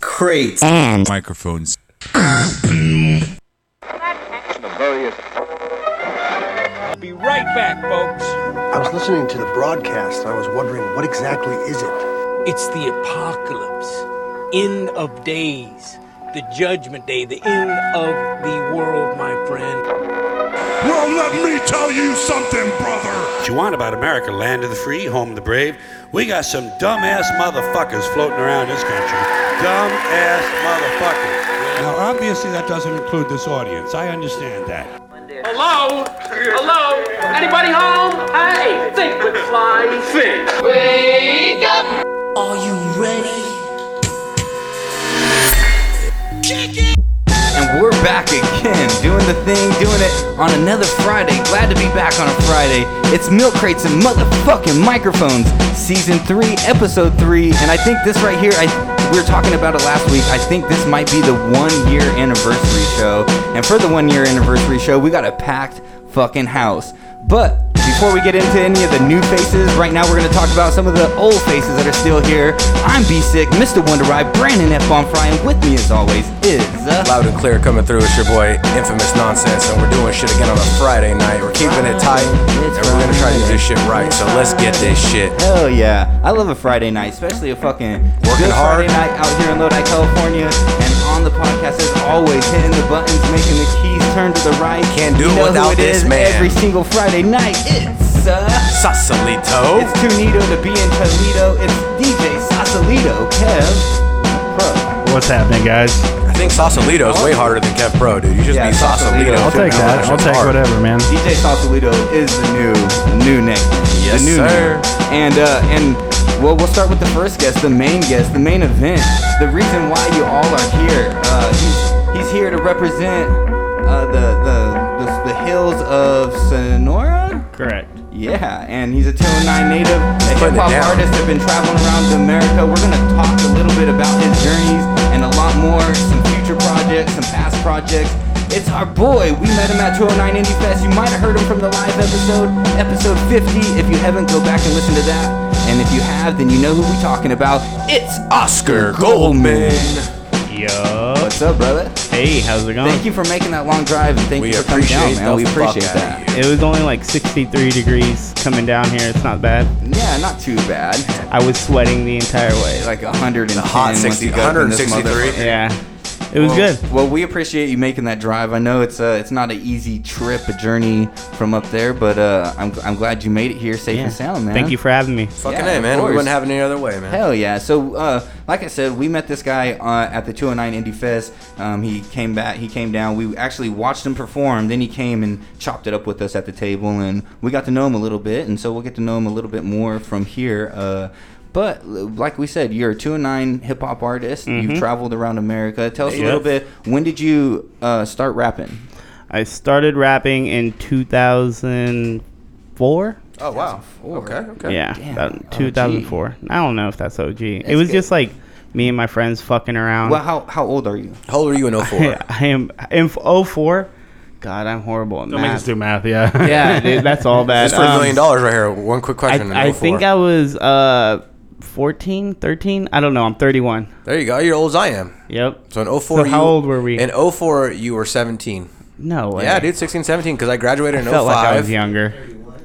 crates. and Microphones. Be right back, folks. I was listening to the broadcast. I was wondering, what exactly is it? It's the apocalypse, end of days, the judgment day, the end of the world, my friend. Well, let me tell you something, brother. What you want about America, land of the free, home of the brave? We got some dumbass motherfuckers floating around this country. Dumbass motherfuckers. Now, obviously, that doesn't include this audience. I understand that. Hello? Hello? Anybody home? Hey, think with flying fish. Wake up! Are you ready? And we're back again, doing the thing, doing it on another Friday. Glad to be back on a Friday. It's Milk Crates and Motherfucking Microphones, Season 3, Episode 3. And I think this right here, I we were talking about it last week. I think this might be the one year anniversary show. And for the one year anniversary show, we got a packed fucking house. But before we get into any of the new faces, right now we're going to talk about some of the old faces that are still here. I'm B Sick, Mr. Wonder Eye, Brandon F. Bonfry, and with me as always is. uh, Loud and clear coming through. It's your boy, Infamous Nonsense, and we're doing shit again on a Friday night. We're keeping it tight, It's and we're gonna try to do this Friday. shit right. So let's get this shit. Hell yeah. I love a Friday night, especially a fucking Working good hard. Friday night out here in Lodi, California. And on the podcast, as always, hitting the buttons, making the keys turn to the right. Can't do you it know who without it this is man. Every single Friday night, it's uh, Sausalito. it's Tunito to be in Toledo. It's DJ Sausalito, Kev. Pro. What's happening, guys? I think Sausalito is way harder than Kev Pro, dude. You just Yeah, need Sausalito. Sausalito. I'll I'll take Shit, man, that. I'll shit's take hard. whatever, man. DJ Sausalito is the new new name. Yes, the new sir. name. And uh, and well, we'll start with the first guest, the main guest, the main event, the reason why you all are here. Uh, he's he's here to represent uh, the, the the the hills of Sonora. Correct. Yeah, and he's a 209 native, a hip putting it hop down. artist that's been traveling around America. We're gonna talk a little bit about his journeys and a lot more, some future projects, some past projects. It's our boy. We met him at 209 Indie Fest. You might have heard him from the live episode, episode 50. If you haven't, go back and listen to that. And if you have, then you know who we're talking about. It's Oscar Goldman. Yo. What's up, brother? Hey, how's it going? Thank you for making that long drive and thank We you for coming down, appreciate man. the we fuck appreciate outta that. you. It was only like 63 degrees coming down here. It's not bad. Yeah, not too bad. I was sweating the entire way. Like, like 110 Hot once 60, you got in this 163. motherfucker. yeah. It was Well- good. Well, we appreciate you making that drive. I know it's uh, it's not an easy trip, a journey from up there, but uh, I'm, I'm glad you made it here safe Yeah. and sound, man. Thank you for having me. Fucking Yeah, A, of man. course. We wouldn't have it any other way, man. Hell yeah! So, uh, like I said, we met this guy uh, at the 209 Indie Fest. Um, he came back. He came down. We actually watched him perform. Then he came and chopped it up with us at the table, and we got to know him a little bit. And so we'll get to know him a little bit more from here. Uh, but l- like we said, you're a 209 hip hop artist. You've traveled around America. Tell us a Mm-hmm. Yep. little bit. When did you uh, start rapping? I started rapping in 2004. Oh wow. Okay. Okay. Yeah, Damn, OG. about 2004. I don't know if that's OG. it was good. just like me and my friends fucking around. Well, how how old are you? How old were you in 04? I am in 04. God, I'm horrible at Don't make us math. do math, yeah. yeah, dude, that's all bad. It's for a Um, million dollars right here. One quick question. I, I in 04. think I was uh 14, 13. I don't know. I'm 31. There you go. You're old as I am. Yep. So in 04, So how you- old were we? In 04, you were 17. No way. Yeah, dude, 16, 17, because I graduated in Felt 05. like I was younger.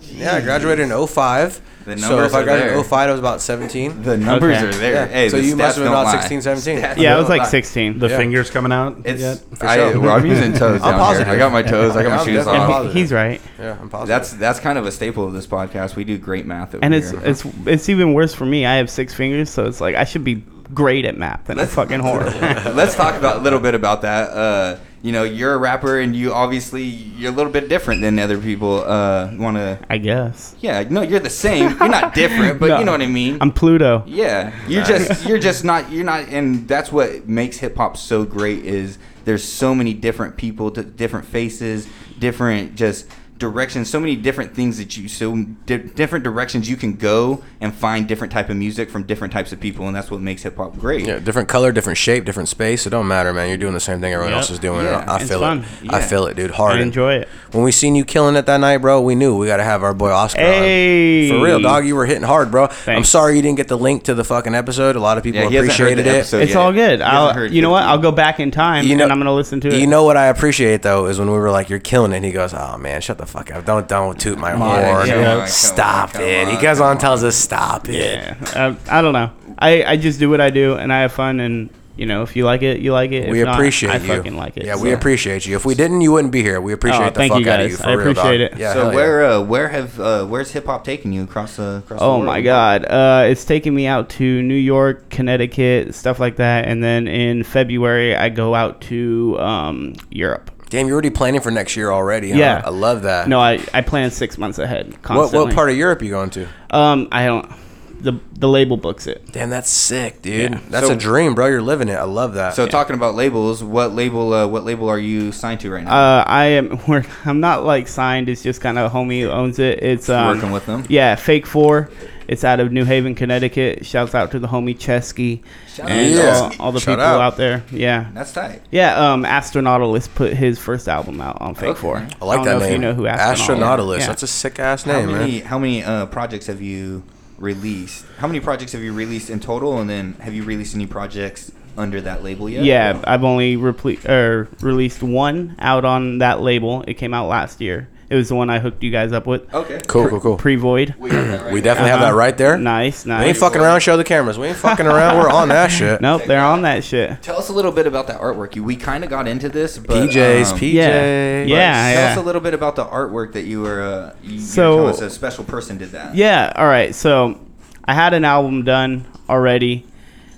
Yeah, I graduated in 05. The so numbers if I are graduated there. in 05, I was about 17. The numbers Okay. are there. Yeah. Hey, so the you stats must have been don't about lie. 16, 17. Stats Yeah, I don't was like lie. 16. The Yeah. fingers coming out. It's yet? I, sure. well, I'm using toes I'm down positive. here. I got my toes. I got my I'm shoes definitely off. and he- he's right. Yeah, I'm positive. That's that's kind of a staple of this podcast. We do great math over And it's here. it's it's even worse for me. I have six fingers, so it's like I should be great at math, and I'm fucking horrible. Let's talk about a little bit about that. Uh, you know, you're a rapper, and you obviously you're a little bit different than other people. Uh, Want to? I guess. Yeah, no, you're the same. You're not different, but No. you know what I mean. I'm Pluto. Yeah, you're just you're just not you're not, and that's what makes hip hop so great is there's so many different people, d- different faces, different just directions, so many different things that you so di- different directions you can go and find different type of music from different types of people, and that's what makes hip hop great. Yeah, different color, different shape, different space. It don't matter, man. You're doing the same thing everyone Yep. else is doing. Yeah. and I, I It's feel fun. it. I Yeah. feel it, dude. I Hard. enjoy it. When we seen you killing it that night, bro, we knew we got to have our boy Oscar. on. Hey. for real, dog. You were hitting hard, bro. I'm Thanks. sorry you didn't get the link to the fucking episode. A lot of people Yeah, he hasn't heard the appreciated it. episode It's yet. all good. He hasn't I'll, heard you know what? 50. I'll go back in time You know, and I'm gonna listen to it. You know what I appreciate though is when we were like, "You're killing it." And he goes, "Oh man, shut the fuck up! Don't don't toot my horn. yeah, come on, Stop come it." on, he goes come on, and tells us, "Stop it." Yeah, I, I don't know. I, I just do what I do and I have fun and you know if you like it, you like it. If we not, appreciate I you. fucking like it. Yeah, so. we appreciate you. If we didn't, you wouldn't be here. We appreciate Oh, the thank fuck you out of guys. you. For I real, dog. appreciate it. Yeah, so hell yeah. where uh, where have uh, where's hip hop taken you across the? Across the Oh world? my God! Uh, it's taking me out to New York, Connecticut, stuff like that, and then in February I go out to um, Europe. Damn, you're already planning for next year already. Huh? Yeah. I love that. No, I, I plan six months ahead. what Constantly. what part of Europe you going to? Um, I don't. The the label books it. Damn, that's sick, dude. Yeah. That's So- a dream, bro. You're living it. I love that. So talking about labels, what label uh, what label are you signed to right now? Uh, I am. We're, I'm not like signed. It's just kind of homie owns it. It's um, Working with them? Yeah, Fake Four. It's out of New Haven, Connecticut. Shouts out to the homie Chesky Shout out and to Yeah. all, all the Shout people out. out. there. Yeah. That's tight. Yeah, um, Astronautalist put his first album out on Fake Okay. Four. I I like don't that know name. If you know who Astronautilus. Astronautalist? Yeah. That's a sick ass Mm-hmm. How name, many man. how many uh, projects have you released? How many projects have you released in total? And then have you released any projects under that label yet? Yeah, I've only reple- er, released one out on that label. It came out last year. It was the one I hooked you guys up with. Okay. Cool, cool, cool. Pre Void. We, got that right We definitely have that Uh-huh. right there. Nice, We ain't nice. fucking around. Show the cameras. We ain't fucking around. We're on that shit. Nope, they're on that shit. Tell us a little bit about the artwork. You we kind of got into this, but PJs, um, PJs. Yeah. Yeah, Tell us yeah. a little bit about the artwork that you were. Uh, you, So- you were telling us a special person did that. Yeah, all right. So I had an album done already,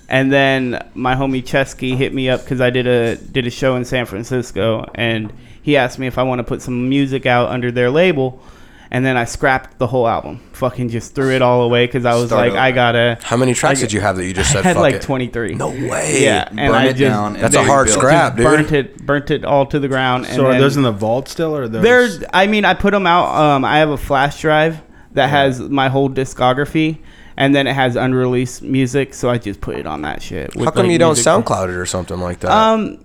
and then my homie Chesky hit me up because I did a did a show in San Francisco, and he asked me if I want to put some music out under their label, and then I scrapped the whole album. Fucking just threw it all away because I was Start like, I over. gotta. How many tracks did you have that you just I said? had fuck like it? 23. No way. Yeah, and burn I it just down. and That's a then hard rebuild. scrap, dude. burnt it, burnt it all to the ground. and So are then- those in the vault still, or are those? There's, I mean, I put them out. Um, I have a flash drive that has my whole discography, and then it has unreleased music. So I just put it on that shit. with, How come like, you don't music- SoundCloud it or something like that? Um,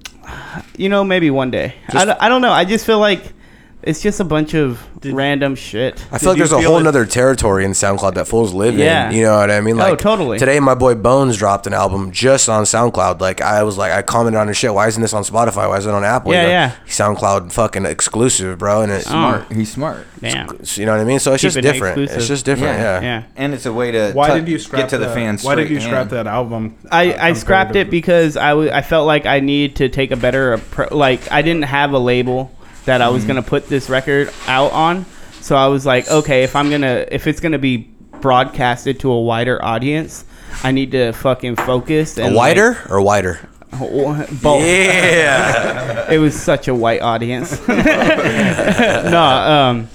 you know, maybe one day. I, don't, I don't know. I just feel like it's just a bunch of random shit. I feel like Did you there's a feel whole it- nother territory in SoundCloud that fools live Yeah. in. You know what I mean? Oh, Like totally. Today, my boy Bones dropped an album just on SoundCloud. Like I was like, I commented on his shit. Why isn't this on Spotify? Why isn't it on Apple? Yeah, You know, yeah. Oh. SoundCloud fucking exclusive, bro. And it's Smart. He's smart. Damn. You know what I mean? So it's Keep just it different. It's exclusive. just different. Yeah. Yeah. Yeah. And it's a way to Why tou- did you scrap get to the, that- fans. Why did you straight scrap and- that album? uh, I, I compared scrapped to- it because I w- I felt like I need to take a better appro- like I didn't have a label that I Mm-hmm. was gonna put this record out on, so I was like, okay, if I'm gonna if it's gonna be broadcasted to a wider audience, I need to fucking focus and A like, wider or wider? both. Yeah. It was such a white audience. no, um,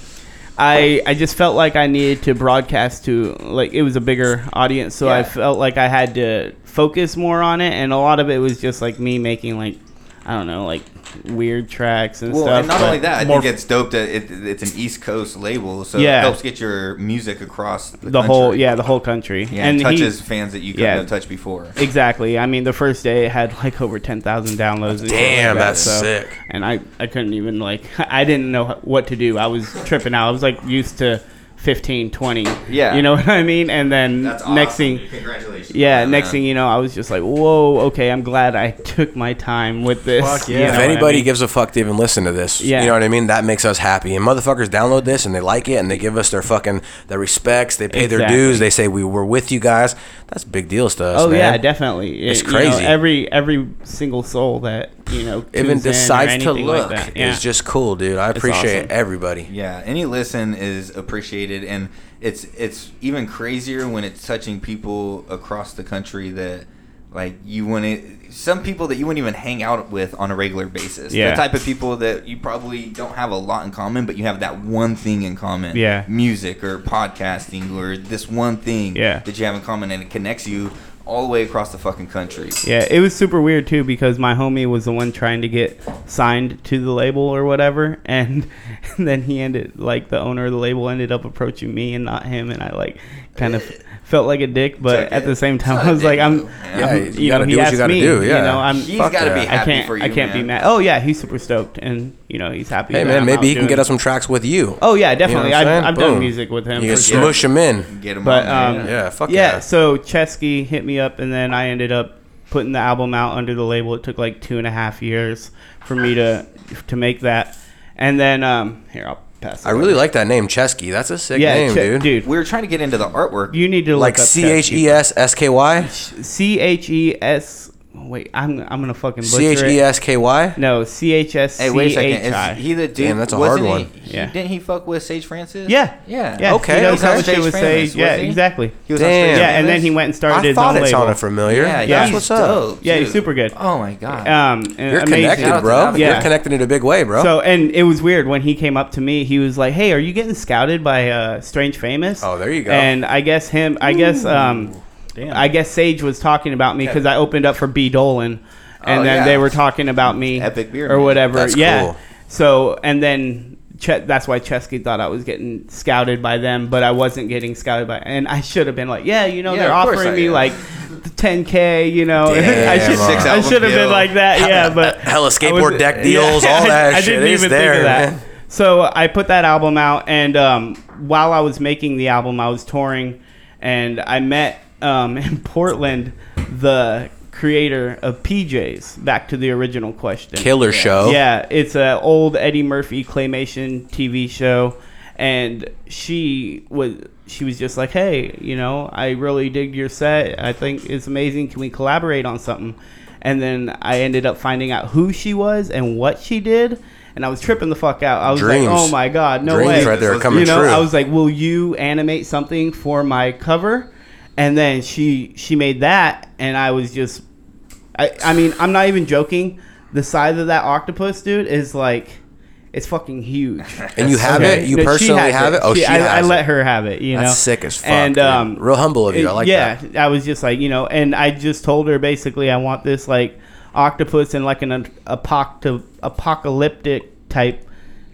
I I just felt like I needed to broadcast to like it was a bigger audience, so I Yeah. felt like I had to focus more on it, and a lot of it was just like me making like I don't know like weird tracks and Well, stuff. and not but- only that, I more think it's dope that it, it's an East Coast label, so Yeah. it helps get your music across the, the whole country. yeah the whole country yeah, and he- touches fans that you couldn't yeah. have touched before. Exactly. I mean, the first day it had like over ten thousand downloads. and shit like Damn, that, that's sick. And I, I couldn't even like I didn't know what to do. I was tripping out. I was like used to 15, 20. Yeah. You know what I mean? And then next thing, congratulations. yeah, next thing you know, I was just like, whoa, okay, I'm glad I took my time with this. Fuck You yeah. know If what I anybody mean? gives a fuck to even listen to this, Yeah. you know what I mean? That makes us happy. And motherfuckers download this and they like it and they give us their fucking their respects. They pay their Exactly. dues. They say we were with you guys. That's big deals to us. Oh man. yeah, definitely. It- It's you know, crazy. every every single soul that you know Even tunes in or decides to anything like look that. Yeah. is just cool, dude. I appreciate awesome. everybody. Yeah, any listen is appreciated, and it's it's even crazier when it's touching people across the country that like you wouldn't some people that you wouldn't even hang out with on a regular basis. Yeah. The type of people that you probably don't have a lot in common, but you have that one thing in common. Yeah. music or podcasting or this one thing. Yeah. that you have in common, and it connects you. all the way across the fucking country. Yeah, it was super weird too because my homie was the one trying to get signed to the label or whatever, and, and then he ended like the owner of the label ended up approaching me and not him, and I like kind of felt like a dick, but Check at it. the same It's time not I a was like, dick, I'm, though. I'm- Yeah, you gotta he do what you asked gotta me, do, yeah. you know, I'm. He's Fuck got to be that. I happy can't. for you. I can't man. be mad. Oh yeah, he's super stoked, and you know he's happy. Hey that man, I'm out maybe he can doing get it. us some tracks with you. Oh yeah, definitely. You know what I'm I've, saying? I've done Boom. music with him. You can for sure. smush him in. Get him But, on there, um, yeah. Yeah, fuck yeah, yeah. so Chesky hit me up, and then I ended up putting the album out under the label. It took like two and a half years for me to to make that, and then um, here I'll pass. It I really like that name, Chesky. That's a sick yeah, name, Che- dude. dude. We were trying to get into the artwork. You need to Like look up C H E S S K Y. Chesky. C H E S. Wait, I'm I'm gonna fucking butcher C H E it. S K Y. No, C H S C hey, wait a second. H I. Is he the dude? Damn, that's a wasn't hard He, one. he- Yeah. Didn't he fuck with Sage Francis? Yeah. Yeah. Yeah. Okay, He knows okay. how much Stage was famous, Sage. Yeah. was he? Exactly. He was Damn. on Stage Yeah, and then Famous? he went and started I his own thought it label. sounded familiar. Yeah, That's he's what's up. dope, Yeah, he's dude. super good. Oh my god. Um, You're Shout connected, out bro. to Yeah. You're connected in a big way, bro. So and it was weird when he came up to me. He was like, "Hey, are you getting scouted by uh, Strange Famous?" Oh, there you go. And I guess him. I guess um, I guess Sage was talking about me because I opened up for B Dolan, and Oh, then yeah. they were talking about me, Epic beer or man. whatever. That's yeah. cool. So and then. Ch- that's why Chesky thought I was getting scouted by them, but I wasn't getting scouted by. And I should have been like, yeah, you know, Yeah, they're of course offering I me am. like 10k, you know. Damn, I should Six I album should have been deal. like that, yeah. But Hella I was- skateboard deck deals, all that shit. It's there, man. So I put that album out, and um, while I was making the album, I was touring, and I met um, in Portland the creator of PJ's. Back to the original question. Killer show. Yeah, it's an old Eddie Murphy claymation TV show, and she was she was just like, "Hey, you know, I really dig your set. I think it's amazing. Can we collaborate on something?" And then I ended up finding out who she was and what she did, and I was tripping the fuck out. I was Dreams. like, "Oh my god, no Dreams way!" right there are coming you know, true. I was like, "Will you animate something for my cover?" And then she she made that, and I was just I, I mean, I'm not even joking. The size of that octopus, dude, is like, it's fucking huge. And you have Okay? it? You No, she personally has have it? Oh, she, I, has I let it. her have it. You That's know, sick as fuck. And dude. um, real humble of you. I like yeah, that. I was just like, you know, and I just told her basically, I want this like octopus in like an apoc- apocalyptic type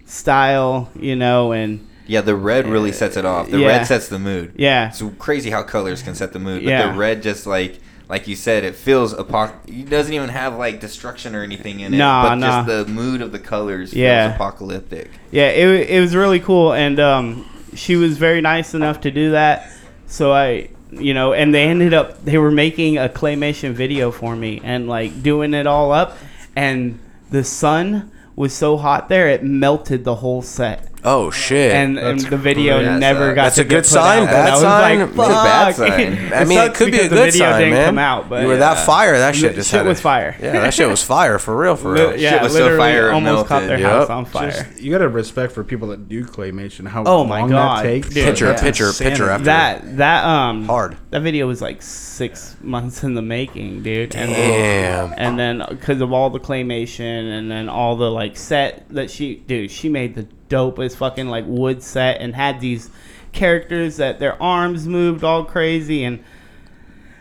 style, you know, and Yeah, the red really sets it off. The Yeah. red sets the mood. Yeah. It's crazy how colors can set the mood, but Yeah. the red just like like you said, it feels apoc. It doesn't even have like destruction or anything in it. Nah, but nah. just the mood of the colors Yeah. feels apocalyptic. yeah, it, it was really cool, and um, she was very nice enough to do that. So I, you know, and they ended up they were making a claymation video for me and like doing it all up, and the sun was so hot there it melted the whole set. Oh, shit. And, and the video crazy. never got. That's to a get good put sign, out, bad and I was sign, Like, it's a bad "Fuck." sign. It I mean, it sucks could be because a the good video sign, didn't man. Come out, but you were that fire. That shit The just shit had a- was fire. Yeah, that shit was fire for real, for Li- real. yeah, was so literally fire it almost caught their melted. house Yep. on fire. You gotta respect for people that do claymation. How Oh long my God, that takes? dude. Picture, Yeah. picture, picture after that that um Hard. that video was like six months in the making dude and Damn. then and then because of all the claymation and then all the like set that she dude she made the dopest fucking like wood set and had these characters that their arms moved all crazy and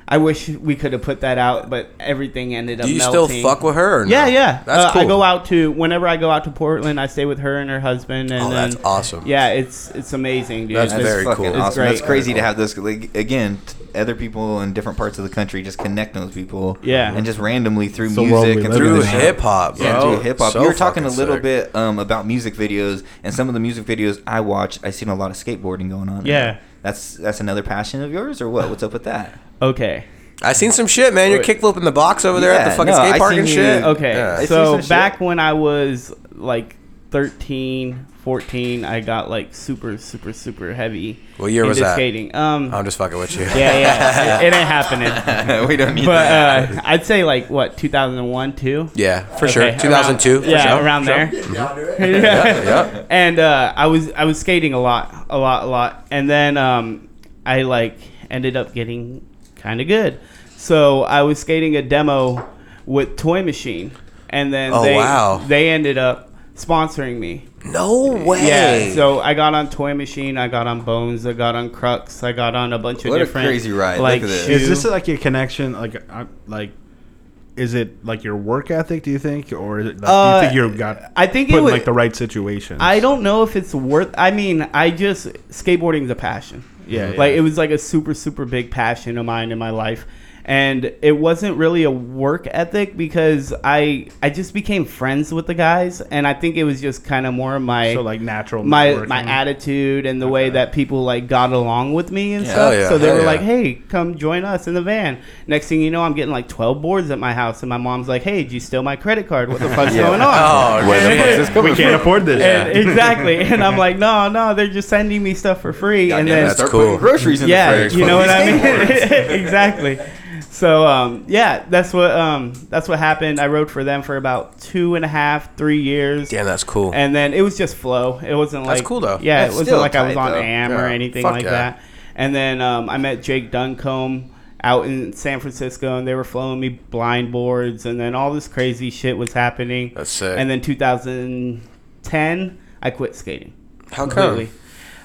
I wish we could have put that out, but everything ended up. Do you still melting. fuck with her? Or no? Yeah, yeah. That's Uh, cool. I go out to whenever I go out to Portland, I stay with her and her husband, and Oh, then that's awesome. yeah, it's it's amazing, dude. That's It's- very fucking cool. It's awesome. great. That's crazy Very to have those like, again. T- other people in different parts of the country just connecting with people, Yeah. and just randomly through It's the world we music and live through Through Yeah. hip hop, bro. Yeah, dude, hip hop. So you were talking a fucking little sick. bit um, about music videos, and some of the music videos I watch, I seen a lot of skateboarding going on. Yeah. that's that's another passion of yours, or what? What's up with that? Okay. I seen some shit, man. You're kickflipping the box over there at the Yeah, fucking no, I skate park seen and you- shit. Okay. Yeah. It's- So decent back shit. when I was like 13, 14, I got like super, super, super heavy. What year was into that? Skating. Um. I'm just fucking with you. yeah, yeah. it, it ain't happening. we don't need But that. uh, I'd say like what 2001, two. Yeah, for Okay, sure. around- 2002. for yeah, sure. Mm-hmm. around there. Yeah. and uh, I was I was skating a lot, a lot, a lot, and then um, I like ended up getting kind of good. So I was skating a demo with Toy Machine, and then Oh, they wow. they ended up sponsoring me. No way. Yeah, so I got on Toy Machine, I got on Bones, I got on Crux, I got on a bunch of What a different crazy ride. Look Like at this. Is this uh, shoe- like your connection? Like, I- like, is it like your work ethic? Do you think, or is it like, Uh, you think you got? I think it put in was- like the right situation. I don't know if it's worth. I mean, I just skateboarding's a passion. Yeah, like yeah. it was like a super super big passion of mine in my life, and it wasn't really a work ethic because I I just became friends with the guys, and I think it was just kind of more my so like natural my networking. my attitude and the way that people like got along with me and Yeah. stuff. Hell yeah, so they hell were yeah. like, "Hey, come join us in the van." Next thing you know, I'm getting like 12 boards at my house, and my mom's like, "Hey, did you steal my credit card? What the fuck's going on?" Oh, Where the fuck is shit. this coming We can't from? afford this. And exactly, and I'm like, "No, no, they're just sending me stuff for free." and Goddamn, then that's start cool. putting Groceries in the yeah, fridge. you know Fuck what I these mean? skateboards. exactly. So um, yeah, that's what um, that's what happened. I rode for them for about two and a half, three years. Damn, that's cool. And then it was just flow. It wasn't like That's cool, though. Yeah, That's it wasn't still like I was tight, on though. AM or Yeah. anything Fuck like yeah. that. And then um, I met Jake Duncombe out in San Francisco, and they were flowing me blind boards, and then all this crazy shit was happening. That's sick. And then 2010, I quit skating How completely.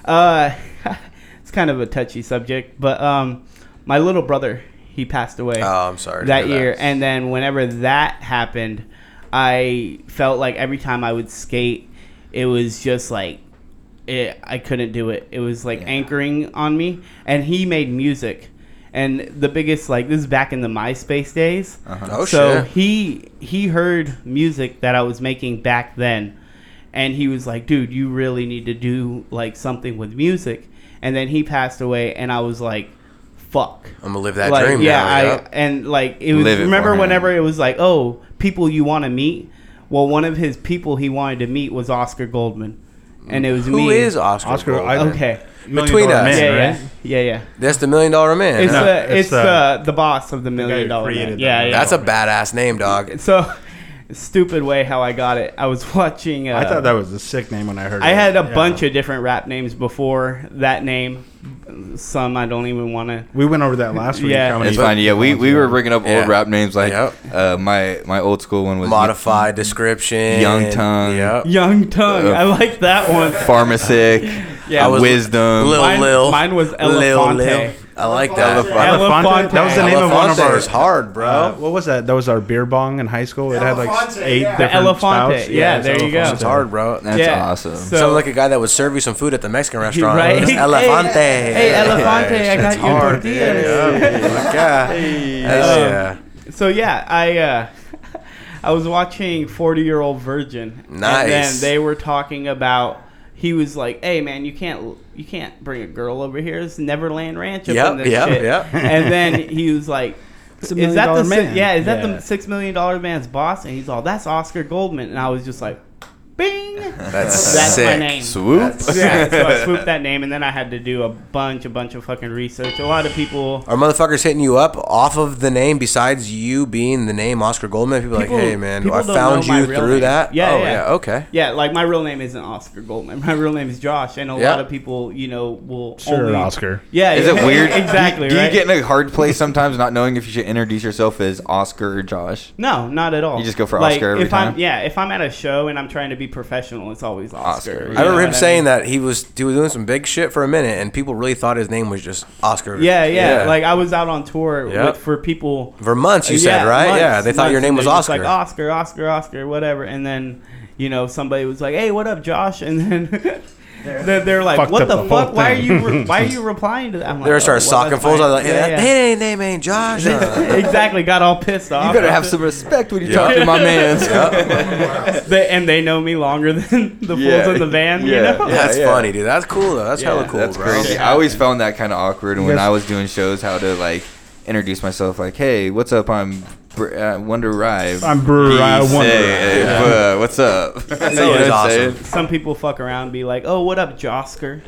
Uh, it's kind of a touchy subject, but um, my little brother he passed away. Oh, I'm sorry to That hear that. year, and then whenever that happened, I felt like every time I would skate, it was just like it, I couldn't do it. It was like anchoring on me, and he made music. And the biggest like this is back in the MySpace days. Oh, so shit. he he heard music that I was making back then, and he was like, "Dude, you really need to do like something with music." And then he passed away, and I was like, "Fuck." I'm gonna live that like, dream. Yeah, now, I yep. and like it was. Live it for Remember him. whenever it was like, oh, people you want to meet. Well, one of his people he wanted to meet was Oscar Goldman, and it was me. Who is Oscar? Oscar, Goldman? I- Okay. Million Between Dollar us. Yeah, Man, yeah, right? yeah, yeah. That's the million dollar man. It's huh? the it's, it's, the, uh, the boss of the guy million who dollar man. created Yeah, that. yeah. That's a badass name, dog. so stupid way how I got it. I was watching. Uh, I thought that was a sick name when I heard. I it. had a Yeah. bunch of different rap names before that name. Some I don't even want to. We went over that last week. Yeah. how many It's fine. Yeah, we, we were bringing up Yeah. old rap names like Yep. uh, my my old school one was Modified description. Young tongue. Yep. Young Tongue. Uh, I like that one. Pharmacic, Yeah. I was- Wisdom. Lil Mine- Lil. mine was Lil Lil. Elefante. I like that. Elefante. Elefante? That was the name of one of Elefante our is hard, bro. Uh, what was that? That was our beer bong in high school. It had like Elefante, eight yeah. different Elefante, spouts. yeah, it's there you go. Elefante. It's hard, bro. That's yeah. awesome. So, Sounded like a guy that would serve you some food at the Mexican restaurant. right. It's Hey, Elefante. hey, Elefante, I It's got your hard. oh tortillas. Yeah, yeah. Yeah. That's, yeah. So yeah, I uh, I was watching Forty Year Old Virgin. And Nice. then they were talking about he was like, "Hey man, you can't you can't bring a girl over here. It's Neverland Ranch up Yep, in this yep, shit." yep. And then he was like. a Is that the million-dollar si- man." yeah? Is that Yeah. the six million dollar man's boss? And he's all that's Oscar Goldman, and I was just like, "Bing!" That's, That's sick. my name. Swoop. Yeah, so I swooped that name, and then I had to do a bunch, a bunch of fucking research. A lot of people Are motherfuckers hitting you up off of the name besides you being the name Oscar Goldman? People, People- like, hey man, people I don't found know my you real through name. that. Yeah, oh, yeah. Okay. Yeah, like my real name isn't Oscar Goldman. My real name is Josh, and a Yeah. lot of people, you know, will Sure, only- Oscar. Yeah, Is yeah, it weird? exactly. Do, you- do right? you get in a hard place sometimes not knowing if you should introduce yourself as Oscar or Josh? no, not at all. You just go for Like, Oscar every if time? I'm, yeah, if I'm at a show and I'm trying to be professional, it's always Oscar. Oscar. you I know I remember what him saying that he was he was doing some big shit for a minute, and people really thought his name was just Oscar. Yeah, yeah, Yeah. Like I was out on tour Yep. with, for people. For months, you Yeah, said, right? months, yeah, they thought months, your name and was they're just Oscar. Like Oscar, Oscar, Oscar, whatever. And then, you know, somebody was like, "Hey, what up, Josh?" And then. They're, they're like, Fucked what up the, the whole fuck? Why are thing." you re- why are you replying to that? I'm they were like, started "Oh, well, socking that's fools. I my-" was like, hey, Yeah, that, yeah. hey, that name ain't Josh. Uh, exactly. Got all pissed off. You better have some respect when you talk to my man. They, and they know me longer than the Yeah. fools in the van. Yeah. You know. Yeah. that's funny, dude. That's cool though. That's hella cool, That's bro. crazy. I always found that kind of awkward. And when guys- I was doing shows, how to like introduce myself, like, "Hey, what's up? I'm Br- uh, Wonder Rive. I'm Brewer I Peace. Wonder Hey, Rive. uh, what's up? That's always awesome. Some people fuck around and be like, "Oh, what up, Josker?"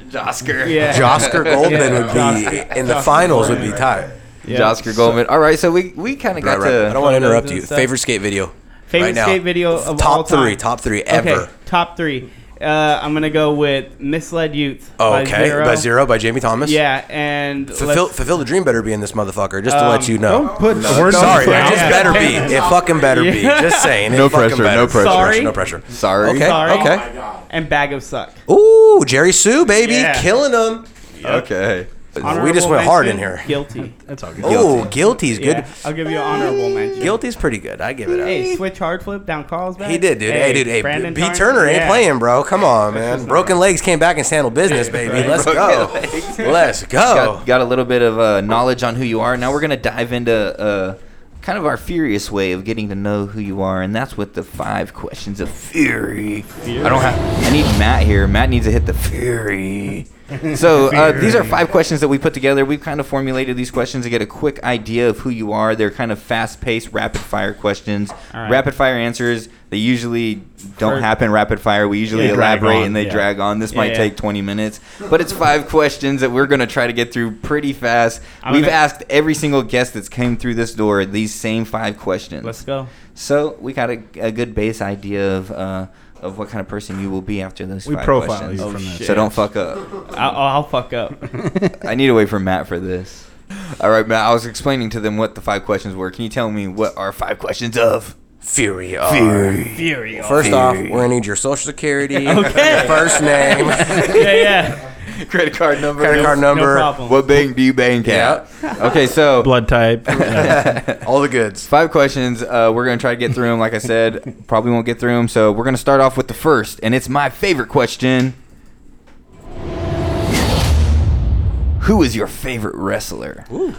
Josker. Yeah. Oscar Goldman Yeah. would be in the finals would be tight. Yeah. Josker Goldman. All right, so we we kind of got Right, right. to. I don't want to photos interrupt and you. stuff. Favorite skate video. Favorite right now. skate video of top all time. three, top three ever. Okay, top three. Uh, I'm gonna go with "Misled Youth." Oh, by okay. Zero. By Zero by Jamie Thomas. Yeah, and Fulfill, let's- Um, fulfill the dream better be in this motherfucker, just to let you know. Don't put the words Sorry, on the it just ground. better be. It fucking better be. Just saying. It No fucking pressure, better no be. pressure. Sorry. No pressure. Sorry. Okay. Oh, Sorry. Okay. and "Bag of Suck." Ooh, Jerry Sue, Oh baby, Yeah. killing them. Okay. we just Honorable went hard in mention, here. Guilty. That's all good. Oh, guilty's good. Yeah, I'll give you an honorable mention. Guilty's pretty good. I give it up. Hey, switch hard flip down Carlsbad. He did, dude. Hey, dude. Hey, Brandon B. Tarn- Turner ain't Yeah. playing, bro. Come on, man. Broken legs came back and handled business, baby. Let's go. Let's go. got, got a little bit of uh, knowledge on who you are. Now we're gonna dive into uh, kind of our furious way of getting to know who you are, and that's with the five questions of fury. I don't have. I need Matt here. Matt needs to hit the fury. So uh, these are five questions that we put together. We've kind of formulated these questions to get a quick idea of who you are. They're kind of fast-paced, rapid-fire questions, All right. rapid-fire answers. They usually don't For- happen rapid-fire. We usually They drag elaborate on, and they yeah. drag on. This Yeah, might yeah. take 20 minutes, but it's five questions that we're going to try to get through pretty fast. I'm We've gonna- asked every single guest that's came through this door these same five questions. Let's go. So we got a, a good base idea of uh, of what kind of person you will be after those We five profile questions. you Oh, from this. So don't fuck up. I'll, I'll fuck up. I need to wait for Matt for this. All right, Matt, I was explaining to them what the five questions were. Can you tell me what are five questions of? Fury. Fury. Fury. First off, we're gonna need your social security, your first name, yeah, yeah. Credit card number. credit card number, no problem. What bank do you bank at? Okay, so Blood type. all the goods. Five questions. Uh, we're going to try to get through them. Like I said, probably won't get through them. So we're going to start off with the first, and it's my favorite question. Who is your favorite wrestler? Ooh,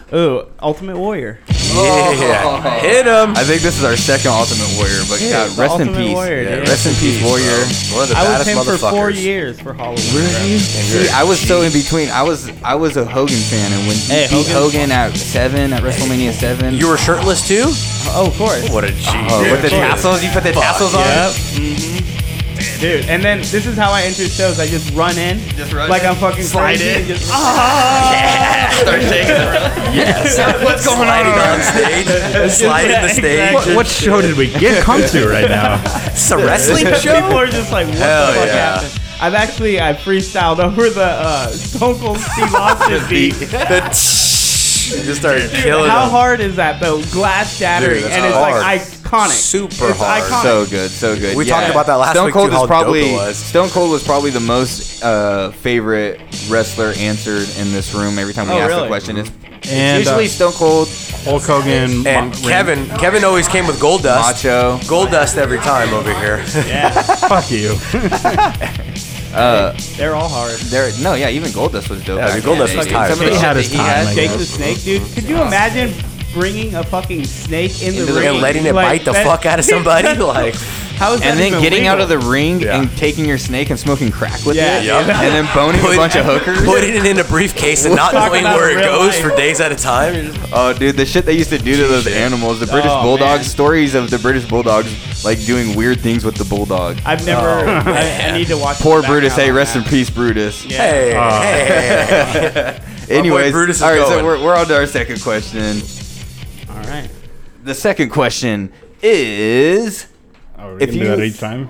Ultimate Warrior. Oh. Yeah, Oh. hit him. I think this is our second Ultimate Warrior, but Yeah, the God, rest in Ultimate peace. Warrior, Yeah, dude. Rest in peace, Warrior. One of the I was baddest him for motherfuckers. four years for Halloween. bro. See, I was so in between. I was I was a Hogan fan, and when he Hey, beat Hogan. Hogan. at seven at WrestleMania seven, You were shirtless too. Oh, of course. What a G. oh, with the tassels. You put the tassels on. Yep. Mm-hmm. Dude, and then this is how I enter shows. I just run in, Just run like in. I'm fucking Slide crazy. in. and Just, ah, Start shaking. yes. What's going Sliding on? on stage, sliding the stage. Exactly. what, what show did we get come to right now? It's a wrestling people show. are just like, what Hell the fuck yeah. happened? I've actually I freestyled over the uh, Stone Cold Steve Austin beat. The tsh- you just started killing How them. hard is that though? Glass shattering, Dude, that's and it's hard. like iconic. Super It's hard. Iconic. So good, so good. We talked about that last Stone week, Cold too, is how dope it probably was. Stone Cold was probably the most uh, favorite wrestler answered in this room. Every time we Oh, ask really? the question, it's, And, it's usually uh, Stone Cold, Hulk Hogan And Ring- Kevin, Kevin always came with gold dust. Macho. Gold dust every time over here. Fuck you. They're all hard. There, uh, no, yeah, even Goldust was dope. uh, Yeah, back dude, Goldust in the day, was dude. tired. Some of the He shit had that his he time, had- like- Jake the Snake, dude. Could you imagine bringing a fucking snake in the Into the ring and letting it Like, bite the that- fuck out of somebody, like How is that And then even getting out legal? of the ring Yeah. and taking your snake and smoking crack with Yeah, it, Yup. yeah. and then boning Put- a bunch of hookers. putting it in a briefcase and not Talk knowing about where it real goes life. for days at a time. You're just- Oh, dude, the shit they used to do to those animals. The British Oh, bulldogs. man. Stories of the British bulldogs like doing weird things with the bulldog. I've never. I, I need to watch. Poor the Brutus. background Hey, on rest that. in peace, Brutus. Yeah. Uh, Hey, hey. Anyways, Brutus is all right, so going. we're, we're on to our second question. All right. The second question is Oh, If if you do you- that each time,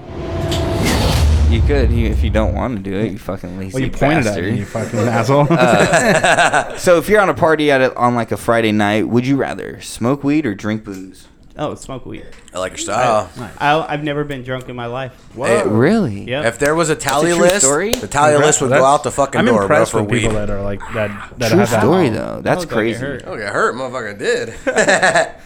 you could you, if you don't want to do it, you fucking lazy well, you pointed at me, you fucking asshole. Uh, So if you're on a party at a, on like a Friday night, would you rather smoke weed or drink booze? Oh, smoke weed. I like your style. I, I've never been drunk in my life. Whoa. really? Yep. If there was a tally That's a true list, story? the tally list would go That's- out the fucking I'm door, bro, impressed for with people weed. that are like that. that True have that story mouth. though. That's Oh, don't get crazy. hurt. Oh, get hurt, motherfucker did.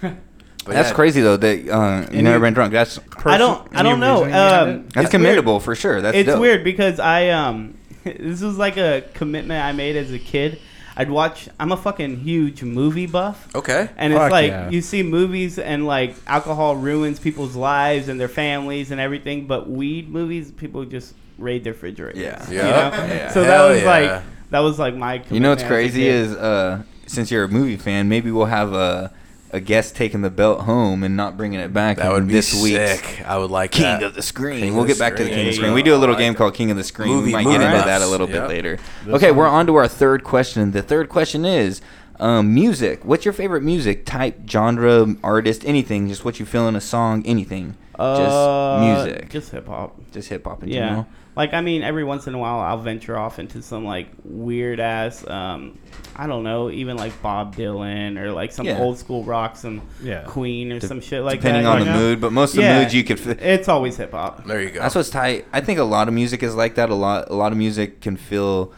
but That's yeah, crazy though. That uh, you've never been drunk. That's I don't. I Any don't know. reason you had it? Um, that's it's weird. commendable for sure. That's it's dope. weird because I um this was like a commitment I made as a kid. I'd watch I'm a fucking huge movie buff. Okay. And it's Fuck like yeah. you see movies and like alcohol ruins people's lives and their families and everything, but weed movies people just raid their refrigerators. Yeah. you Yeah. know? Yeah. So Hell that was yeah. like that was like my You know commitment as what's a crazy kid. is uh, since you're a movie fan, maybe we'll have a a guest taking the belt home and not bringing it back. That in would be this week's sick. I would like King that. of the Screen. King we'll of get the back to the Screen. King of the Yeah, Screen. yeah. We do a little I game like called King of the Screen. Movie- we might movie get into buffs. that a little bit Yep. later. okay, we're on to our third question. The third question is Um, music. What's your favorite music type, genre, artist, anything? Just what you feel in a song, anything. Uh, just music. Just, Just hip hop. hip hop in Yeah. general. Like I mean, every once in a while, I'll venture off into some like weird ass, um, I don't know, even like Bob Dylan or like some Yeah. old school rock, some Yeah. Queen or some shit like Depending that. on you the know? mood, but most of Yeah. the moods you could. Fi- It's always hip hop. There you go. That's what's tight. I think a lot of music is like that. A lot, a lot of music can fill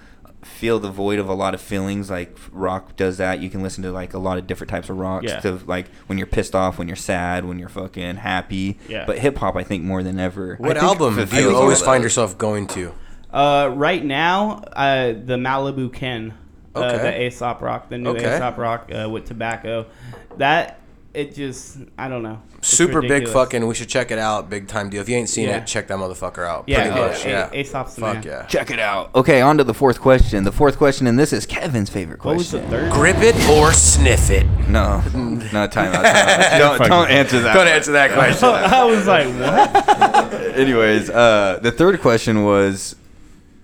feel the void of a lot of feelings. Like rock does that. You can listen to like a lot of different types of rocks. Yeah. To like when you're pissed off, when you're sad, when you're fucking happy. Yeah. But hip hop, I think more than ever. what album do you fulfills always all find those. yourself going to? Uh, right now, uh, the Malibu Ken, uh, Okay. the Aesop Rock, the new Okay. Aesop Rock uh, with tobacco, that it just I don't know. It's Super ridiculous. big fucking. We should check it out. Big time deal. If you ain't seen Yeah. it, check that motherfucker out. Yeah, pretty yeah, much. A- Yeah. Aesop's the man. Fuck yeah. Check it out. Okay, on to the fourth question. The fourth question, and this is Kevin's favorite What was question. the third? Grip it or sniff it. No, no time out. Time out. don't, don't answer that. Don't answer that question. I was like, what? Anyways, uh, the third question was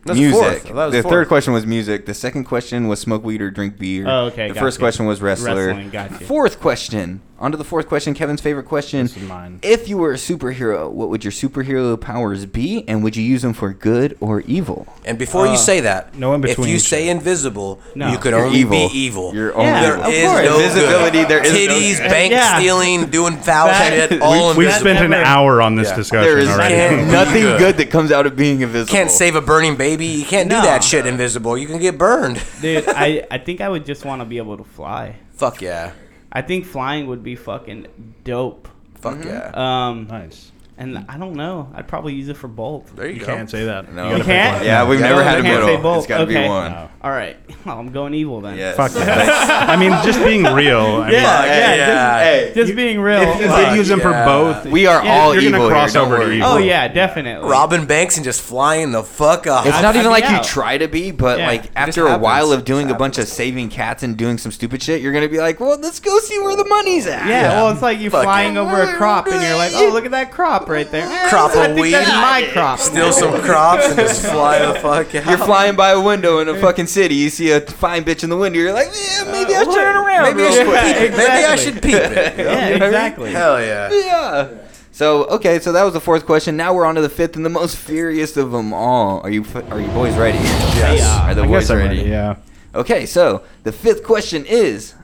That's music. fourth. That was the fourth. third question was music. The second question was smoke weed or drink beer. Oh, okay, The got first you. question was wrestler. Wrestling, got you. Fourth question. On to the fourth question. Kevin's favorite question. is mine. If you were a superhero, what would your superhero powers be, and would you use them for good or evil? And before Uh, you say that, Uh, no in if between you each say invisible, No. you could You're only evil. be evil. You're only Yeah, There evil. of is course. no Visibility, Good. there is no titties, good. bank Yeah. stealing, doing foul That- shit. All we invisible. spent an never- hour on this discussion There is already. Can't be nothing good. good. that comes out of being invisible. can't save a burning baby. You can't No. do that shit invisible. You can get burned. Dude, I, I think I would just want to be able to fly. Fuck yeah. I think flying would be fucking dope. Fuck yeah. Um, Mm-hmm. nice. and I don't know. I'd probably use it for both. there you, You go. can't say that. No. You gotta You pick can't? one. Yeah, we've Yeah. never No, had they a can't middle. say both. It's got to be Okay. one. No. All right. Well, I'm going evil then. Yes. Fuck that. I mean, just being real. I mean, Yeah, yeah, yeah. Hey, Just being real. if you like- did use them yeah. for both, we are Yeah, all you're gonna evil here, cross don't over to worry. evil. oh, yeah, definitely. Robbing banks and just flying the fuck up. It's not I'd even be like out. you try to be, but Yeah. It like just after a happens. while It of doing just a bunch of happens. saving cats and doing some stupid shit, you're gonna be like, "Well, let's go see where the money's at." Yeah, well, it's like you Fuck flying it. over a crop and you're like, oh, look at that crop right there. Crop of I think weed. that's my crop. Steal some crops and just fly the fuck out. You're flying by a window in a fucking city. You see a fine bitch in the window. You're like, yeah, maybe I'll turn around Maybe I real should quick. peep it. Maybe I exactly. should peep it. you know? Yeah, You know what I mean? exactly. Hell yeah. Yeah. So okay, so that was the fourth question. Now we're on to the fifth and the most furious of them all. Are you are you boys ready? Yes. Are the I boys guess I'm ready? ready. Yeah. Okay, so the fifth question is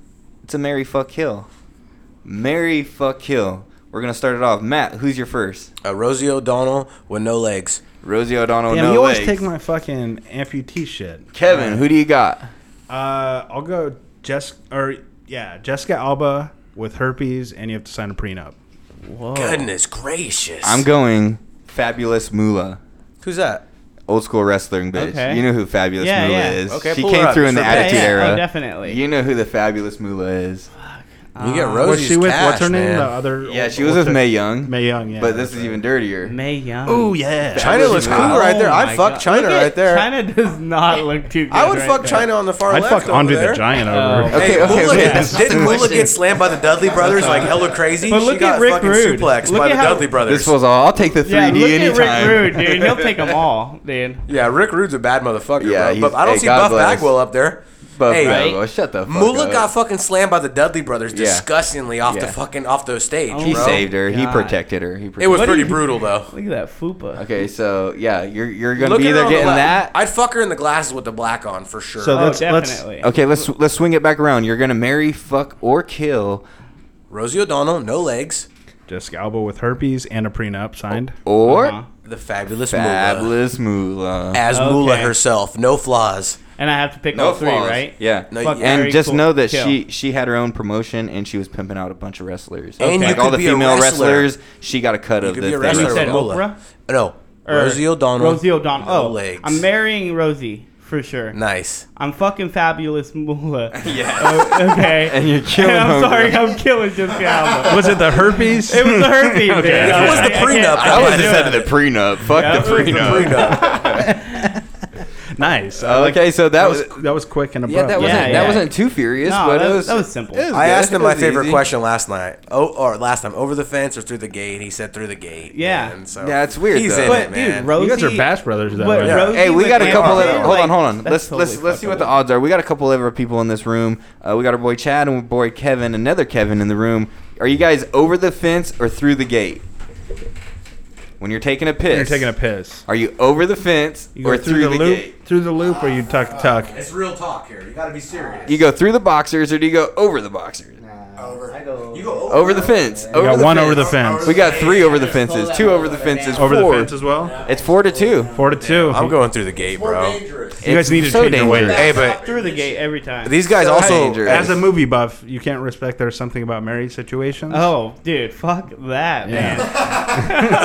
it's a Mary fuck kill. Mary fuck kill. We're gonna start it off. Matt, who's your first? Uh, Rosie O'Donnell with no legs. Rosie O'Donnell, Damn, no you always legs. take my fucking amputee shit. Kevin, who do you got? Uh, I'll go Jess or yeah, Jessica Alba with herpes, and you have to sign a prenup. Goodness gracious. I'm going Fabulous Moolah. Who's that? Old school wrestling bitch. Okay. You know who Fabulous Yeah, Moolah yeah. is. Okay, she pull her came up. through in It's the her Attitude yeah, Era. Oh, definitely. You know who the Fabulous Moolah is. you get Uh, Was Rosie's she with cash, what's her name? man. The other Yeah, she was what's with her- Mae Young. Mae Young, yeah. But this is even dirtier. May Young. Oh yeah, China looks cool Oh right there. my I'd fuck God. China Look at- right there. China does not look too good. I would right fuck there. China on the far I'd left. fuck over Andre there. the Giant Oh. over. her. Hey, Hey, Okay, okay, Moolah okay. gets- That's didn't the Moolah question. get slammed by the Dudley brothers like hella crazy? But look she at got Rick fucking Rude. suplexed Look by the at how- Dudley brothers. This was all. I'll take the 3D Yeah, look at anytime. Rick Rude, dude. He'll take them all, dude. yeah, Rick Rude's a bad motherfucker, Yeah, bro. But he's- I don't hey, see God Buff bless. Bagwell up there. But Hey, Bravo, shut the fuck Moolah up. got fucking slammed by the Dudley brothers Yeah. disgustingly off Yeah. the fucking off the stage. he bro. saved her. He Oh, God. protected her. He It was What do pretty you- brutal though. Look at that fupa. Okay, so yeah, you're you're gonna Look be at her either on the getting left. that. I'd fuck her in the glasses with the black on for sure. So Oh, let's let's definitely. okay, let's let's swing it back around. You're gonna marry, fuck, or kill, Rosie O'Donnell, no legs, Jessica Alba with herpes and a prenup signed. or Uh-huh. the fabulous, Moolah, fabulous moolah. as Okay. Moolah herself, no flaws. And I have to pick all three, flaws. right? Yeah. No, Fuck you- and Mary, just cool. know that Kill. she she had her own promotion and she was pimping out a bunch of wrestlers. And you like all could the be a female wrestler. wrestlers, she got a cut of could the be a the wrestler You wrestlers. said Moolah. Oprah? No, Or- Rosie O'Donnell, Rosie O'Donnell. no oh, legs. I'm marrying Rosie for sure. nice. I'm fucking fabulous Moolah. Yeah. okay. And you're killing And I'm homegirl. sorry, I'm killing Jessica Alba. Was it the herpes? It was the herpes, okay. dude. If it was the prenup, I I was would've just said headed to the prenup. Fuck Yeah, the it was the prenup. Prenup. nice. I like- Okay, so that was that was quick and abrupt. yeah, that wasn't Yeah, that yeah. wasn't too furious, No, but that, it was that was simple. it was I good. asked him It my was favorite easy. question last night. Oh, or last time, over the fence or through the gate? And he said through the gate. Yeah. And so Yeah, it's weird, He's though. in but it, man. dude, Rosie, you guys are Bash Brothers, though. but right? Rosie Hey, we with got a couple. Of, Amber, hold on, like, hold on. that's Let's let's totally let's see what the fuckable. odds are. We got a couple of other people in this room. Uh, we got our boy Chad and our boy Kevin, another Kevin in the room. Are you guys over the fence or through the gate? When you're taking a piss, You're taking a piss. Are you over the fence You or go through, the, loop, gate? through the loop, or you Oh, tuck tuck. It's real talk here. You got to be serious. You go through the boxers or do you go over the boxers? You go Over the fence. Over got the one fence. over the fence. We got three over the fences. Two over the fences. Over four. the fence as well. It's four to two. Four to two. I'm going through the gate, bro. You guys need to so change your weight. dangerous. Hey, but through the gate every time. these guys So also dangerous. As a movie buff, you can't respect there's something about married situations. oh, dude, fuck that, man.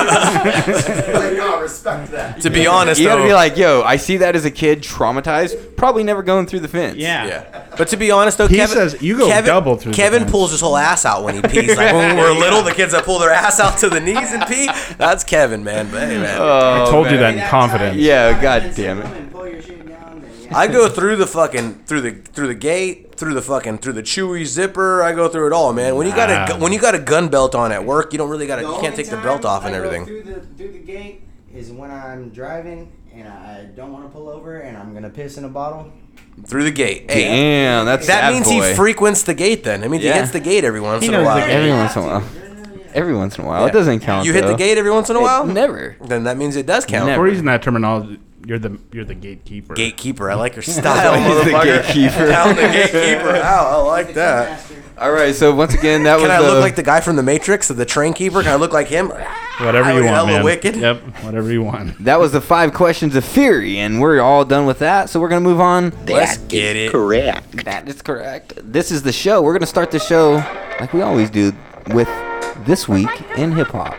to be honest, You gotta though, be like, yo, I see that as a kid, traumatized, probably never going through the fence. Yeah. Yeah. But to be honest, though, He Kevin says you go Kevin, double through the Kevin fence. pulls his whole ass out when he pees. Like when we were little, the kids that pull their ass out to the knees and pee. That's Kevin, man. But hey, man, I told you that in confidence. Oh, Yeah, god damn it. I go through the fucking through the through the gate, through the fucking through the chewy zipper. I go through it all, man. When you got a Wow. gu- when you got a gun belt on at work, you don't really got to you can't take the belt off and everything. Through the through the gate is when I'm driving and I don't want to pull over and I'm gonna piss in a bottle. Through the gate. Hey, Damn, that's that sad means boy. he frequents the gate. Then I mean, Yeah. he hits the gate every once He in a knows the while. gate. Every once in a while. Every once in a while. Yeah. It doesn't count. You hit the though. gate every once in a It- while. never. Then that means it does count. Never. We're using that terminology. You're the you're the gatekeeper. Gatekeeper. I like your style, He's the motherfucker. Down the gatekeeper. gatekeeper. Ow, I like that. All right, so once again, that Can was I the, look like the guy from The Matrix, the train keeper? Can I look like him? Whatever you Howdy, want, hella man. wicked. Yep. Whatever you want. that was the five questions of fury, and we're all done with that. So we're gonna move on. Let's get it. Correct. That is correct. This is the show. We're gonna start the show like we always do with this week in hip hop.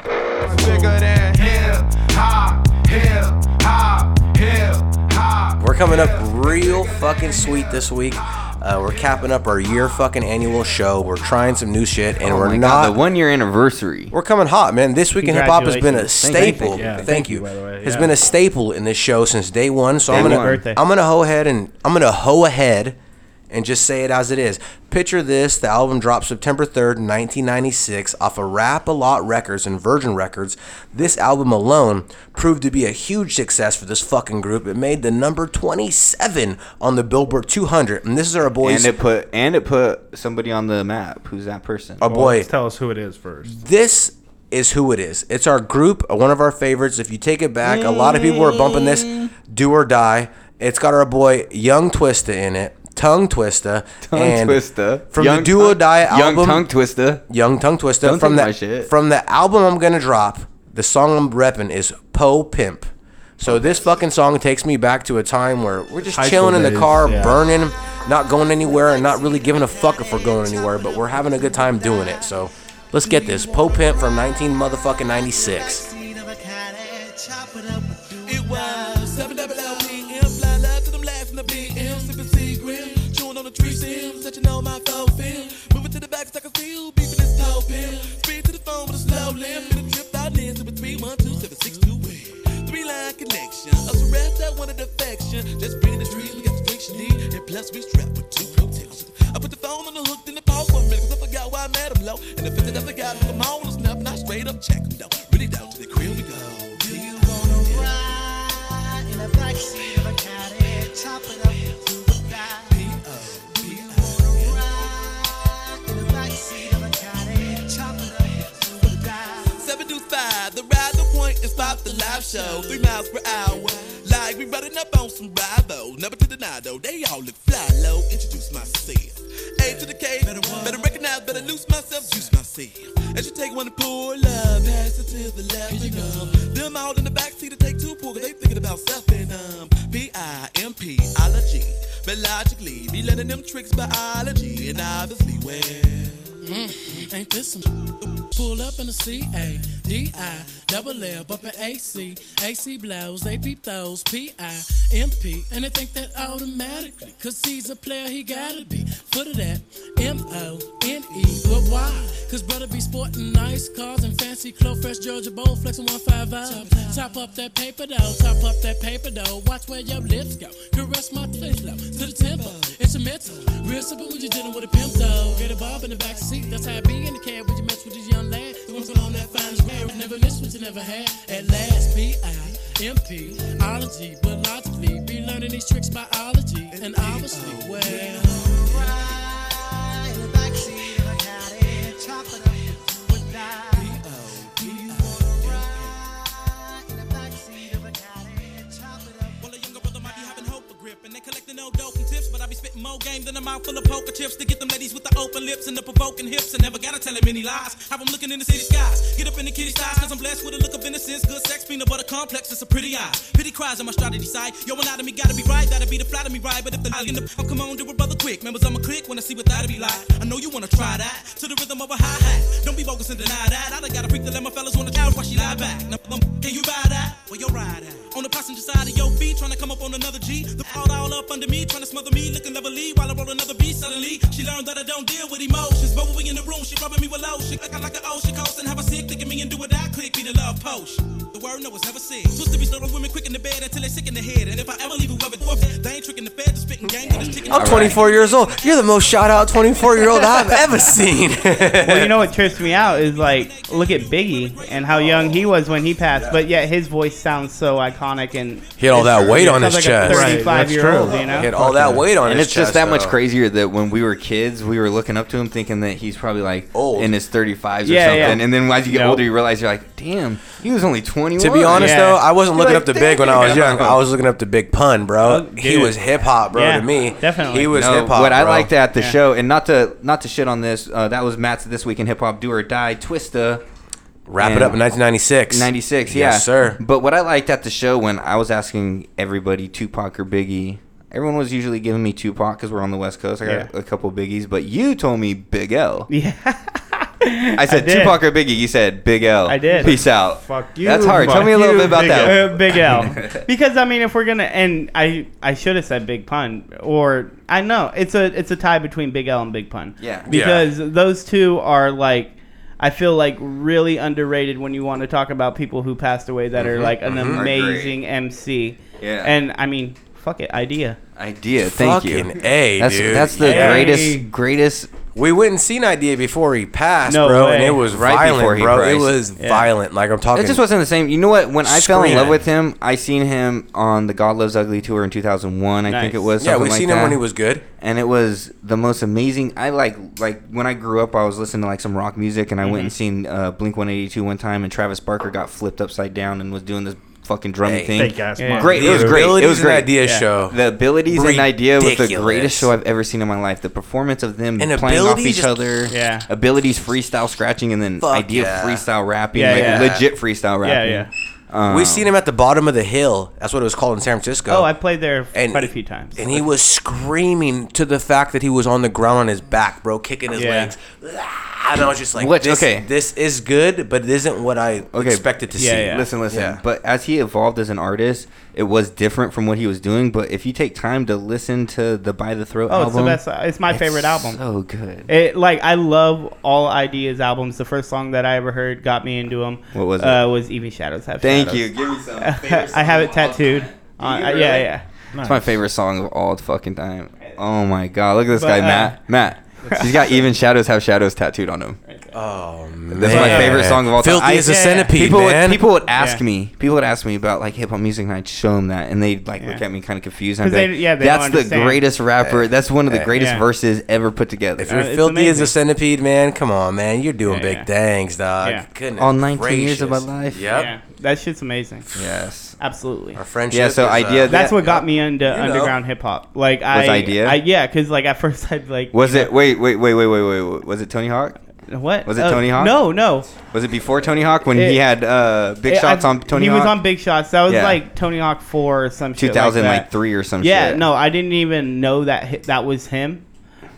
We're coming up real fucking sweet this week. Uh, we're capping up our year fucking annual show. We're trying some new shit, and Oh we're my not. God, the one year anniversary. We're coming hot, man. This week in hip hop has been a Congratulations. Thank you. staple. Yeah, Thank, thank you. you, by the way. Has Yeah. been a staple in this show since day one. So I'm Day gonna, one. Birthday. I'm gonna hoe ahead and I'm gonna hoe ahead and just say it as it is. Picture this: the album dropped September 3rd, 1996, off of Rap a Lot Records and Virgin Records. This album alone proved to be a huge success for this fucking group. It made the number 27 on the Billboard 200, and this is our boys. And it put and it put somebody on the map. Who's that person? our Well, boy, let's tell us who it is first. this is who it is. It's our group, uh, one of our favorites. If you take it back, a lot of people were bumping this Do or Die. It's got our boy Young Twista in it, Tongue Twista. Tongue and Twista. From Young the Do or Tongue- Die album. Young Tongue Twista. Young Tongue Twista. Don't from take the my shit. from the album I'm gonna drop, the song I'm repping is Po Pimp. So this fucking song takes me back to a time where we're just High chilling in school the days, car, yeah. burning, not going anywhere, and not really giving a fuck if we're going anywhere, but we're having a good time doing it. So let's get this Po Pimp from 19 motherfucking 96. It was 7 double O P M. Fly love to them laughs from the BM. Sipping sea grim. Chewing on the tree stem. Touching on my phone film. Moving to the back so I can feel. Beeping this toe pin. Speed to the phone with a slow limp. Been a trip out there. Sipping 312768. Three line connection. Us a rap that wanted affection. Just bring the trees. We got the drinks you need. And plus we strapped with two protection. I put the phone on the hook, then the pause for a minute. Cause I forgot why I met him low. And the fifth that I forgot, look, I'm on a snap. And I straight up check him though. Really down to the crib we go. Do you wanna Seven to five, the ride, the point is five, the live show. Three miles per hour. Like we running up on some Bravo. Never to deny though, they all look fly low. Introduce myself. A to the K, better, better recognize, better loose myself, juice myself. As you take one to pull up, pass it to the left and um, Them all in the backseat to take two pull, 'cause they thinking about something. Um, P-I-M-P, ology. But logically, be learning them tricks, biology, and obviously, well. Mm, ain't this some pull up in the C A D I double L up in A C A C blows A P throws P I M P and they think that automatically cause he's a player he gotta be foot of that M O N E but why cause brother be sporting nice cars and fancy clothes fresh Georgia bowl flexing one five five top up that paper though top up that paper though watch where your lips go caress my clit low to the tempo it's a mental real simple when you're dealing with a pimp though get a bob in the back seat that's how I be in the cab when you mess with this young lad the ones on that fine square never miss what you never had at last P I MP, ology, but logically, be learning these tricks biology, and obviously, well. More game than a mouth full of poker chips to get them ladies with the open lips and the provoking hips. And never gotta tell them any lies. Have them looking in the city skies. Get up in the kitty size, cause I'm blessed with a look of innocence. Good sex, peanut butter complex, it's a pretty eye. Pity cries on my strategy side. Yo, anatomy gotta be right, that'll be the flat of me, right? But if the lie in the, oh, come on, do it, brother, quick. Members, I'ma click when I see what that'll be like. I know you wanna try that to the rhythm of a hi hat. Don't be bogus and deny that. I done got a freak to let my fellas wanna child while she lie back. Now, um, can you buy that? Where your ride at? On the passenger side of your feet, trying to come up on another G. The all all up under me, trying to smother me, looking lovely while I roll another beat. Suddenly, she learned that I don't deal with emotions. But when we in the room, she rubbing me with lotion. Like I like an ocean coast and have a sick, thinking me and do what I click, be the love potion. The word no, it's never said. Supposed to be slow women quick in the bed until they sick in the head. And if I ever leave whoever, they ain't tricking the fed, the spitting gang, and the chicken. I'm 24 years old. You're the most shout out 24 year old I've ever seen. well, you know what trips me out is like, look at Biggie and how young he was when he passed, but yet his voice sounds so iconic and He had all that weight it on sounds his like a chest. Right, that's 35 year old, true. you know, He had all that weight on and his it's chest, just that much though. crazier that when we were kids, we were looking up to him thinking that he's probably like old in his 35s or Yeah, something. yeah. And then as you get Nope. older, you realize you're like, damn, he was only 21. To be honest though, I wasn't You're looking like, up to Big when I was young. I was looking up to Big Pun, bro. Oh, he dude. was hip hop, bro. to me, he was No, hip hop. What I bro. liked at the show, and not to not to shit on this, uh, that was Matt's this week in hip hop. Do or die, Twista. Wrap it up in 1996. 96, yeah. Yes, sir. But what I liked at the show when I was asking everybody Tupac or Biggie, everyone was usually giving me Tupac because we're on the West Coast. I got a couple Biggies, but you told me Big L. Yeah. I said did. Tupac or Biggie. You said Big L. I did. Peace out. Fuck you, That's hard. Tell me a little bit about that. Uh, big L. because I mean, if we're gonna, and I, I should have said Big Pun, or I know it's a, it's a tie between Big L and Big Pun. Yeah. Because those two are like, I feel like really underrated when you want to talk about people who passed away that are Mhm, like an mhm. Are great. amazing MC. Yeah. And I mean, fuck it, idea. Idea. Thank you. Fucking A, that's, dude. That's the Yeah. greatest, greatest. We went and seen Idea before he passed, No bro, and way. it was Right violent, before he bro. It priced. was Yeah. violent. Like I'm talking. It just wasn't the same. You know what? When I fell in Screaming. love with him, I seen him on the God Loves Ugly tour in 2001. I Nice. think it was. Yeah, something we like seen him when that. he was good. and it was the most amazing. I like like when I grew up, I was listening to like some rock music, and I went Mhm. and seen uh, Blink 182 one time, and Travis Barker got flipped upside down and was doing this fucking drumming Hey. thing. Fake-ass Yeah. mother- Great, it was The great. It abilities was and great. idea Yeah. show. The abilities and idea was the Ridiculous. greatest show I've ever seen in my life. The performance of them And playing off ability each just- other, Yeah. abilities freestyle scratching, and then Fuck idea yeah. freestyle rapping, Yeah, like yeah. legit freestyle Yeah, rapping. yeah. Um, we seen him at the bottom of the hill. That's what it was called in San Francisco. Oh, I played there quite a few times. and he was screaming to the fact that he was on the ground on his back, bro, kicking his Yeah. legs. And I was just like, Which- this, okay. this is good, but it isn't what I expected to see. Listen, listen. Yeah. But as he evolved as an artist, it was different from what he was doing. But if you take time to listen to the By the Throat Oh, album, it's the best. It's my favorite album. So good. It like I love all ideas albums. The first song that I ever heard got me into them. What was it? Uh, was Evie Shadows Have Thank Shadows. you. Give me some. I have it tattooed. on- uh, really? Yeah, yeah. It's my favorite song of all the fucking time. Oh my god, look at this But, guy, uh, Matt. Matt. He's got even shadows have shadows tattooed on him. Oh man, That's my favorite song of all time. Filthy I- as a centipede, people man. Would, people would ask Yeah. me. People would ask me about like hip hop music, and I'd show them that, and they'd like look Yeah. at me kind of confused. And 'Cause I'd be they- like, yeah, they don't that's the understand. greatest rapper. That's one of the Yeah. greatest Yeah. Uh, verses ever put together. If you're filthy as a centipede, man, come on, man, you're doing big things, dog. Yeah. Goodness All 19 years of my gracious. life. Yep. Yeah, that shit's amazing. Yes, absolutely. Our friendship Yeah, so is, uh, idea- That's yeah. what got me into You know. underground hip hop. Like I Was idea? I, yeah, because like at first I'd like Was you know, it? Wait, wait, wait, wait, wait, wait, wait. Was it Tony Hawk? What Was it Uh, Tony Hawk? No, no. Was it before Tony Hawk when he It- had uh, big Yeah, shots I- on Tony? He Hawk? was on Big Shots. That was Yeah. like Tony Hawk four or some shit. 2000, like, like, that. three or some Yeah, shit. no, I didn't even know that hi- that was him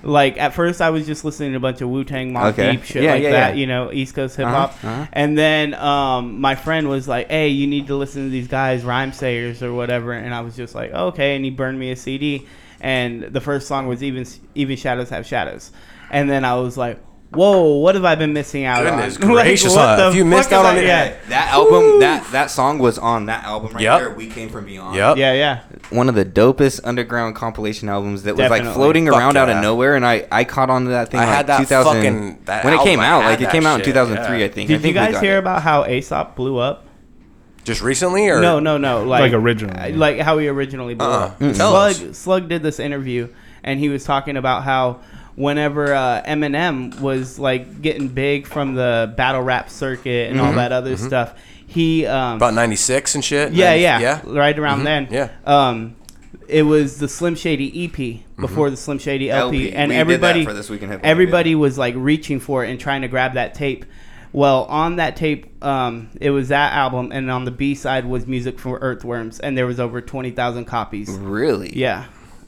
Like at first, I was just listening to a bunch of Wu Tang, Mobb Okay. Deep, shit Yeah, like yeah, that. yeah. You know, East Coast hip Uh-huh, hop. uh-huh. And then um, my friend was like, "Hey, you need to listen to these guys, Rhyme Sayers or whatever." And I was just like, "Okay." And he burned me a CD, and the first song was even even shadows have shadows, and then I was like. Whoa! What have I been missing out Goodness on? Like, gracious, what huh? the If you fuck missed have out I- on it- yeah. That album, that that song was on that album right Yep. there. We came from beyond. Yep. Yeah, yeah. One of the dopest underground compilation albums that was like Definitely. floating Fuck around out yeah. of nowhere, and I I caught on to that thing. I like had that 2000 fucking- that when it came album, I out, had like it that came out in shit, 2003, yeah. I think. I Did think you we guys got hear it. about how Aesop blew up? Just recently, or No, no, no. Like, Like originally, uh, yeah. Like how he originally blew Uh-uh. up. Mm-mm. Tell Slug, us. Slug did this interview, and he was talking about how whenever uh, Eminem was like getting big from the battle rap circuit and all Mhm. that other Mhm. stuff, he um, about '96 and shit. yeah, 90 yeah, yeah. right around Mhm. then. Yeah. Um, it was the Slim Shady EP before Mm-hmm. the Slim Shady LP, LP. and We did that everybody for this weekend headline, everybody was like reaching for it and trying to grab that tape. Well, on that tape, um, it was that album, and on the B side was music for Earthworms, and there was over twenty thousand copies. Really? Yeah.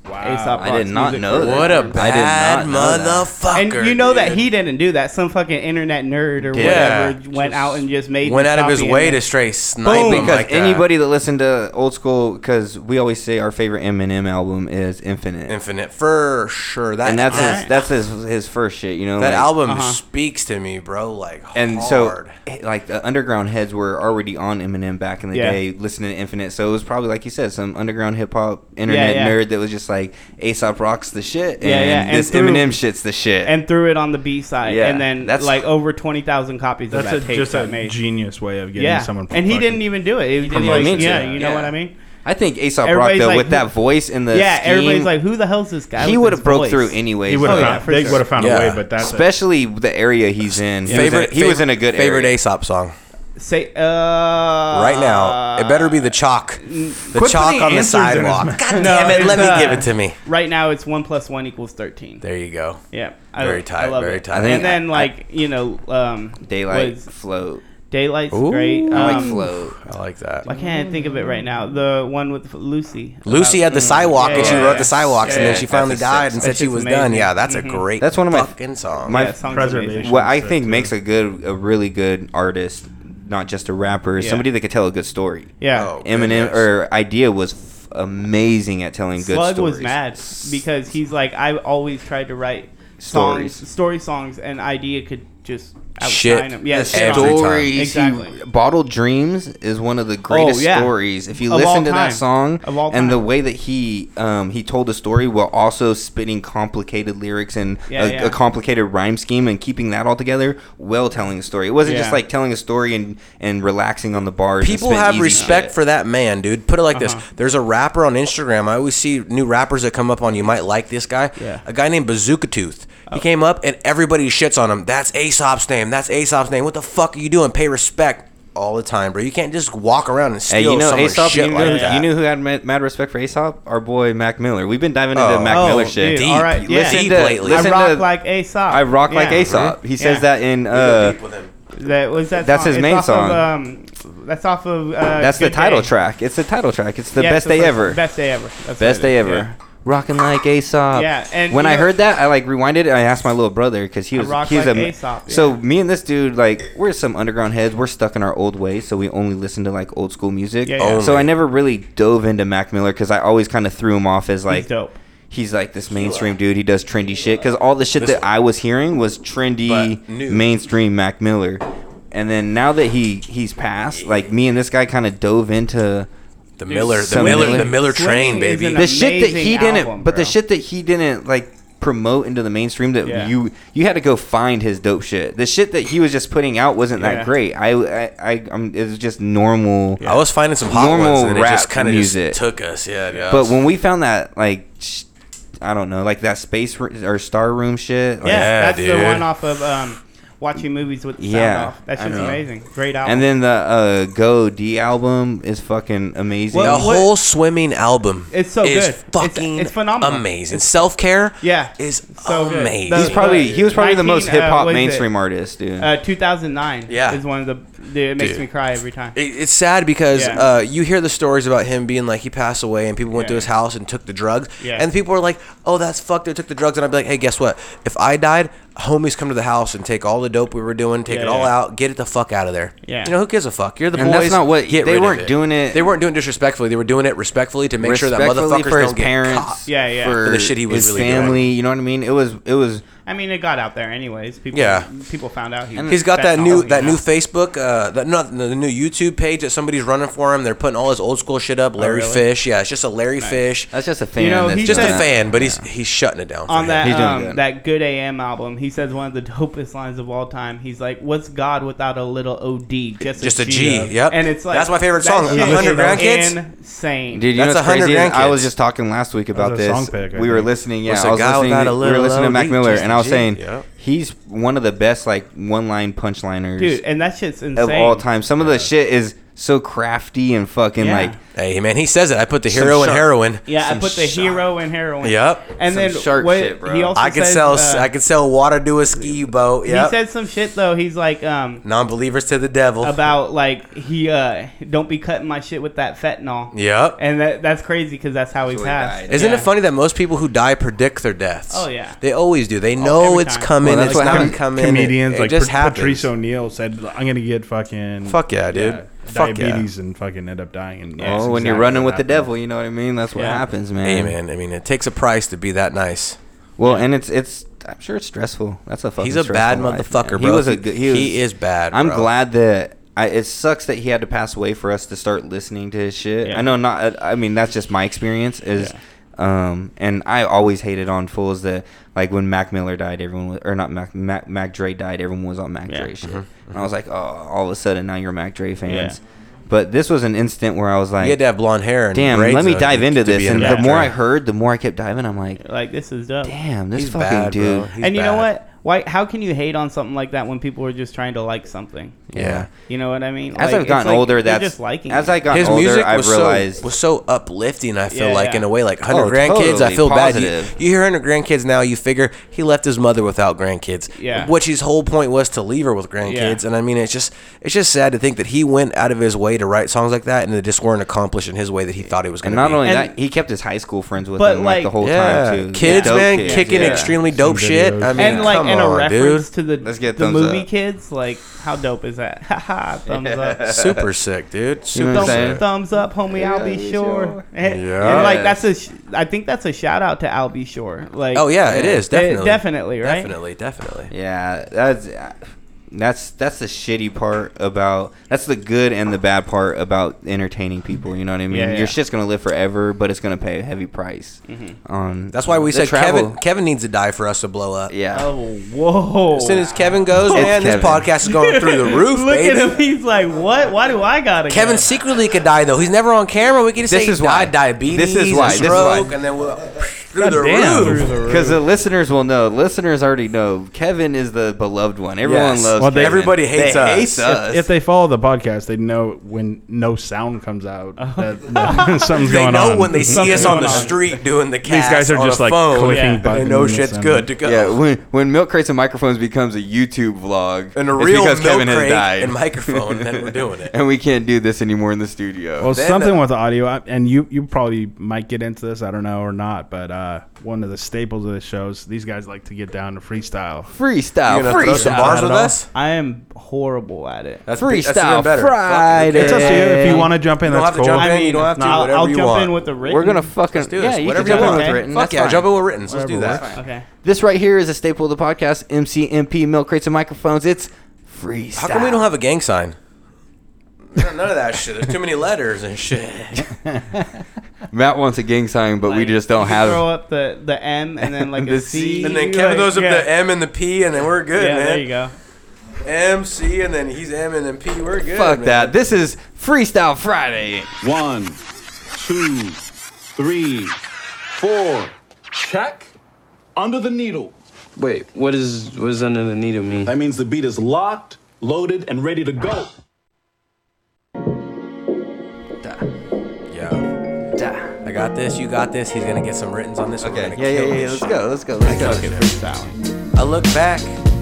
Wow. Aesop I did Rock's not music know for that. What a Earthworms. I did bad not know that. motherfucker. And you know that dude. he didn't do that. Some fucking internet nerd or Yeah. whatever went out and just made went the out of his copy way and- to straight snipe him because like that. anybody that listened to old school, because we always say our favorite Eminem album is Infinite, Infinite for sure. That and that's his that, that's his his first shit. You know that like- album Uh-huh. speaks to me, bro. Like and hard. so eh, like the underground heads were already on Eminem back in the Yeah. day, listening to Infinite. So it was probably like you said, some underground hip hop internet yeah. nerd that was just like Aesop rocks the shit, and Yeah, yeah, and this through- Eminem shit's the shit. and threw it on the B side, Yeah, and then that's- like over twenty thousand copies That's of a, that tape just got a made. genius way of getting yeah, someone. and he fucking- didn't even do it. He was just Promoting like, it. yeah, you know Yeah. what I mean? I think Aesop Rock Everybody's though like, with that who- voice and the yeah, everybody's scheme, like, who the hell's this guy? he would would have broke through anyways. He would have. Oh, yeah, for they sure. would have found Yeah. a way, but that's a- especially the area he's in. He was in- favorite. he was in a good favorite area. Aesop song Say, uh, right right now. It better be the chalk, the putting chalk on the answers in his sidewalk. mouth. God damn it! it's, Let uh, me give it to me. Right now, it's one plus one equals thirteen. There you go. Yeah, Very tight, very tight. I think And then I- like you know, um, Daylight was- float. daylight's Ooh, great. I like Um, float. I like that. I can't think of it right now. The one with Lucy. Lucy About- had the sidewalk, Yeah, and she yeah, wrote yeah. the sidewalks, and Yeah, then she yeah. finally That's a died six. and said That's she just was amazing. done. Yeah, that's Mhm. a great. That's one of my- fucking song. my Yeah, song's Preservation. amazing. What I Shit, think too. makes a good, a really good artist, not just a rapper, is Yeah. somebody that could tell a good story. Yeah. Oh, Eminem goodness. or idea was f- amazing at telling good Slug stories. was mad because he's like, I always tried to write Stories. songs, story songs, and idea could just outshine Shit. him. Yeah, The Every shit on him. time. stories, Exactly. Oh, he, Bottled Dreams is one of the greatest yeah. stories. If you Of all listen to time. that song Of all time. and the way that he um, he told a story while also spitting complicated lyrics and Yeah, a, yeah. a complicated rhyme scheme and keeping that all together while telling a story. It wasn't just Yeah. like telling a story and, and relaxing on the bars. and People spitting have easy respect shit. for that man, dude. Put it like Uh-huh. this: There's a rapper on Instagram. I always see new rappers that come up on. You might like this guy. Yeah. A guy named Bazooka Tooth. He came up and everybody shits on him. That's Aesop's name. That's Aesop's name. What the fuck are you doing? Pay respect all the time, bro. You can't just walk around and steal Hey, you know someone's Aesop. shit You knew, like who- that. you knew who had mad, mad respect for Aesop? Our boy Mac Miller. We've been diving into Oh. Mac Oh, Miller shit. dude, all right, yeah. Listen Deep to, lately. listen I rock to- like Aesop. I rock like Yeah. Aesop. He says Yeah. that in uh, That was that. That's song. his It's main off song. Of, um, that's off of. Uh, That's the Good title Day. track. It's the title track. It's the Yeah, best it's day first- ever. Best, Best day ever. That's what it day is, ever. yeah. Rocking like Aesop. Yeah, and when you I know- heard that, I like rewinded it. And I asked my little brother because he I was rock he's like a Aesop, so yeah. me and this dude like we're some underground heads. We're stuck in our old ways, so we only listen to like old school music. Yeah, yeah. So I never really dove into Mac Miller because I always kind of threw him off as like He's dope. he's like this mainstream dude. He does trendy shit because all the shit This that I was hearing was trendy But new. mainstream Mac Miller. And then now that he he's passed, like me and this guy kind of dove into the Miller, the Some Miller, Miller. the Miller Swing train, is baby. an the shit that amazing he didn't. album, but bro. the shit that he didn't like promote into the mainstream that Yeah. you you had to go find his dope shit. The shit that he was just putting out wasn't Yeah. that great. I I, I I'm, it was just normal. I was finding some hot Normal ones, and it rap just kind of music. just took us. Yeah, yeah. But when we found that like. Sh- I don't know, like that space r- or star room shit. like, Yeah, Yeah, that's dude. the one off of um, watching movies with the sound Yeah, off. That's I just know. amazing. Great album. And then the uh, Go D album is fucking amazing. the Well, what- whole swimming album It's so is good. It's- fucking it's phenomenal. amazing. Self care Yeah. is So good. amazing. The- he's probably he was probably the most 19, uh, hip hop what is it? mainstream artist, dude. uh, 2009 Yeah. is one of the dude, it makes Dude. me cry every time. It, it's sad because Yeah. uh, you hear the stories about him being like he passed away and people went to Yeah. his house and took the drugs. Yeah. And people are like, "Oh, that's fucked. They took the drugs." And I'd be like, "Hey, guess what? If I died, homies come to the house and take all the dope we were doing, take Yeah, it all yeah. out, get it the fuck out of there. Yeah. You know who gives a fuck? You're the And boys. that's not what- get they rid of weren't it. doing it- They weren't doing it disrespectfully. They were doing it respectfully to make sure that Respectfully motherfuckers for his don't get parents. caught. for the shit he was his really doing. family. You know what I mean? It was. It was. I mean, it got out there anyways. People, Yeah. people found out he. He's got that fentanyl, new you that know? new Facebook, uh, that not the new YouTube page that somebody's running for him. They're putting all his old school shit up. Larry Oh, really? Fish, yeah, it's just a Larry Fish. That's just a fan know, that's he just said- a fan, but he's he's shutting it down. For on him. that um, that good AM album, he says one of the dopest lines of all time. He's like, "What's God without a little OD? Just, Just a a G, G, though." yep. And it's like That's my favorite that song, shit 100 is Grandkids. Insane, Dude, you know what's crazy? is I was just talking last week That was about a this. song pick, I we were think. listening. Yeah, What's I a was guy listening. without a we were little listening to OD? Mac Miller, Just and a I was G. saying Yep. he's one of the best like one-line punchliners, Dude, and that shit's of all insane. time. Some of the shit is so crafty and fucking Yeah. like. Hey man, he says it. I put the Some hero in shark- heroin. Yeah, I Some put the hero in heroin. Yep. And Some then shark what, shit, he also I could says, sell uh, I could sell water to a ski boat. He Yep. said some shit though. He's like, um, non-believers to the devil. about like he uh don't be cutting my shit with that fentanyl. Yep. And that that's crazy because that's how he passed. Isn't Yeah. it funny that most people who die predict their deaths? Oh, yeah. Oh, they always do. They know every it's time. coming. Well, that's it's what not happened- coming. Comedians it, it like just Pat- happens. Patrice O'Neill said, "I'm gonna get fucking Fuck yeah, dude. Fuck yeah. diabetes and fucking end up dying." And oh, when you're running with the devil, you know what I mean? That's what Yeah. happens, man. Hey man, I mean, it takes a price to be that nice. Well, and it's it's. I'm sure it's stressful. That's a fucking. He's a bad stressful life, motherfucker, man. bro. He was a. good- He, was, He is bad, I'm bro. glad that. I, it sucks that he had to pass away for us to start listening to his shit. Yeah. I know not. uh, I mean, that's just my experience. Is. Um and I always hated on fools that like when Mac Miller died everyone was, or not Mac, Mac Mac Dre died everyone was on Mac Dre shit Mm-hmm. and I was like oh all of a sudden now you're Mac Dre fans but this was an instant where I was like you had to have blonde hair. And damn braids, let me though, dive to- into to be this a and the rapper. more I heard the more I kept diving I'm like Like this is dope. damn this He's fucking bad, dude bro. He's and you know bad. what? Why? How can you hate on something like that when people are just trying to like something? Yeah. You know what I mean? As Like, I've it's gotten like older, you're that's just liking as it. I gotten older, I've was realized. so, was so uplifting. I feel Yeah, like in yeah. a way, like Oh, hundred grandkids. I totally feel bad. positive. You- You, hear hundred grandkids now. You figure he left his mother without grandkids. Yeah. Which his whole point was to leave her with grandkids. And I mean, it's just it's just sad to think that he went out of his way to write songs like that, and they just weren't accomplished in his way that he thought it was going and to. not only And- that, he kept his high school friends with But, him like, the like- whole yeah, time too. kids, Dope man, kids, kicking yeah. extremely dope shit. I mean, and like come in a on, reference dude. to the Let's get the thumbs movie up. kids, like how dope is that? Ha ha! Thumbs up. Super sick, dude. Super what I'm sick. saying? Thumbs, thumbs up, homie. I'll be sure. And, Yeah. and, like that's Yes. a, sh- I think that's a shout out to I'll be sure. Like, Oh yeah, it is Eh, definitely, definitely, right? definitely, definitely. Yeah, that's that's that's the shitty part about that's the good and the bad part about entertaining people. You know what I mean? Yeah, yeah. Your shit's gonna live forever, but it's gonna pay a heavy price. Mm-hmm. Um, On That's why we the said travel. Kevin. Kevin needs to die for us to blow up. Yeah. Oh, whoa! As soon as Kevin goes, man, Kevin. this podcast is going through the roof, Look baby. at him. He's like, what? Why do I gotta? Kevin go? secretly could die though. He's never on camera. We could just This say he is why. died diabetes, This is why. and This is stroke, why. and then we'll through the Goddamn. roof. Because the listeners will know. Listeners already know. Kevin is the beloved one. Everyone Yes. loves. Well, they- Kevin. everybody hates They us. hates If- us. If they follow the podcast, they know when no sound comes out Oh. that, that something's They going know on. when they see us Something's on the going on. street doing the cast. These guys are on just a like phone, clicking Yeah. buttons. They know and shit's sending. good to go. Yeah, when when milk crates and microphones becomes a YouTube vlog, and a it's real because milk Kevin has crate died, and microphone, then we're doing it. and we can't do this anymore in the studio. Well, Then something the- with audio, I- and you you probably might get into this. I don't know or not, but uh, one of the staples of the shows, these guys like to get down to freestyle. freestyle, You're gonna throw some bars with us. I am horrible at it. That's freestyle that's even better. Fuck it. Friday. It's up to you if you Hey. want to jump in. You don't have That's to cool. jump I in. You mean, don't have to. I'll, whatever I'll you jump want. in with the written. We're gonna fucking Let's do yeah, this. you Whatever can you jump in want. with Okay. written. Fuck that's yeah, fine. jump in with written. Let's do Whatever that. Okay. This right here is a staple of the podcast. MCMP milk crates and microphones. It's freestyle. How come we don't have a gang sign? None of that shit. There's too many letters and shit. Matt wants a gang sign, but we Like, just you don't can have. Throw up the the M and then like The a C. And then Kevin like, throws up yeah. the M and the P, and then we're good, Yeah, man. there you go. M, C, and then he's M and then P. We're good. Fuck man. that. This is Freestyle Friday. One, two, three, four. Check. Under the needle. Wait, what is what does under the needle mean? That means the beat is locked, loaded, and ready to go. Yeah. I got this. You got this. He's gonna get some writtens on this. Okay. Yeah, yeah, yeah. Let's go. Let's go. Let's go. I look back.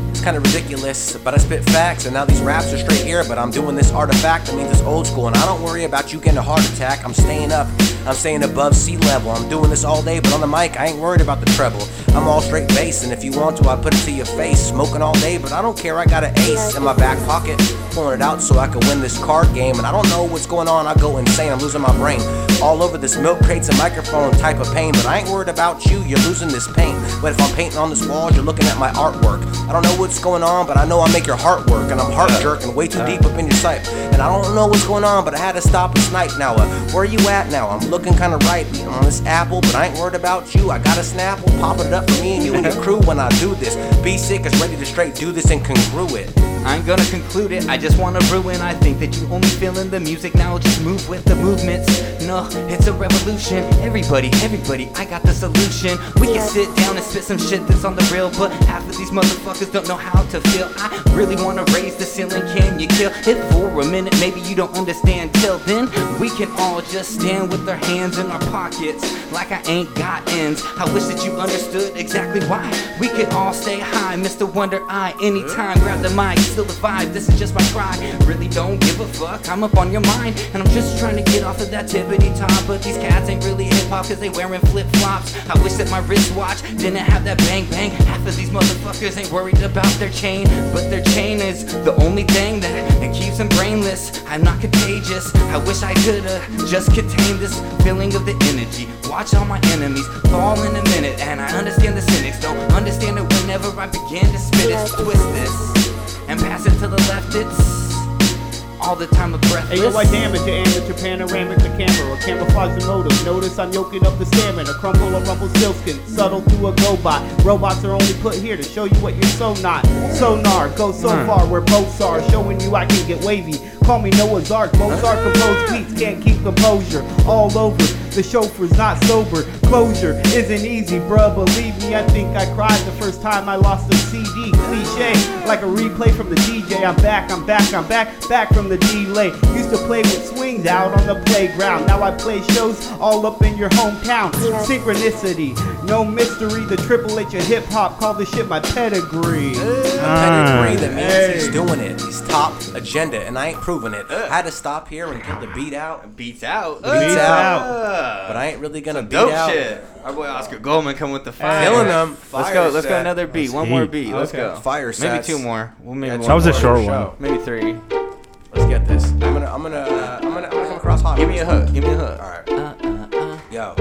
It's kind of ridiculous, but I spit facts, and now these raps are straight here. But I'm doing this artifact that means it's old school, and I don't worry about you getting a heart attack. I'm staying up, I'm staying above sea level. I'm doing this all day, but on the mic, I ain't worried about the treble. I'm all straight bass, and if you want to, I put it to your face. Smoking all day, but I don't care, I got an ace in my back pocket. Pulling it out so I can win this card game, and I don't know what's going on, I go insane, I'm losing my brain. All over this milk crates and microphone type of pain, but I ain't worried about you, you're losing this paint. But if I'm painting on this wall, you're looking at my artwork. I don't know what's going on, but I know I make your heart work, and I'm heart jerking way too deep up in your sight. And I don't know what's going on, but I had to stop and snipe now. Uh, where you at now? I'm looking kinda right beating on this apple, but I ain't worried about you. I got a snapple, popping it up for me and you and your crew when I do this. Be sick is ready to straight do this and congruent. I'm gonna conclude it, I just wanna ruin. I think that you only feel in the music now, just move with the movements. No, it's a revolution. Everybody, everybody, I got the solution. We can sit down and spit some shit that's on the real, but half of these motherfuckers don't know how to feel. I really wanna raise the ceiling, can you kill it for a minute? Maybe you don't understand. Till then, we can all just stand with our hands in our pockets, like I ain't got ends. I wish that you understood exactly why. We could all stay high, Mr. Wonder Eye, anytime. Grab the mic, still the vibe, this is just my pride. Really don't give a fuck, I'm up on your mind. And I'm just trying to get off of that tippity top. But these cats ain't really hip hop, cause they wearing flip flops. I wish that my wristwatch didn't have that bang bang. Half of these motherfuckers ain't worried about their chain. But their chain is the only thing that it keeps them brainless. I'm not contagious, I wish I coulda just contained this feeling of the energy. Watch all my enemies fall in a minute. And I understand the cynics don't understand it whenever I begin to spit it. Twist this and pass it to the left. It's all the time a breath. Hey, yo, I damage your amateur panoramic the camera, camouflage the motive. Notice I'm yoking up the stamina, crumple a rumble silkskin, subtle through a go by. Robots are only put here to show you what you're so not. Sonar, go so Hmm. far where boats are, showing you I can get wavy. Call me Noah's Ark, Mozart composed beats, can't keep composure. All over, the chauffeur's not sober. Closure isn't easy, bruh, believe me, I think I cried the first time I lost a CD. Cliche, like a replay from the DJ, I'm back, I'm back, I'm back, back from the delay. Used to play with swings out on the playground, now I play shows all up in your hometown. Synchronicity, no mystery, the triple H of hip hop, call this shit my pedigree. Ah. pedigree that means Hey. he's doing it. He's top agenda, and I ain't proving it. I had to stop here and get the beat out. Uh. Beats out. Uh. Ah. Beats out. But I ain't really gonna beat dope out. shit. Our boy Oscar Goldman come with the fire. Killing them. let's go. Let's go another beat. One more beat. Let's go. Fire Maybe sets. two more. Well, maybe Yeah, one two more. more for show. Maybe three. Let's get this. I'm gonna, I'm gonna, uh, I'm gonna, I'm gonna come across hot. Give me a hook. Give me a hook. All right. Yo.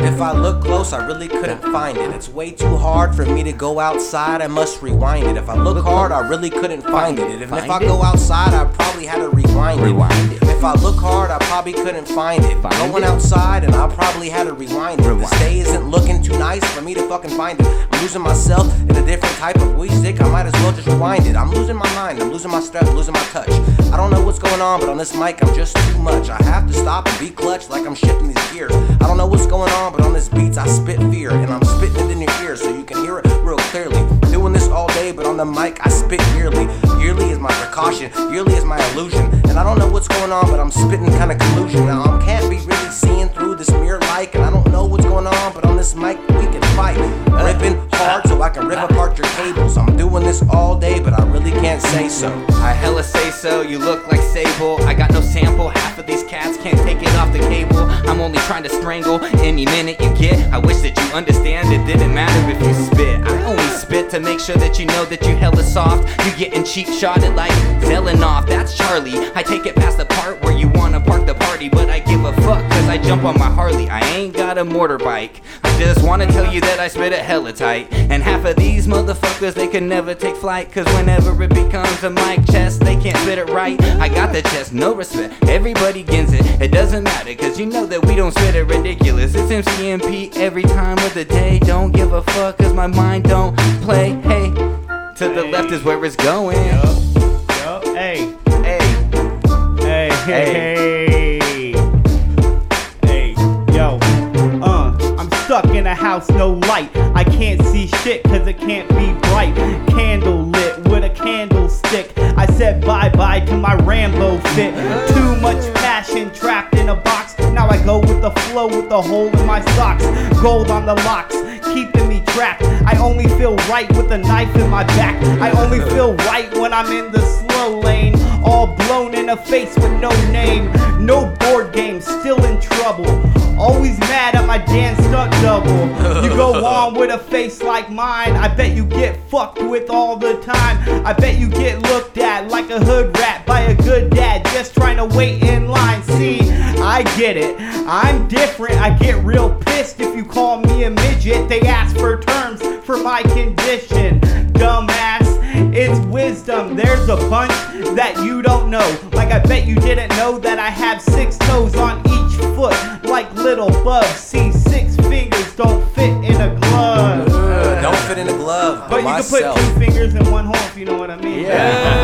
If I look close, I really couldn't find it. It's way too hard for me to go outside. I must rewind it. If I look hard, I really couldn't find it. And if, if I go outside, I probably had to rewind, it. If I look hard, I probably couldn't find it. Going outside, and I probably had to rewind it. This day isn't looking too nice for me to fucking find it. I'm losing myself in a different type of music. I might as well just rewind it. I'm losing my mind. I'm losing my step. Losing my touch. I don't know what's going on, but on this mic, I'm just too much. I have to stop and be clutch like I'm shifting these gears. I don't know what's going on, but on this beats, I spit fear. And I'm spitting it in your ear so you can hear it real clearly. Doing this all day, but on the mic, I spit yearly. Yearly is my precaution, yearly is my illusion. And I don't know what's going on, but I'm spitting kind of collusion. Now, I can't be really seeing through this mirror like, and I don't know what's going on, but on this mic, we can fight. Ripping hard so I can rip apart your cables. I'm doing this all day, but I really can't say so. I hella say so, you look like Sable. I got no sample, half of these cats can't take it off the cable. I'm only trying to strangle any minute you get. I wish that you understand it didn't matter if you spit. I only spit to make sure that you know that you hella soft. You getting cheap shotted like Zelenoff, that's Charlie. I take it past the part where you wanna park the party, but I give a fuck cause I jump on my Harley. I ain't got a motor bike. I just wanna tell you that I spit it hella tight. And half of these motherfuckers, they can never take flight. Cause whenever it becomes a mic chest, they can't spit it right. I got the chest, no respect. Everybody gets it. It doesn't matter, cause you know that we don't spit it ridiculous. It's MCMP every time of the day. Don't give a fuck, cause my mind don't play. Hey, to the left is where it's going. Yup, hey. Hey. Hey, hey, hey. Hey, yo. Uh, I'm stuck in a house, no light. I can't see shit cause it can't be bright. Candle lit with a candlestick. I said bye bye to my Rambo fit. Too much passion trapped in a box. Now I go with the flow with the hole in my socks. Gold on the locks, keeping me crack. I only feel right with a knife in my back. I only feel right when I'm in the slow lane. All blown in the face with no name. No board game, still in trouble. Always mad at my dance stunt double. You go on with a face like mine. I bet you get fucked with all the time. I bet you get looked at like a hood rat by a good dad just trying to wait in line. See, I get it. I'm different. I get real pissed if you call me a midget. They ask for terms for my condition. Dumbass. It's wisdom. There's a bunch that you don't know. Like I bet you didn't know that I have six toes on each foot, like little bugs. See, six fingers don't fit in a glove. Don't fit in a glove. But you can put myself. two fingers in one hole if you know what I mean.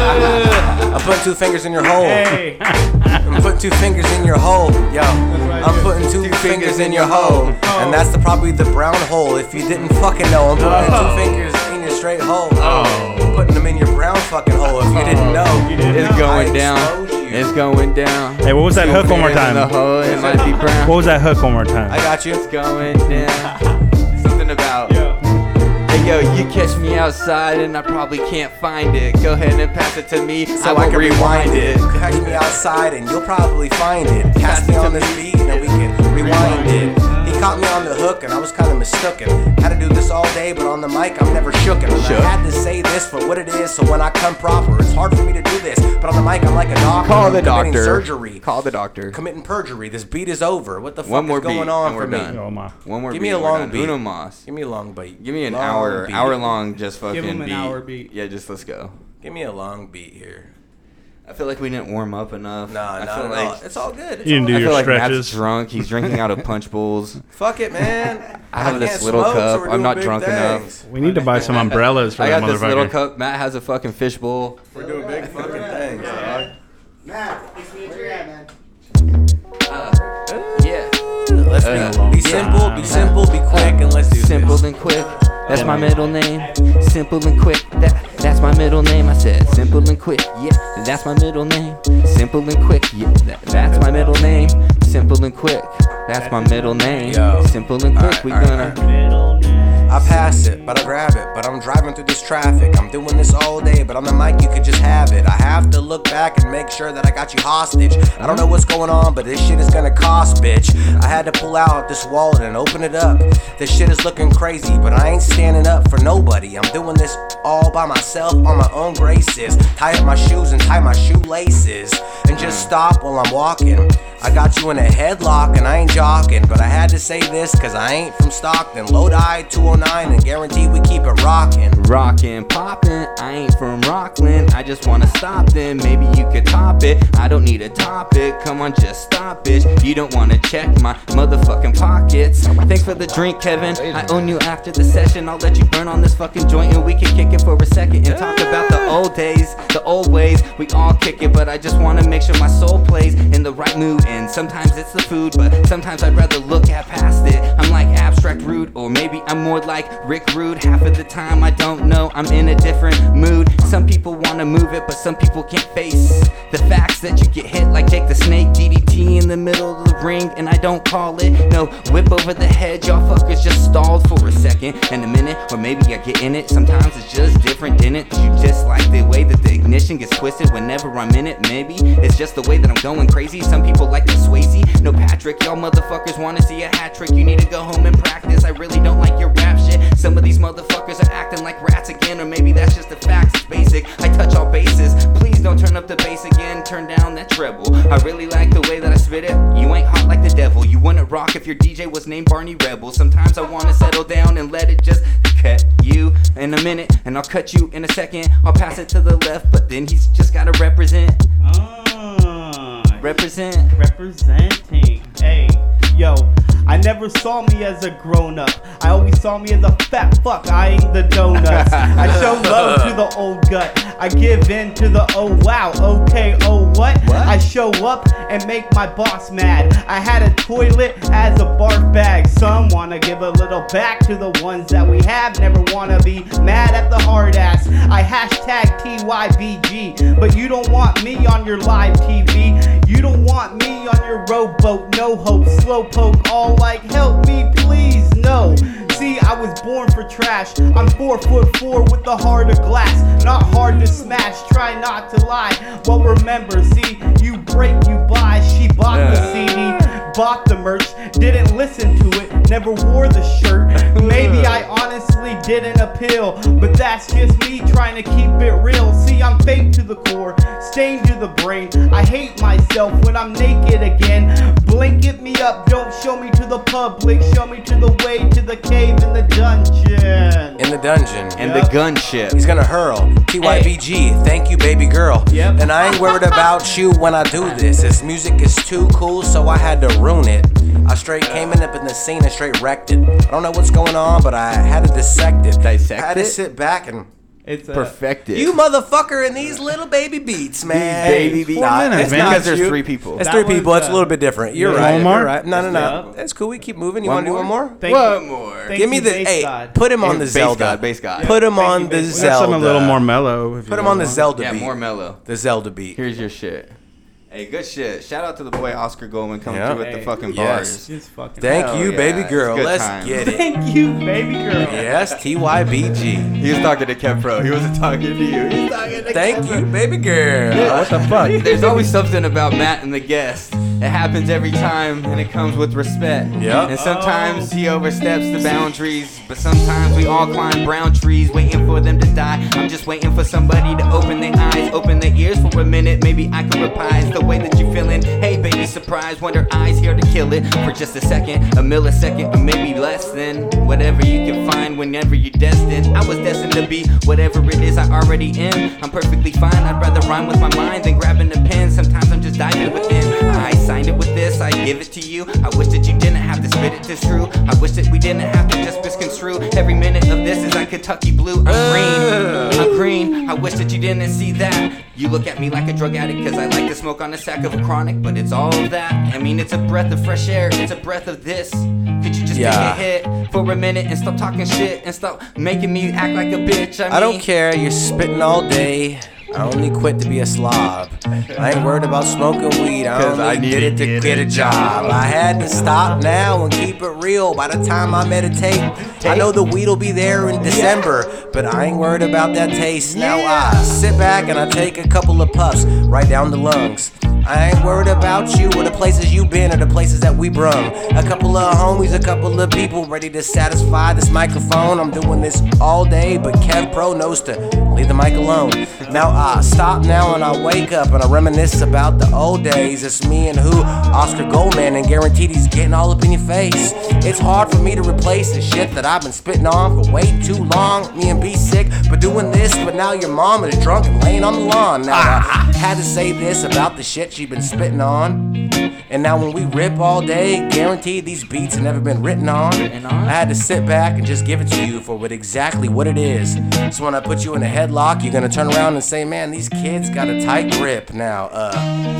Yeah. I'm putting two fingers in your hole. Hey. I'm putting two fingers in your hole, yo. I'm putting two, fingers, in your hole, and that's the, probably the brown hole. If you didn't fucking know, I'm putting two fingers in your straight hole. Oh. Putting them in your brown fucking hole. If you didn't know, It's going down. It's going down. Hey, what was that hook one more Fingers in the time? hole, it might be brown. What was that hook one more time? I got you. It's going down. Something about. Hey yo, you catch me outside and I probably can't find it. Go ahead and pass it to me So I will can rewind it. Catch me outside and you'll probably find it. Pass me on this beat and we can rewind it. He caught me on the hook and I was kinda mistooken. Had to do this all day, but on the mic I'm never shooken. And I Shook. had to say this for what it is, so when I come proper, it's hard for me to do this. But on the mic I'm like a doctor. Call the I'm committing doctor. Surgery. Call the doctor. Committing perjury. This beat is over. What the fuck One more is going beat on and we're for me? done. Oh, my. One more Give beat me a and we're long done. beat. Uno mas. Give me a long beat. Give me an Long hour, beat. hour long, just Give fucking 'em an beat. hour beat. Yeah, just let's go. Give me a long beat here. I feel like we didn't warm up enough. Nah, I not feel at like all. It's all good. It's I all good. feel like Matt's drunk. He's drinking out of punch bowls. Fuck it, man. I have this can't little smoke, so cup. we're I'm doing not big drunk things. enough. We need to buy some umbrellas for I that got this little motherfucker. cup. Matt has a fucking fishbowl. We're doing big fucking things, dog. Matt, where you at, man? Yeah. Let's be, Uh, be yeah. simple, be simple, be quick, and let's do this. Simple and quick. That's my middle name. Simple and quick. That that's my middle name. I said simple and quick. Yeah, that's my middle name. Simple and quick. Yeah, that, that's my middle name. Simple and quick. That's my middle name. Yo. Simple and quick. Alright, We alright, gonna. I pass it, but I grab it. But I'm driving through this traffic. I'm doing this all day, but on the mic, you could just have it. I have to look back and make sure that I got you hostage. I don't know what's going on, but this shit is gonna cost, bitch. I had to pull out this wallet and open it up. This shit is looking crazy, but I ain't standing up for nobody. I'm doing this all by myself on my own graces. Tie up my shoes and tie my shoelaces. And just stop while I'm walking. I got you in a headlock and I ain't jocking, but I had to say this cause I ain't from Stockton. Lodi 209 and guarantee we keep it rockin'. Rockin', poppin', I ain't from Rockland. I just wanna stop then. Maybe you could top it. I don't need a topic. Come on, just stop it. You don't wanna check my motherfucking pockets. Thanks for the drink, Kevin. I own you after the session. I'll let you burn on this fucking joint and we can kick it for a second and talk about the old days, the old ways. We all kick it, but I just wanna make sure my soul plays in the right mood. And sometimes it's the food, but sometimes I'd rather look at past it. I'm like abstract rude, or maybe I'm more like Rick Rude. Half of the time I don't know, I'm in a different mood. Some people wanna move it, but some people can't face the facts that you get hit like Jake the Snake, DDT in the middle of the ring, and I don't call it. No, whip over the hedge, y'all fuckers just stalled for a second and a minute, or maybe I get in it. Sometimes it's just different, didn't it? You just like the way that the ignition gets twisted whenever I'm in it. Maybe it's just the way that I'm going crazy. Some people like the Swayze, no Patrick. Y'all motherfuckers wanna see a hat trick. You need to go home and practice. I really don't like your rap shit. Some of these motherfuckers are acting like rats again, or maybe that's just the facts. It's basic. I touch all bases. Please don't turn up the bass again. Turn down that treble. I really like the way that I spit it. You ain't hot like the devil. You wouldn't rock if your DJ was named Barney Rebel. Sometimes I wanna settle down and let it just cut you in a minute, and I'll cut you in a second. I'll pass it to the left, but then he's just gotta represent. Represent. Representing. Hey, yo. I never saw me as a grown up. I always saw me as a fat fuck eyeing the donuts. I show love to the old gut. I give in to the oh wow, okay, oh what? I show up and make my boss mad. I had a toilet as a barf bag. Some wanna give a little back to the ones that we have. Never wanna be mad at the hard ass. I hashtag TYBG, but you don't want me on your live TV. You don't want me on your rowboat, no hope, slowpoke, all like help me, please, no. see, I was born for trash. I'm four foot four with a heart of glass. Not hard to smash, try not to lie. But remember, see, you break, you buy. She bought Yeah. the CD, bought the merch, didn't listen to it, never wore the shirt. Maybe I honestly didn't appeal, but that's just me trying to keep it real. See, I'm fake to the core, stained to the brain. I hate myself when I'm naked again. Blink it me up, don't show me to the public, show me to the way to the cave in the dungeon. In the dungeon. And the gunship. He's gonna hurl. TYBG, thank you, baby girl. Yep. And I ain't worried about you when I do this. This music is too cool, so I had to ruin it. I straight came in up in the scene and straight wrecked it. I don't know what's going on, but I had to dissect it. Dissect I had to it? sit back and it's Perfected. You motherfucker in these little baby beats, man. baby beats. Nah, it's not because there's you. three people. It's That three people. was, it's a uh, little bit different. You're yeah. right. One more? You're right. No, no, no. Yep. That's cool. We keep moving. You One want to do more? one more? Thank One you. more. Thank Give me you, the bass hey. god. Put him on the Bass Zelda. god, bass god. Put him Thank on you, the bass god. Zelda. Something a little more mellow, if Put you him on the want. Zelda Yeah, beat. more mellow. The Zelda beat. Here's your shit. Hey, good shit. Shout out to the boy Oscar Goldman coming Yeah. through with the Hey. fucking Yes. bars. It's fucking Thank Hell you, baby it's girl. good Let's times. get it. Thank you, baby girl. Yes, TYBG. He was talking to Kepro. He wasn't talking to you. He was talking to Thank you, baby girl. what the fuck? There's always something about Matt and the guest. It happens every time, and it comes with respect. Yeah. And sometimes he oversteps the boundaries, but sometimes we all climb brown trees, waiting for them to die. I'm just waiting for somebody to open their eyes, open their ears for a minute. Maybe I can reprise the way that you're feeling. Hey, baby, surprise. Wonder eyes here to kill it for just a second, a millisecond, or maybe less than whatever you can find whenever you're destined. I was destined to be whatever it is I already am. I'm perfectly fine. I'd rather rhyme with my mind than grabbing a pen. Sometimes I'm just diving within. I signed it with this. I give it to you. I wish that you didn't have to spit it this true. I wish that we didn't have to just misconstrue. Every minute of this is on Kentucky blue. I'm green. I'm green. I wish that you didn't see that. You look at me like a drug addict because I like to smoke on a sack of a chronic, but it's all of that. I mean, it's a breath of fresh air. It's a breath of this. Could you just Yeah. take a hit for a minute and stop talking shit and stop making me act like a bitch? I, mean, I don't care, you're spitting all day. I only quit to be a slob. I ain't worried about smoking weed. I 'Cause only I need did it to to get, get a a job. job. I had to stop now and keep it real. By the time I meditate, I know the weed'll be there in December, but I ain't worried about that taste. Now I sit back and I take a couple of puffs right down the lungs. I ain't worried about you or the places you been or the places that we brung. A couple of homies, a couple of people ready to satisfy this microphone. I'm doing this all day, but Kev Pro knows to leave the mic alone. Now I stop now and I wake up and I reminisce about the old days. It's me and who? Oscar Goldman and guaranteed he's getting all up in your face. It's hard for me to replace the shit that I've been spitting on for way too long. Me and B sick, but doing this, but now your mom is drunk and laying on the lawn. Now I had to say this about the shit she been spitting on. And now when we rip all day, guaranteed these beats have never been written on. I had to sit back and just give it to you for what exactly what it is. So when I put you in a headlock, you're gonna turn around and say, "Man, these kids got a tight grip now." Uh,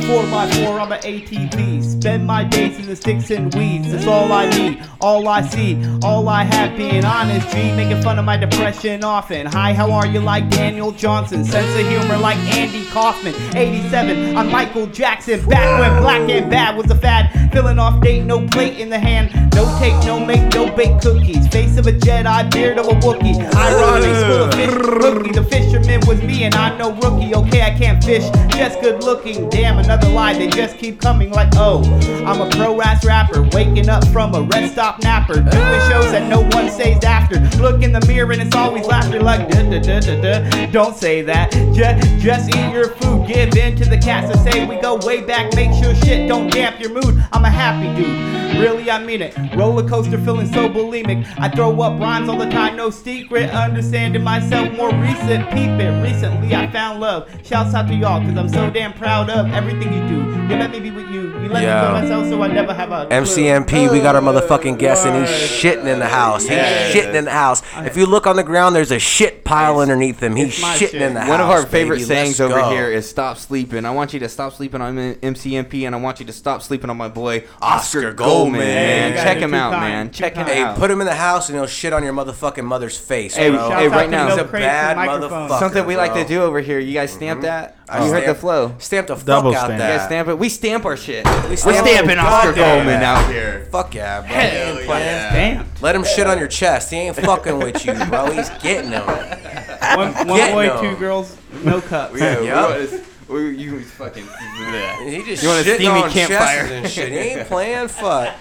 Four by four, I'm an ATV. Spend my days in the sticks and weeds. That's all I need, all I see, all I have being honest. G making fun of my depression often. Hi, how are you? Like Daniel Johnson. Sense of humor like Andy Kaufman. 87, I'm Michael Jackson. Back when black and bad was a fad. Filling off date, no plate in the hand. No take, no make, no bake cookies. Face of a Jedi, beard of a Wookiee. Ironic, school of fish, rookie. The fisherman was me and I'm no rookie. Okay, I can't fish, just good looking. Damn, another lie, they just keep coming like, oh, I'm a pro ass rapper. Waking up from a rest stop napper. Doing shows that no one stays after. Look in the mirror and it's always laughter like, duh, duh, duh, duh, duh. Don't say that. Just, just eat your food. Give in to the cats that say we go way back. Make sure shit don't damp your mood. I'm a happy dude. Really, I mean it. Roller coaster feeling so bulimic. I throw up rhymes all the time, no secret. Understanding myself more recent. Peep it. Recently, I found love. Shouts out to y'all, cause I'm so damn proud of everything you do. You let me be with you. You let Yeah. me be myself, so I never have a. MCMP, we got our motherfucking guest, and he's shitting in the house. He's Yes. shitting in the house. If you look on the ground, there's a shit pile underneath him. He's shitting in the house. One of our baby. favorite sayings Let's over go. here is "Stop sleeping." I want you to stop sleeping on M- MCMP, and I want you to stop sleeping on my boy Oscar, Goldman. Coleman, man. Check him out, man. Check him Hey, out. put him in the house and he'll shit on your motherfucking mother's face. Hey, bro. hey, right now, he's a bad motherfucker. Something we like bro. Mm-hmm. to do over here. You guys stamp that? I you heard the stamp- flow. stamp the fuck Double out stamp. You guys that. stamp it. We stamp our shit. We stamp- are stamping Oh, Oscar goddamn. Coleman out here. Fuck yeah, bro. Hell He ain't playing. yeah. Stamped. Let him shit on your chest. He ain't fucking with you, bro. He's getting him. One, one Getting boy, him. two girls, no cups. Yeah, we Yup. was- We, you was fucking. bleh. He just you want a shitting steamy on campfire chests and shit. He ain't playing fuck.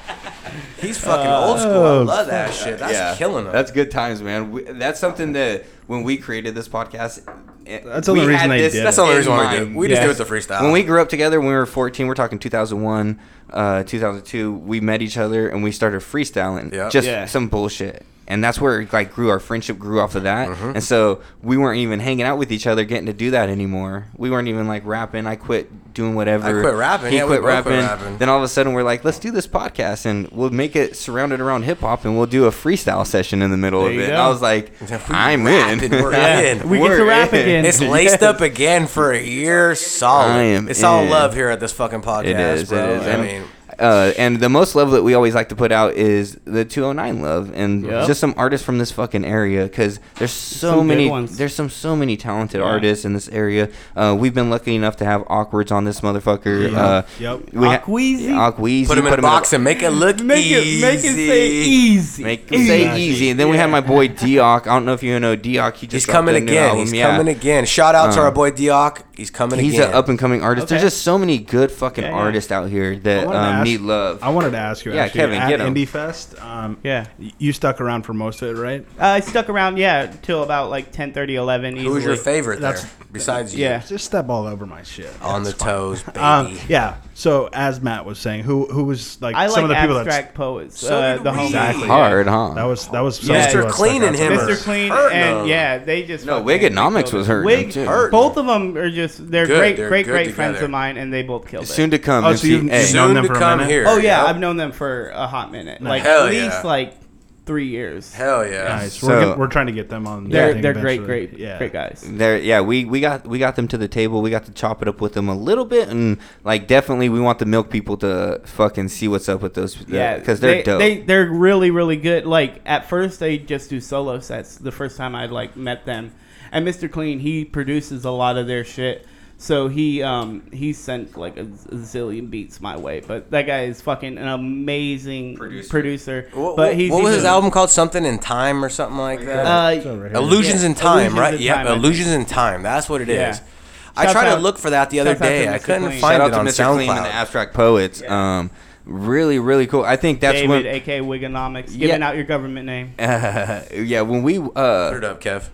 He's fucking Uh, old school. I love that shit. That's Yeah. killing him. That's good times, man. We, that's something that when we created this podcast, it- That's the only we reason had they this did it. That's the only in reason why we do it. mind. We just do it the freestyle. When we grew up together, when we were 14, we're talking 2001, uh, 2002. We met each other and we started freestyling, Yep. just Yeah. some bullshit. And that's where it, like grew our friendship grew off of that, Mm-hmm. and so we weren't even hanging out with each other, getting to do that anymore. We weren't even like rapping. I quit doing whatever. I quit rapping. He Yeah, we quit, both rapping. quit rapping. Then all of a sudden we're like, let's do this podcast and we'll make it surrounded around hip hop and we'll do a freestyle session in the middle There of you it. And go. I was like, We I'm rapping, in. We're in. We're in. It's laced up again for a year solid. I am it's all in. love here at this fucking podcast, It is. bro. It is. I And, mean, uh, and the most love that we always like to put out is the 209 love and Yep. just some artists from this fucking area because there's so Some good many. ones. There's some so many talented Yeah. artists in this area. Uh, we've been lucky enough to have Awkwards on this motherfucker. Yeah. Uh, Yep. We ha- Awkweezy? Awkweezy. Put 'em in a box and make it look Make it- make it say E. easy. Make it say Easy. easy. And then we had my boy Dioc. I don't know if you know Dioc. He he's just dropped coming a new again. album. He's Yeah. coming again. Shout out to Um, our boy Dioc. He's coming He's again. an up and coming artist. Okay. There's just so many good fucking Yeah, yeah. artists out here that wanted to um, ask- need love. I wanted to ask you. Yeah, actually, Kevin, at get 'em. Indie Fest. Um, yeah, you stuck around for most of it, right? Uh, I stuck around, yeah, till about like 10, 11. Who was your favorite That's, there, besides you? Yeah. Just step all over my shit. on the toes, baby. Um, yeah. So as Matt was saying, who who was like I some of the like people abstract that's poets, So uh, did the we. homies. Exactly, Hard, yeah. huh? That was that was some Yeah. of Mr. the people that Clean stuck and out him to are me. Mr. Clean hurting and- them. yeah, they just no. fucking- Wigonomics was hurting Wig, them too. both of them are just they're Good, great, they're great, good great together. friends of mine, and they both killed it. Soon to come, Oh, so you've- MCA. you've known Soon them to for a come minute? here, Oh yeah, yep. I've known them for a hot minute, Nice. like Hell at yeah. least like three years. Hell yeah. Nice. We're, So- get- we're trying to get them on. They're- the thing they're great, eventually. great, yeah. great guys. There, yeah, we, we got we got them to the table. We got to chop it up with them a little bit, and like definitely, we want the milk people to fucking see what's up with those. Yeah, because they're they, dope. They they're really really good. Like at first they just do solo sets. The first time I like met them, and Mr. Clean he produces a lot of their shit. So he um he sent like a, z- a zillion beats my way. But that guy is fucking an amazing producer. What, but what- he's what was his even- album called? Something in Time or something like that. Uh, It's over here. Illusions Yeah, in Time, Illusions right? in yeah, Time, I think. Illusions in Time. That's what it is. Yeah. I Shouts tried out- to look for that the other shouts out to day. I Mr. couldn't Clean. find Shout it out to on Mr. Clean and the SoundCloud. Abstract Poets. Um, really, really cool. I think that's David, when aka Wigonomics, giving out your government name. Uh, yeah, when we uh, put it up, Kev.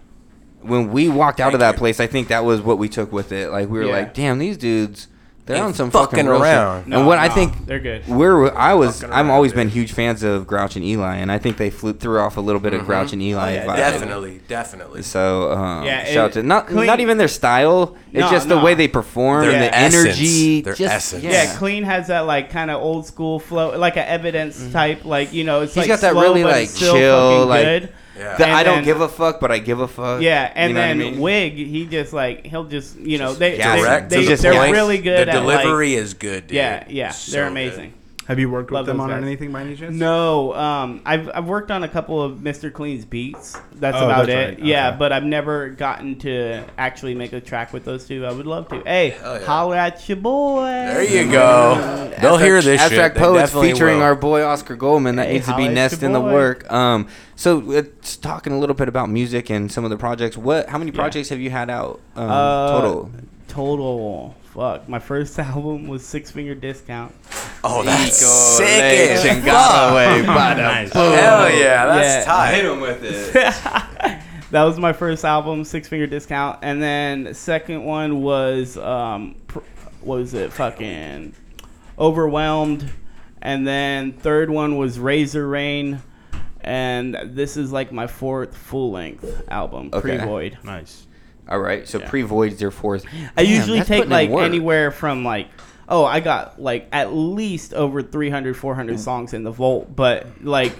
When we walked out of that place, I think that was what we took with it. Like we were Yeah. like, "Damn, these dudes, they're Ain't on some fucking fucking, real shit." around. No, and what I no, think they're good. We're I was I've always been huge fans of Grouch and Eli, and I think they flew through off a little bit of Grouch and Eli. Mm-hmm. Oh, yeah, vibe. definitely, definitely. So um, Yeah, shout it- to not Clean- not even their style. It's No, just no. the way they perform, Their and the essence. energy, Their just, essence. Yeah. Yeah, clean has that like kind of old school flow, like an evidence type, like you know, it's Mm-hmm. He's like got that slow, really but like it's still chill, fucking like good. the And I don't then- give a fuck, but I give a fuck. Yeah, and You know what I then mean? Wig, he just like he'll just you know they gas direct Direct they, to they the they're point. really good. The at, delivery like- is good, dude. Yeah, yeah, So they're good. amazing. Have you worked Love with them those on guys. anything by any chance? No, um, I've I've worked on a couple of Mr. Clean's beats. That's Oh, about that's it. right. Yeah, Okay. but I've never gotten to actually make a track with those two. I would love to. Hey, Hell yeah. holler at your boy. There you go. They'll hear this shit. Abstract They Poets definitely featuring will. our boy Oscar Goldman. That Hey, needs to holla be at nest your in the boy. work. Um, so it's talking a little bit about music and some of the projects. What? How many Yeah. projects have you had out um, Uh, total? Total. Fuck. My first album was Six Finger Discount. Oh, that's sick as fuck. Nice. boom. Hell yeah, that's tight. Hit 'em with it. that was my first album, Six Finger Discount, and then second one was um, pr- what was it? Fucking overwhelmed, and then third one was Razor Rain, and this is like my fourth full length album, Okay. Pre Void. Nice. All right. So pre voids their fourth. I Damn, usually that's take putting in like work. anywhere from like oh I got like at least over 300 400 Mm. songs in the vault but like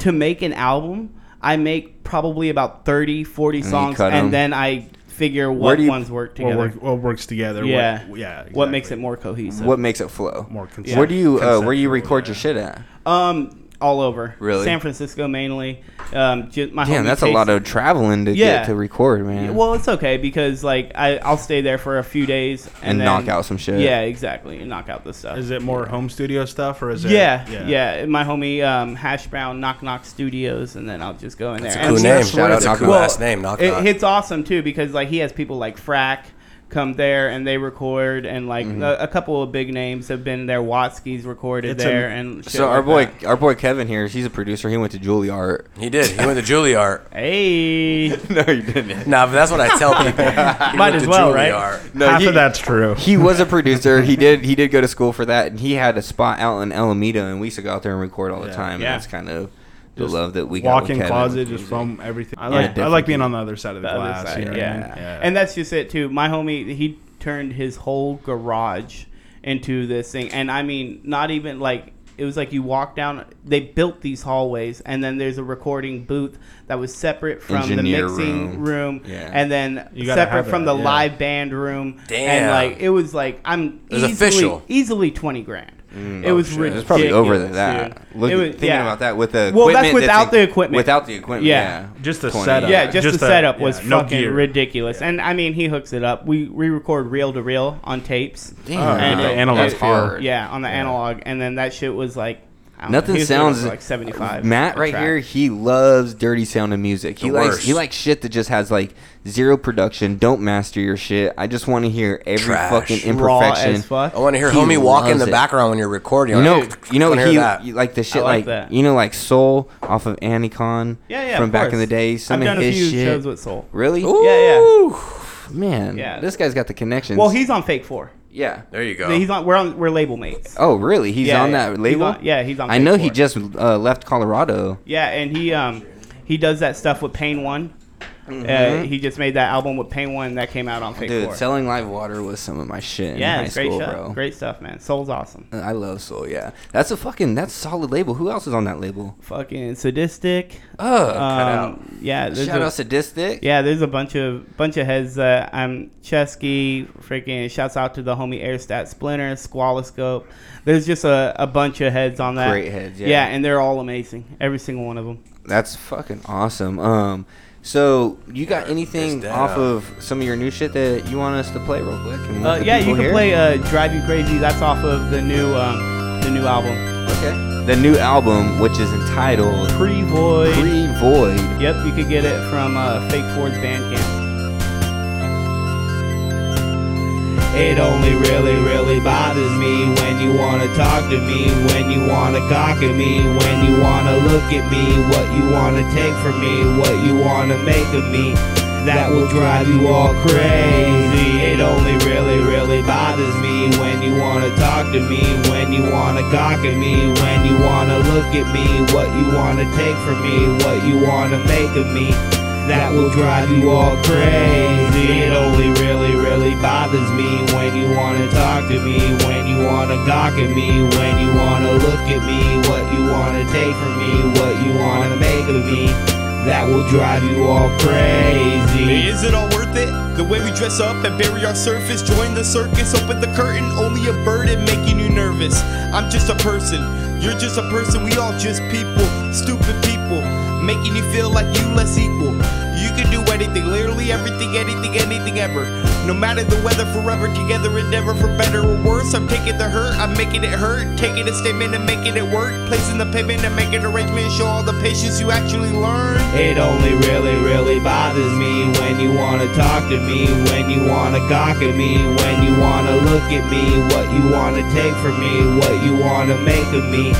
to make an album I make probably about 30 40 you songs cut and 'em. then I figure Where what do you- ones work What together. work- what works together, what- Yeah, yeah, What makes it more cohesive? What makes it flow? More Where do you uh, where you record your shit at? Um, all over. Really? San Francisco mainly. Um, ju- my Damn, homie that's a Casey- lot of traveling to Yeah. get to record, man. Well, it's okay because like I I'll stay there for a few days and, And then- knock out some shit. Yeah, exactly. And knock out the stuff. Is it more home studio stuff or is it? Yeah, yeah, My homie um, Hash Brown Knock Knock Studios, and then I'll just go in That's there. a cool And- name. That's Shout what out it's to a cool ass name, Knock it, Knock. It's awesome too because like he has people like Frack come there and they record, and like Mhm. a, a couple of big names have been there. Watsky's recorded there, and shit so our like boy, that. our boy Kevin here, he's a producer. He went to Juilliard. He did. He went to Juilliard. Hey. no, you didn't. No, but that's what I tell people. He went to Juilliard. Half of that's true. He was a producer. He did. He did go to school for that, and he had a spot out in Alameda, and we used to go out there and record all the time. And Yeah. That's kind of the Just love that we got. walk with in Kevin. closet, just film everything. Yeah, I like I like definitely. being on the other side of the, The other glass. side, you know what I yeah. mean? yeah. And that's just it too. My homie, he turned his whole garage into this thing, and I mean, not even like it was like you walk down. They built these hallways, and then there's a recording booth that was separate from Engineer the mixing room. room, Yeah. and then You gotta separate have from that, the yeah. live band room. Damn. And like it was like I'm It was easily, official. easily twenty grand. Mm. it Oh, was shit. ridiculous. It's probably over than that. dude. Look, It was- thinking yeah. about that with the well, that's equipment that's without the in- equipment. without the equipment, yeah. Just the 20. setup. Yeah, just, Just the the- setup was yeah, no fucking gear. ridiculous. And I mean, he hooks it up. We we record reel to reel on tapes. Damn. Oh, the analog it's feel. hard. Yeah, on the analog, and then that shit was like I don't know, Nothing he was doing it sounds for like seventy five. Matt right here, he loves dirty sounding music. He The likes worst. he likes shit that just has like zero production. Don't master your shit. I just want to hear every Trash. fucking Raw as imperfection. fuck. I wanna hear homie walk in loves the background when you're recording. You know, Like, you know wanna hear he that. you like the shit I like like, that. you know like Soul off of Anticon. Yeah, yeah, From of back in course. the day, I've some done of a his few shit. shows with Soul. Really? Yeah, yeah. Man, Yeah. this guy's got the connections. Well, he's on Fake Four. Yeah. There you go. He's on. We're on. We're label mates. oh really? He's Yeah, on yeah. that He's label. on- yeah, he's on I Fake know he just uh, left Colorado. Yeah, and he um he does that stuff with Pain One. Uh, Mhm. he just made that album with Pain One that came out on Fake Dude, Four. selling live water was some of my shit in yeah, high it's great school, stuff. bro. Great stuff, man. Soul's awesome. I love Soul. Yeah, that's a fucking that's a solid label. Who else is on that label? Fucking sadistic. Um, Ugh, cut out. Yeah, there's Shout a- out sadistic. Yeah, there's a bunch of bunch of heads. Uh, I'm Chesky. Freaking shouts out to the homie Airstat Splinter, Squaloscope. There's just a, a bunch of heads on that. Great heads, yeah. Yeah, and they're all amazing. Every single one of them. That's fucking awesome. Um, so you got anything that off up. of some of your new shit that you want us to play real quick? and let Uh, the yeah, you people can hear? play uh, "Drive You Crazy." That's off of the new um, the new album. Okay. the new album, which is entitled Pre-Void. Pre-Void. Yep, you could get it from uh, Fake Ford's Bandcamp. It only really, really bothers me when you wanna talk to me, when you wanna cock at me, when you wanna look at me, what you wanna take from me, what you wanna make of me. That will drive you all crazy. It only really, really bothers me when you wanna talk to me, when you wanna cock at me, when you wanna look at me, what you wanna take from me, what you wanna make of me. That will drive you all crazy. It only really, really bothers me when you wanna talk to me, when you wanna gawk at me, when you wanna look at me, what you wanna take from me, what you wanna make of me. That will drive you all crazy. Is it all worth it? The way we dress up and bury our surface, join the circus, open the curtain, only a burden making you nervous. I'm just a person, you're just a person, we all just people, stupid people, making you feel like you less equal. You can do anything, literally everything, anything, anything ever. No matter the weather, forever together, endeavor for better or worse. I'm taking the hurt, I'm making it hurt, taking a statement and making it work, placing the payment and making arrangements, show all the patience you actually learn. It only really, really bothers me when you wanna talk to me, when you wanna gawk at me, when you wanna look at me, what you wanna take from me, what you wanna make of me.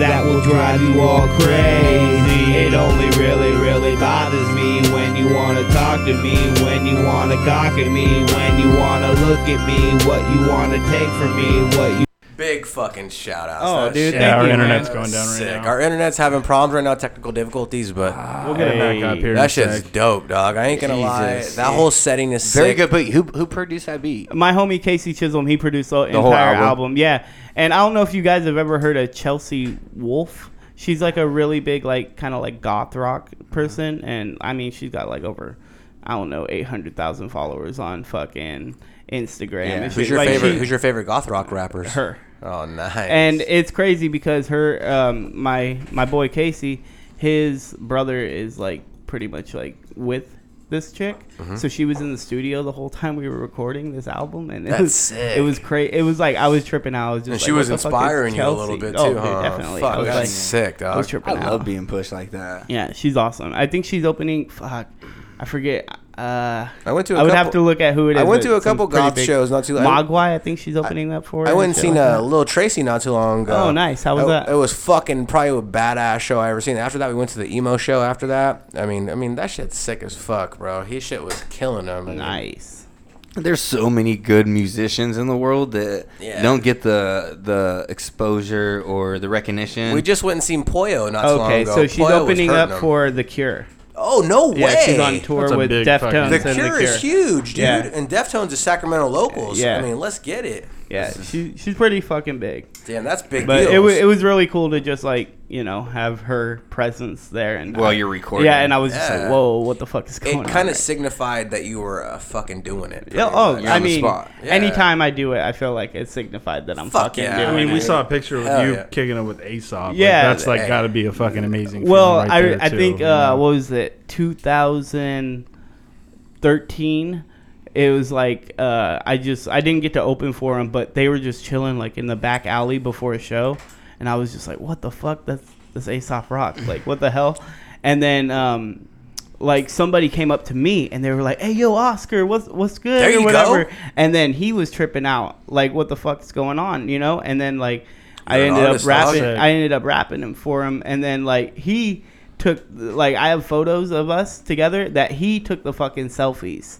That will drive you all crazy. It only really, really bothers me when you wanna talk to me, when you wanna gawk at me, when you wanna look at me, what you wanna take from me, what you. Big fucking shout outs. Oh, That dude, shit. thank Yeah, our you, internet's man. going down right Sick. now. Our internet's having problems right now, technical difficulties, but We'll get it back up here in a That shit's sec. dope, dog. I ain't gonna lie. Jesus. That whole setting is Very sick. good beat. Who who produced that beat? My homie Casey Chisholm, he produced the, whole entire album. album. Yeah, and I don't know if you guys have ever heard of Chelsea Wolf. She's like a really big, like kind of like goth rock person, and I mean, she's got like over I don't know, eight hundred thousand followers on fucking Instagram. Yeah. and Who's shit. your Like, favorite? she- who's your favorite goth rock rappers? Her. Oh, nice. And it's crazy because her, um, my my boy Casey, his brother is like pretty much like with this chick. Mhm. So she was in the studio the whole time we were recording this album, and it That's was sick. it was crazy. It was like I was tripping out. I was just And like, she what was the fuck is inspiring you a little Chelsea? bit, Oh, too, dude, huh? definitely. Fuck, I was that's like, sick, I was dog. tripping I out. love being pushed like that. Yeah, she's awesome. I think she's opening. Fuck, I forget. Uh, I went to. I a would couple- have to look at who it is. I went but to a some couple pretty goth big- shows not too. Mogwai, I think she's opening up for. I it went and shit seen like uh, that. Lil Tracy not too long ago. Oh, nice. How was I- that? It was fucking probably a badass show I ever seen. After that, we went to the emo show. After that, I mean, I mean that shit's sick as fuck, bro. His shit was killing him. Nice. There's so many good musicians in the world that Yeah. don't get the the exposure or the recognition. We just went and seen Poyo not too long Okay, ago. so she's Poyo was opening hurting up him. for The Cure. Oh no way! Yeah, she's on tour That's a with big fucking- Deftones The and The Cure is Cure. huge, dude, Yeah. and Deftones is Sacramento locals. Yeah. I mean, let's get it. Yeah, she, she's pretty fucking big. Damn, that's big But it deals. was it was really cool to just like you know have her presence there and While I- you're recording. Yeah, and I was just Yeah. like, whoa, what the fuck is going It on? kind of signified that you were uh, fucking doing it. Yeah, pretty oh, much. I mean, Yeah. anytime I do it, I feel like it signified that I'm Fuck fucking yeah. doing I mean, it. we saw a picture of Hell you yeah. kicking it with Aesop. Yeah, Yeah, that's like hey. got to be a fucking amazing. Well, feeling right I, there, I too, think you uh, know? what was it? 2013. It was like uh, I just I didn't get to open for them, but they were just chilling like in the back alley before a show, and I was just like, "What the fuck? That's that's Aesop Rock. Like, what the hell?" And then um, like somebody came up to me and they were like, "Hey, yo, Oscar, what's what's good?" There or you whatever. go. And then he was tripping out, like, "What the fuck's going on?" You know. And then like I You're an ended up artist, rapping. Oscar. I I ended up rapping him for him, and then like he took like I have photos of us together that he took the fucking selfies,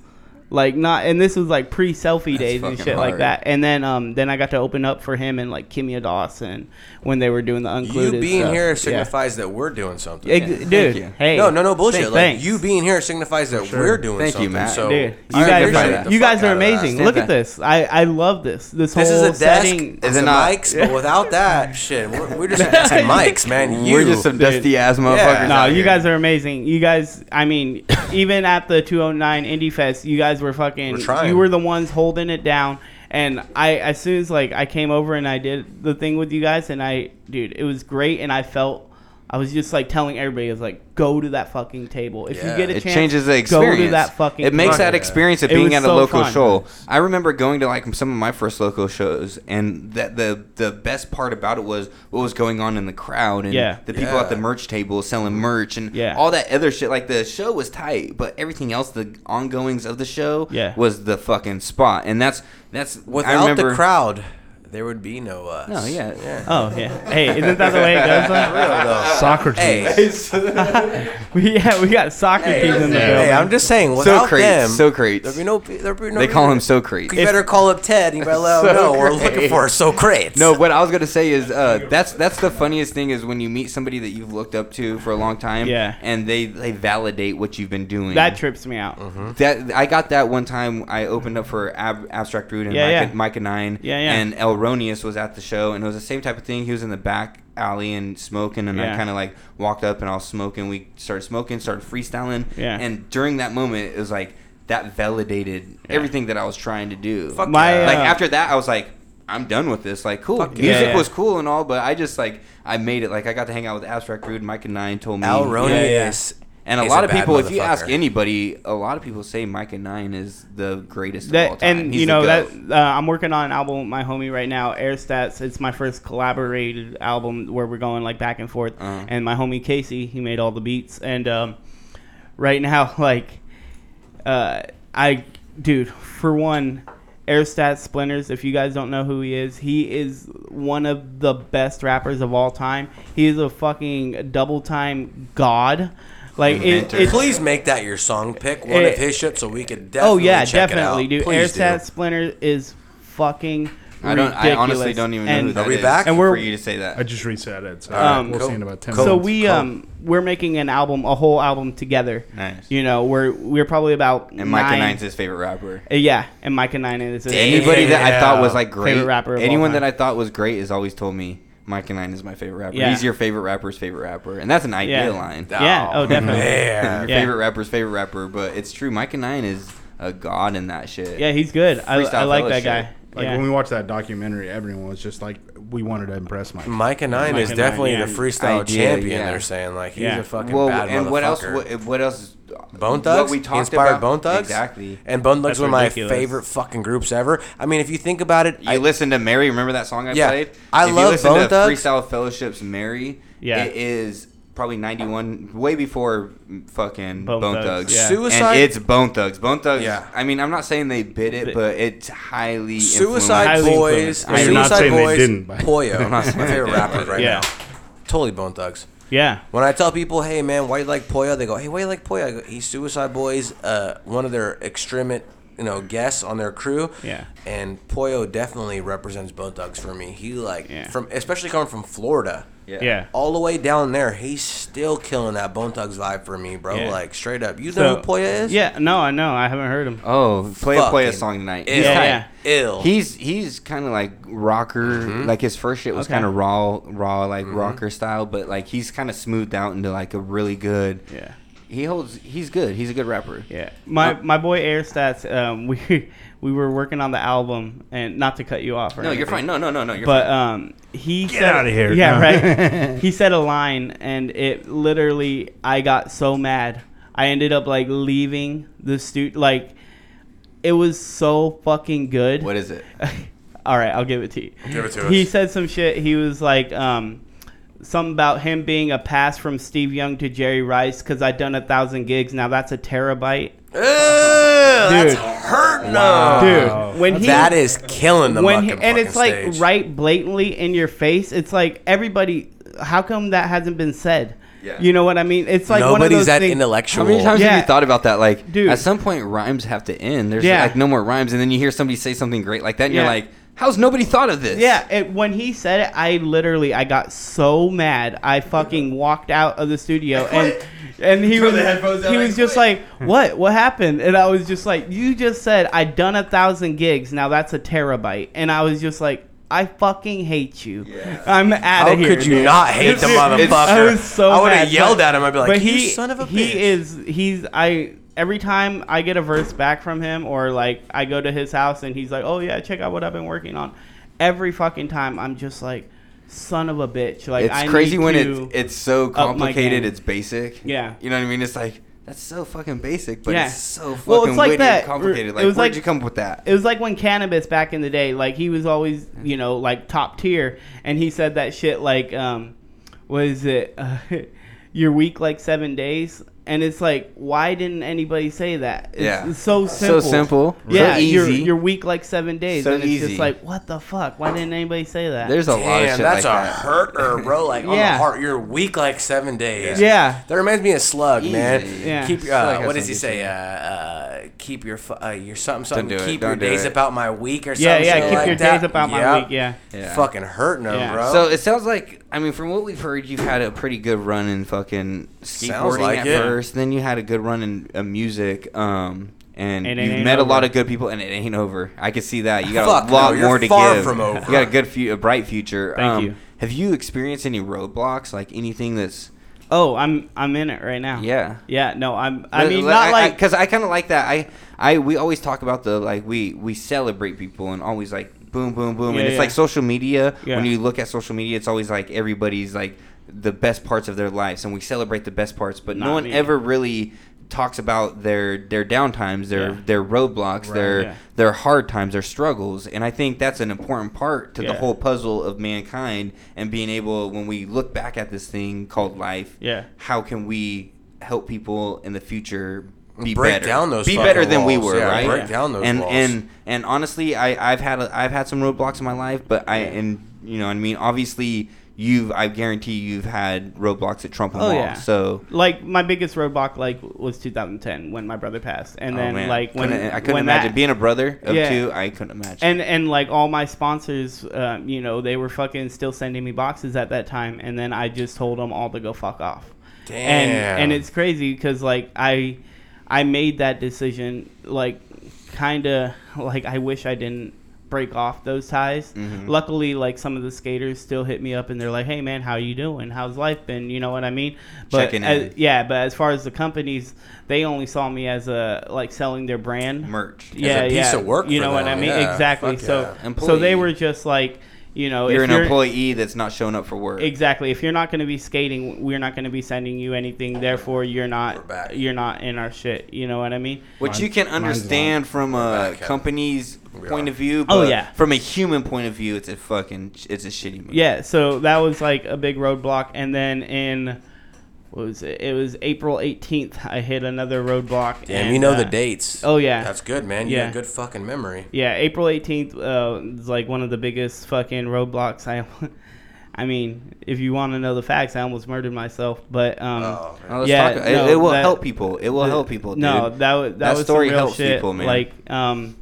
like not and this was like pre selfie days and fucking shit like hard. that. And then um then I got to open up for him and like Kimia Dawson when they were doing the You uncluded. being stuff. here Yeah. signifies that we're doing something, Ex- Yeah. dude, Thank you. hey. no, no, no bullshit. Thank- like thanks. you being here signifies that we're doing Thank you, something. Matt. So Dude, I you guys, appreciate are, the you guys fuck are out of that. amazing. Look at this. I, I love this. This, This is whole a desk. setting. It's a mic, but without that shit, we're, we're just asking mics, man. You, We're just some dusty ass motherfuckers. Yeah. No, out you here. guys are amazing. You guys, I mean, even at the 209 Indie Fest, you guys were fucking. We're trying. You were the ones holding it down. And I, as soon as like I came over and I did the thing with you guys, and I, dude, it was great. And I felt, I was just like telling everybody, I was like, go to that fucking table. If Yeah. you get a it chance, changes the experience. Go to that fucking. It makes table. that experience of It being was at a so local fun. show. I remember going to like some of my first local shows, and that the the best part about it was what was going on in the crowd and Yeah. the people Yeah. at the merch table selling merch and Yeah. all that other shit. Like the show was tight, but everything else, the ongoings of the show, Yeah. was the fucking spot. And that's that's I Without remember, the crowd, there would be no us. No, yeah. Oh yeah. Hey, isn't that the way it goes? though? Socrates. we, yeah, we got Socrates in the yeah. building. Hey, I'm just saying, without Socrates, them, Socrates. there'd be no, there'd be no They call him Socrates. You better call up Ted. and You better let him know we're looking for Socrates. No, what I was gonna say is uh, that's that's the funniest thing is when you meet somebody that you've looked up to for a long time, Yeah. and they they validate what you've been doing. that trips me out. Mm-hmm. That I got that one time. I opened up for Ab- Abstract Root and Yeah, Micah, yeah. Micah Nine. Yeah, yeah. And Elronius was at the show, and it was the same type of thing. He was in the back alley and smoking, and Yeah. I kind of like walked up and I was smoking. We started smoking, started freestyling. Yeah. And during that moment, it was like that validated everything that I was trying to do. Fuck My, yeah. like uh, after that, I was like. I'm done with this. Like, cool. Fuck Music yeah. Yeah, yeah. was cool and all, but I just like I made it. Like, I got to hang out with Abstract Rude. Mike and Nine told me Alronius Yeah, yeah. And a is a lot of bad people, if you ask motherfucker. anybody, a lot of people say Micah Nine is the greatest of all that time. and He's you the know that goat. uh, I'm working on an album with my homie right now, Air Stats. It's my first collaborated album where we're going like back and forth. Uh-huh. And my homie Casey, he made all the beats. And um, right now, like, uh, I, dude, for one, Air Stats Splinters. If you guys don't know who he is, he is one of the best rappers of all time. He is a fucking double time god. Like it, Inventor. it's Please make that your song pick one It- of his shit so we could Oh definitely yeah, check definitely, it out. dude. Please Air do. Stat Splinter is fucking. I don't. I honestly ridiculous. don't even And- know who that we is back? And we're- for you to say I that. just reset it. So Um, we'll cool. see in about ten Cool. So minutes. we um we're making an album, a whole album together. Nice. You know, we're we're probably about And Micah nine- Nine's his favorite rapper. Uh, Yeah, and Micah Nine is his Anybody that I thought was Yeah. like great, Favorite rapper of all anyone time. that I thought was great, has always told me Mike and Nine is my favorite rapper. Yeah. He's your favorite rapper's favorite rapper, and that's an idea Yeah. line. Yeah. Oh, definitely. Man. your Yeah. favorite rapper's favorite rapper, but it's true. Mike and Nine is a god in that shit. Yeah, he's good. I- Freestyle I like Fella that shit. guy. Like when we watched that documentary, everyone was just like, we wanted to impress Mike. Mike and Nine Mike is and definitely Nine, the yeah. freestyle Idea, champion. yeah. They're saying like he's Yeah. a fucking Well, bad and what else? motherfucker. What, what else? Bone what Thugs. we He talked inspired about- Bone Thugs. Exactly. And Bone Thugs That's were my ridiculous. favorite fucking groups ever. I mean, if you think about it, You listen to Mary. Remember that song I Yeah. played? I if love you listen Bone to Thugs. Freestyle Fellowship's Mary. Yeah. it is probably ninety one, way before fucking Bone Bone, Thugs, Thugs. yeah. Suicide- And it's Bone Thugs. Bone Thugs. Yeah. I mean, I'm not saying they bid it, but it's highly Suicide influenced. Boys, Highly Suicide influenced. Boys, Poyo, I'm my not saying they favorite did, rappers but- right Yeah. now. Totally Bone Thugs. Yeah. When I tell people, hey man, why you like Poyo? They go, hey, why you like Poyo? I go, He's Suicide Boys, uh, one of their extremist, you know, guests on their crew. Yeah. And Poyo definitely represents Bone Thugs for me. He like from especially coming from Florida. Yeah. Yeah. All the way down there, he's still killing that Bone Thugs vibe for me, bro. Yeah. Like straight up. You know who Poya is? Yeah, no, I know. I haven't heard him. Oh, play play a Fucking song ill. tonight. He's Yeah, kinda- yeah. Ill. He's he's kind of like rocker. Mm-hmm. Like his first shit was Okay. kind of raw, raw like rocker style, but like he's kind of smoothed out into like a really good. Yeah. He holds. He's good. He's a good rapper. Yeah. My Uh, my boy Air Stats, um, we we were working on the album, and not to cut you off. Or No, you're anything, fine. No, no, no, no, you're but fine. um, he Get said- outta here. Yeah, No. right. he said a line, and it literally, I got so mad, I ended up like leaving the studio. Like, it was so fucking good. What is it? All right, I'll give it to you. Give it to He us. said some shit. He was like, um, something about him being a pass from Steve Young to Jerry Rice because I done a thousand gigs. Now that's a terabyte. that's hurt no. Dude, when he That is killing the when he- mucking and it's fucking like stage. right blatantly in your face. It's like everybody. How come that hasn't been said? You know what I mean? It's like one of those things- How many times yeah. have you thought about that? Like, Dude. at some point, rhymes have to end. There's Yeah. like no more rhymes, and then you hear somebody say something great like that, and Yeah. you're like, "How's nobody thought of this?" Yeah, it, when he said it, I literally I got so mad I fucking walked out of the studio and and he Throw was the headphones down, he I was just like what what happened and I was just like you just said I done a thousand gigs now that's a terabyte and I was just out I fucking hate you. I'm out How of here. could you dude. not hate the Dude, motherfucker? I was so I would've mad, yelled but- at him. I'd be like, but "You he, son of a he bitch." is he's I every time I get a verse back from him or like I go to his house and he's like, "Oh yeah, check out what I've been working on." Every fucking time I'm just like, "Son of a bitch." Like it's I crazy need when to it's it's so up my complicated. game. It's basic. Yeah. you know what I mean. It's like that's so fucking basic, but it's so fucking Well, it's like witty that. and complicated. Like, it was where'd like, you come up with that? It was like when cannabis back in the day, like he was always, you know, like top tier, and he said that shit like, um, what is it? Uh, you're weak like seven days, and it's like, why didn't anybody say that? It's, Yeah. it's so So simple, simple, so yeah. You're easy. you're weak like seven days, So and it's easy. just like, what the fuck? Why didn't anybody say that? There's a lot of Damn, shit that's like a that. hurter, bro. Like on the Yeah. heart, you're weak like seven days. Yeah. Yeah. that reminds me of Slug, Easy. man. Yeah. Keep your, Slug uh, has what does he something say? to Uh, uh, keep your fu- uh, your something Don't something. do it. Keep Don't your do days it. about my week or Yeah, something. yeah, keep like your that. days about my Yep. week, yeah. Yeah. fucking hurting them, bro. So it sounds like I mean, from what we've heard, you've had a pretty good run in fucking Sounds skateboarding like at it. first. Then you had a good run in uh, music, um, and And it you've ain't met a lot over. of good people. And it ain't over. I can see that. You got Fuck a lot no, you're more to far give. from over. You got a good, fu- a bright future. Um, Thank you. Have you experienced any roadblocks, like anything that's Oh, I'm I'm in it right now. Yeah. yeah. No, I'm. I But- mean, but not like because I, kind of like that. I I we always talk about the like we we celebrate people and always like boom boom boom Yeah, and it's yeah. like social media. Yeah. When you look at social media, it's always like everybody's like the best parts of their lives and we celebrate the best parts, but no Not one me. ever really talks about their their downtimes, their Yeah. their roadblocks, Right. their Yeah. their hard times, their struggles, and I think that's an important part to the Yeah. whole puzzle of mankind and being able when we look back at this thing called life Yeah. how can we help people in the future be Break better? down those be fucking better than we walls, were, yeah, right? break down those and walls. and and honestly, I I've had a, I've had some roadblocks in my life, but I and you know what I mean. Obviously, you've I guarantee you've had roadblocks at Trump and Oh Wall. yeah. So like my biggest roadblock like was 2010 when my brother passed, and oh, then man. like when Couldn't- I couldn't when imagine that- being a brother of Yeah. two. I couldn't imagine. And and like all my sponsors, um, you know, they were fucking still sending me boxes at that time, and then I just told them all to go fuck off. Damn. And and it's crazy because like I, I made that decision like kind of like I wish I didn't break off those ties. Mhm. Luckily, like some of the skaters still hit me up and they're like, "Hey man, how you doing? How's life been?" You know what I mean? But Checking as- in. yeah, but as far as the companies, they only saw me as a like selling their brand Merch. As a Yeah, piece yeah. of work You for know what I them, mean? yeah. Exactly. Fuck So yeah. so they Employee. were just like, you know, you're if an you're employee that's not showing up for work. Exactly. If you're not going to be skating, we're not going to be sending you anything. Therefore, you're not you're not in our shit. You know what I mean? Which you can understand from a company's point of view, but Oh, yeah. from a human point of view, it's a fucking it's a shitty movie. Yeah, so that was like a big roadblock, and then in what was it? It was April 18th. I hit another roadblock. Damn, and, you know uh, the dates. Oh yeah, That's good, man. You got good fucking memory. Yeah, April 18th uh, is like one of the biggest fucking roadblocks. I, I mean, if you want to know the facts, I almost murdered myself. But um, Oh, man. Let's yeah, talk- it- no, it will that- help people. It will the- help people, No, dude. that wa- that, That was story some real helps shit. people, man. Like um,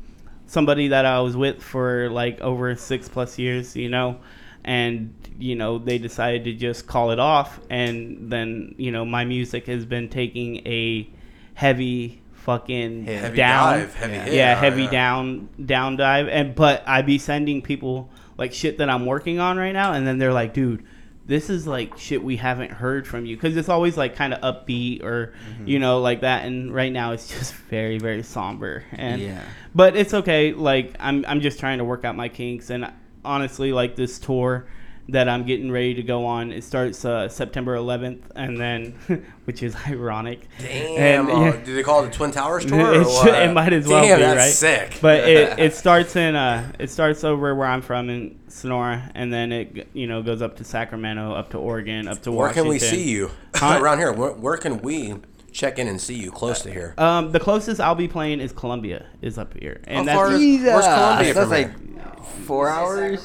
somebody that I was with for like over six plus years, you know, and you know they decided to just call it off, and then you know my music has been taking a heavy fucking Heavy down, dive, heavy yeah, hit. Oh, heavy Yeah. down down dive, and but I be sending people like shit that I'm working on right now, and then they're like, dude. This is like shit we haven't heard from you because it's always like kind of upbeat or you know like that, and right now it's just very very somber and Yeah. but it's okay. Like I'm I'm just trying to work out my kinks, and honestly, like this tour that I'm getting ready to go on, it starts uh, September 11th, and then which is ironic. Damn, uh, do they call it the Twin Towers tour or It, should- what? it might as well Damn, be that's right. sick. But it, it starts in uh it starts over where I'm from in Sonora, and then it you know goes up to Sacramento, up to Oregon, up to Where Washington. can we see you Huh? around here? Where, where can we check in and see you close to here? Um, the closest I'll be playing is Columbia is up here, and How that's far is- where's Columbia That's from like here? four hours.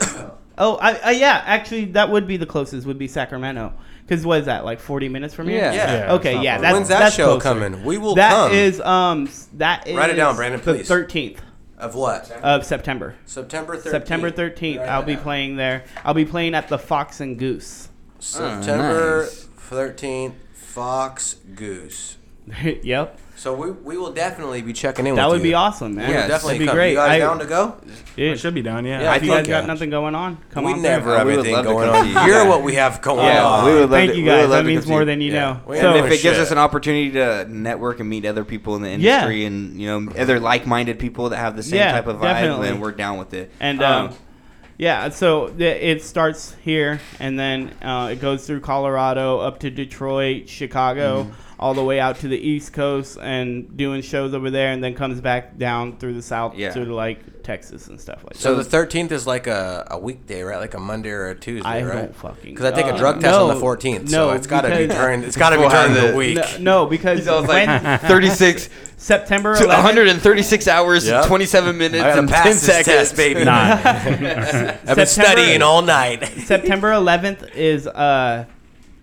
Oh, I, I yeah, actually, that would be the closest. Would be Sacramento, because what is that like forty minutes from here? Yeah. Yeah. Yeah, it's Okay, not yeah. far. That's, When's that that's show closer. coming? We will That come. is, um s- that is Write it down, Brandon, The please. thirteenth Of what? of September. September 13th. September thirteenth. Write I'll that be down. playing there. I'll be playing at the Fox and Goose. Ah, September thirteenth, Fox Goose. yep. So we, we will definitely be checking in. That with would you. be awesome, man. We will Yes. definitely That'd be come. great. You guys I- down to go? Dude. I should be down. Yeah. Yeah, I if you guys think, got uh, nothing going on, come we on. never through. have We would anything love to going come on. see you Here guys. what we have going Yeah, on. we would love Thank to- you we would guys. love That to means come more see- than you yeah. know. And So- if it gives Shit. us an opportunity to network and meet other people in the Yeah. industry and you know other like-minded people that have the same Yeah, type of vibe, definitely. then we're down with it. And Um, um, yeah, so th- it starts here, and then uh, it goes through Colorado, up to Detroit, Mm-hmm. Chicago, all the way out to the East Coast, and doing shows over there, and then comes back down through the South Yeah. to like Texas and stuff like So that. the thirteenth is like a, a weekday, right? Like a Monday or a Tuesday, I right? don't fucking. Because I take a uh, drug test on the no, fourteenth, no, so it's got to be because- during. It's got to be during the week. No, no, because He's always like, when- 36 September to 11th 136 hours, Yep. 27 minutes, I gotta and pass 10 this seconds. test, baby. Nah. I've been studying all night. September 11th is uh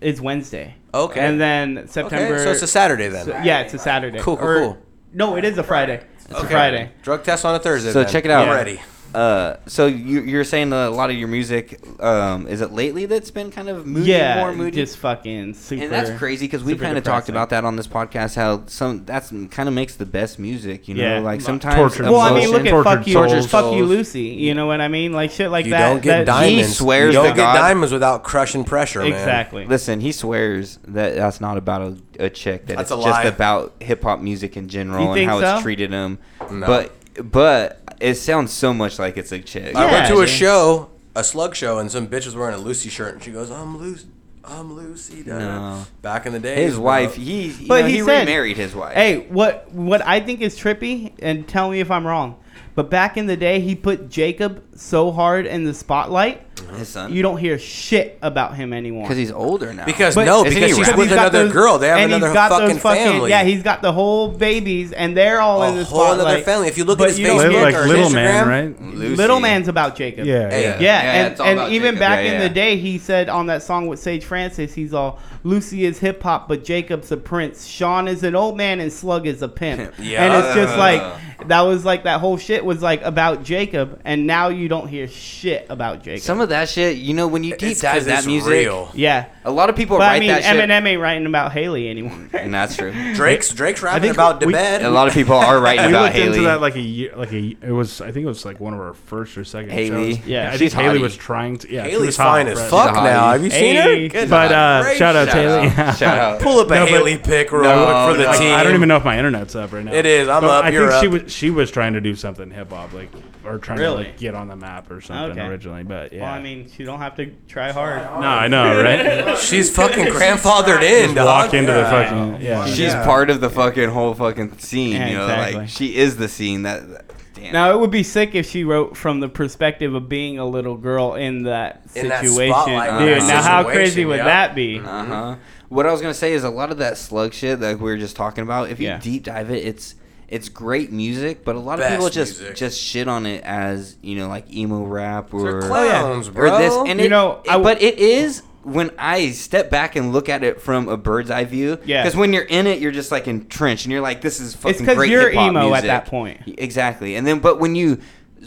is Wednesday. Okay. And then September. so it's a Saturday then. So- yeah, it's a Saturday. Cool, cool, Or- cool. No, it is a Friday. It's a Friday. Drug test on a Thursday. So then. check it out. I'm ready. Uh, so you, you're saying that a lot of your music um, is it lately that's been kind of moody, yeah, more moody, just fucking super. and that's crazy because we've super kind of talked depressing. about that on this podcast. How some that's kind of makes the best music, you know. Yeah. Like sometimes, Well, I mean, look emotion- at fuck you, Tortured fuck you, souls. Lucy. You know what I mean? Like shit, like You that. don't get that- diamonds. swears you to don't get God. diamonds without crushing pressure, man. Exactly. Listen, he swears that that's not about a, a chick. That That's it's a just lie. about hip hop music in general You and think how so? it's treated him. No. But but it sounds so much like it's a chick. I went to a show, a slug show, and some bitch was wearing a Lucy shirt, and she goes, "I'm Lucy, I'm Lucy." da, da, da." No. Back in the day, His wife, he, you know, he, remarried his wife. Hey, what what I think is trippy, and tell me if I'm wrong, but back in the day, he put Jacob so hard in the spotlight. Uh-huh. his son. You don't hear shit about him anymore 'Cause he's older now. Because- no, because she's he's with got another girl. They have and he's another got those fucking family. Yeah, he's got the whole babies, and they're all A in this whole other spotlight. family. If you look at But his don't Facebook hear- Like or his Little Man, Instagram, right? Little Lucy. man's about Jacob. Yeah, Yeah. yeah. yeah. Yeah, and it's all and about even Jacob. back Yeah, in yeah. the day, he said on that song with Sage Francis, he's all Lucy is hip hop, but Jacob's a prince. Sean is an old man, and Slug is a pimp. Yeah. and it's just like that was like that whole shit was like about Jacob, and now you don't hear shit about Jacob. Some of that that shit, you know, when you deep dive that music, Yeah. a lot of people But write I mean, that shit. Eminem ain't writing about Haley anymore. And that's true. Drake's Drake's I think we- A lot of people are writing we about looked into Haley. that like a year, like a it was. I think it was like one of our first or second Haley. shows. Yeah. I She's think Haley hottie. was trying to. Yeah, she Haley's was fine hot, as right. fuck now. Have you seen her? Hey. But uh, shout out Shout Haley. out. Shout out. Pull up a Haley pic real quick for the like, I don't team. even know if my internet's up right now. It is. I'm But up, I you're think she up. was she was trying to do something hip hop like or trying Really? to like get on the map or something Okay. originally. But yeah. Well, I mean, you don't have to try hard. No, I know, right? She's fucking grandfathered in, Just dog. walk into the fucking- yeah. She's Yeah. part of the fucking whole fucking scene. Yeah, you know, exactly. like she is the scene. That, that- damn. Now it would be sick if she wrote from the perspective of being a little girl in that In that situation, spotlight, dude. uh-huh. Now how situation, crazy would yeah. that be? Uh huh. What I was gonna say is a lot of that slug shit that we were just talking about. If you Yeah. deep dive it, it's it's great music, but a lot Best of people just music. just shit on it as you know like emo rap or clowns, Oh, or bro. this. And You it- know, it- but it is when I step back and look at it from a bird's eye view. Yeah. Because when you're in it, you're just like entrenched, and you're like, this is fucking 'cause great you're hip-hop emo at music. that point. Exactly. And then, but when you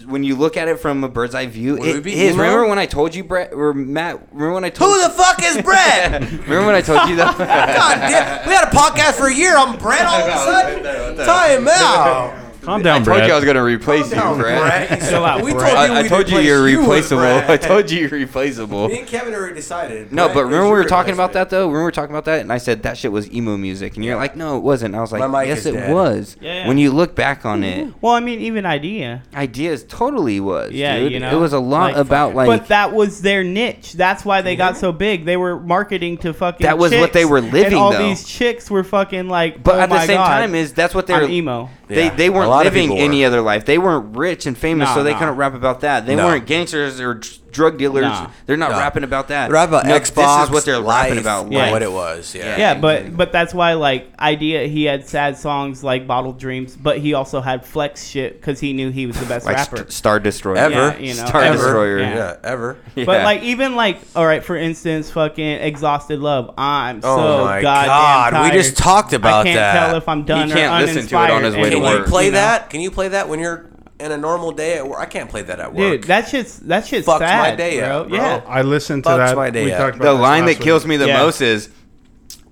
when you look at it from a bird's eye view, Would we it be is. emo? Remember when I told you, Brett or Matt? Remember when I told Who the fuck is Brett? Remember when I told you that? God damn, we had a podcast for a year. I'm Brett all of a sudden. Time out. Calm down, I told Brett. you I was going to replace you, Brett. Brett. Chill out, We Brett. told you I, I we'd told you replace you're you with replaceable. Brett. I told you you're replaceable. Me and Kevin already decided. No, Brett but was remember we your were talking replacement. about that though. Remember we were talking about that, and I said that shit was emo music, and you're like, no, it wasn't. I was My like, mic yes, is it dead. was. Yeah. When you look back on it, Well, I mean, even idea. ideas totally was. Yeah, dude. you know, it was a lot Like, about like but that was their niche. That's why they got so big. They were marketing to fucking. That was what chicks, they were And living, all though. these chicks were fucking like. But "Oh at the my same God, time, is that's what they I'm were emo. They Yeah. they A weren't lot of living people any other life. They weren't rich and famous, No, so they no. couldn't rap about that. They No. weren't gangsters or dr- drug dealers. No. They're not No. rapping about that. They're rapping about No, This Xbox, is what they're rapping life, about. Yeah. life. what it was, yeah. Yeah, but but that's why like idea he had sad songs like Bottled Dreams, but he also had flex shit because he knew he was the best Like rapper St- Star Destroyer. Yeah, you know, Star ever. Destroyer. Yeah. ever. But like even like all right, for instance, fucking exhausted love. I'm Oh so my God, goddamn we tired. just talked about I can't that. tell if I'm done. He or can't listen to it on uninspired his way to Can anymore, you work. play you know? that? Can you play that when you're in a normal day at work? I can't play that at work. Dude, that shit's that shit's Fucked my sad, day bro. up, bro. Yeah, I listened to Fucks that. my day we up. talked about the this line last that kills week. me the Yeah. most is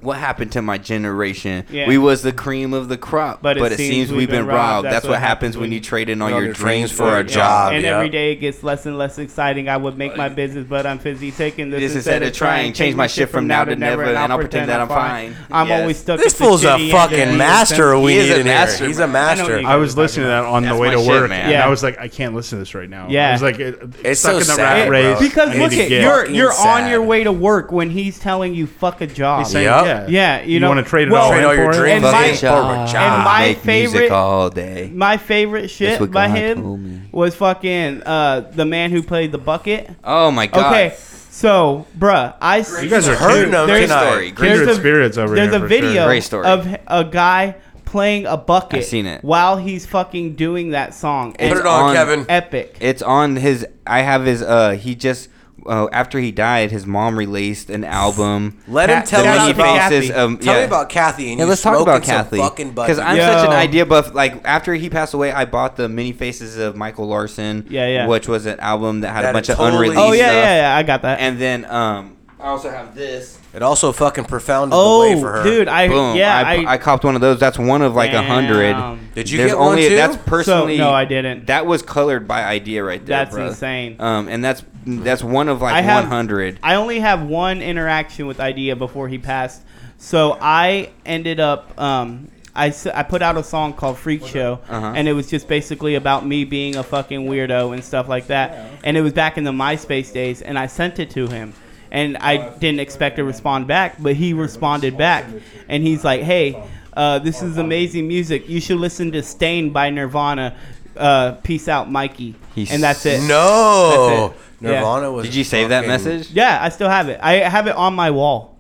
what happened to my generation Yeah. we was the cream of the crop but it, seems, we've been, robbed that's, what happens when you trade in all All your your dreams dreams for for a it, yeah. job and yeah. every day it gets less and less exciting. I would make my business, but I'm busy taking this, This instead of trying, change my shit from now to never, and I'll pretend that I'm fine. I'm Yes. always stuck. This at the fool's a shitty end of fucking the master fence. we He is need a in here. master, He's a man. I know master. he- I was listening to that on That's the way my to shit, work, man. and Yeah. I was like, I can't listen to this right now. Yeah. I was like, it, It's stuck so in the sad, rat race. bro. Because I need look to at get- you're Fucking you're on sad. your way to work when he's telling you fuck a job. He's saying, Yup. yeah, Yeah, you know- want to trade it Well, all Trade in all your for it? dreams And my- in for a and job. my make music favorite- all day My favorite shit what by God told me. him was fucking uh, the man who played the bucket. oh my god Okay, so bruh, I You guys are Hurting hurting him There's- tonight. story. Kindred there's a, spirits over there's here a for sure. video Great story. of a guy playing a bucket I've seen it. while he's fucking doing that song. It's Put it on, on- Kevin. Epic. It's on his. I have his. Uh, he just uh, after he died, his mom released an album. Let him Cat- tell the us many about faces of- Tell me yeah. about Kathy and Yeah, you let's talk smoking about some Kathy. fucking Because buddies. I'm such an Yo. idea buff. Like after he passed away, I bought the Many Faces of Michael Larson. Yeah, yeah. Which was an album that had a That bunch it of totally- unreleased. Oh yeah, stuff. yeah, yeah. I got that. And then um, I also have this. It also fucking profounded the way for her. oh, dude, I Boom. yeah, I, I, I copped one of those. That's one of like a hundred. Damn. Did you There's get one only- too? That's personally. no, I didn't. That was colored by idea right there. That's bro. insane. Um, and that's that's one of I like have- 100. I only have one interaction with Idea before he passed. So I ended up, um, I, s- I put out a song called Freak Show, Uh-huh. and it was just basically about me being a fucking weirdo and stuff like that. And it was back in the MySpace days, and I sent it to him. And I didn't expect to respond back, but he responded back. And he's like, hey, uh, this is amazing music. You should listen to Stain by Nirvana. Uh, peace out, Mikey. He's- and that's it. No. That's it. Yeah. Nirvana was. Did you save that fucking- message? Yeah, I still have it. I have it on my wall.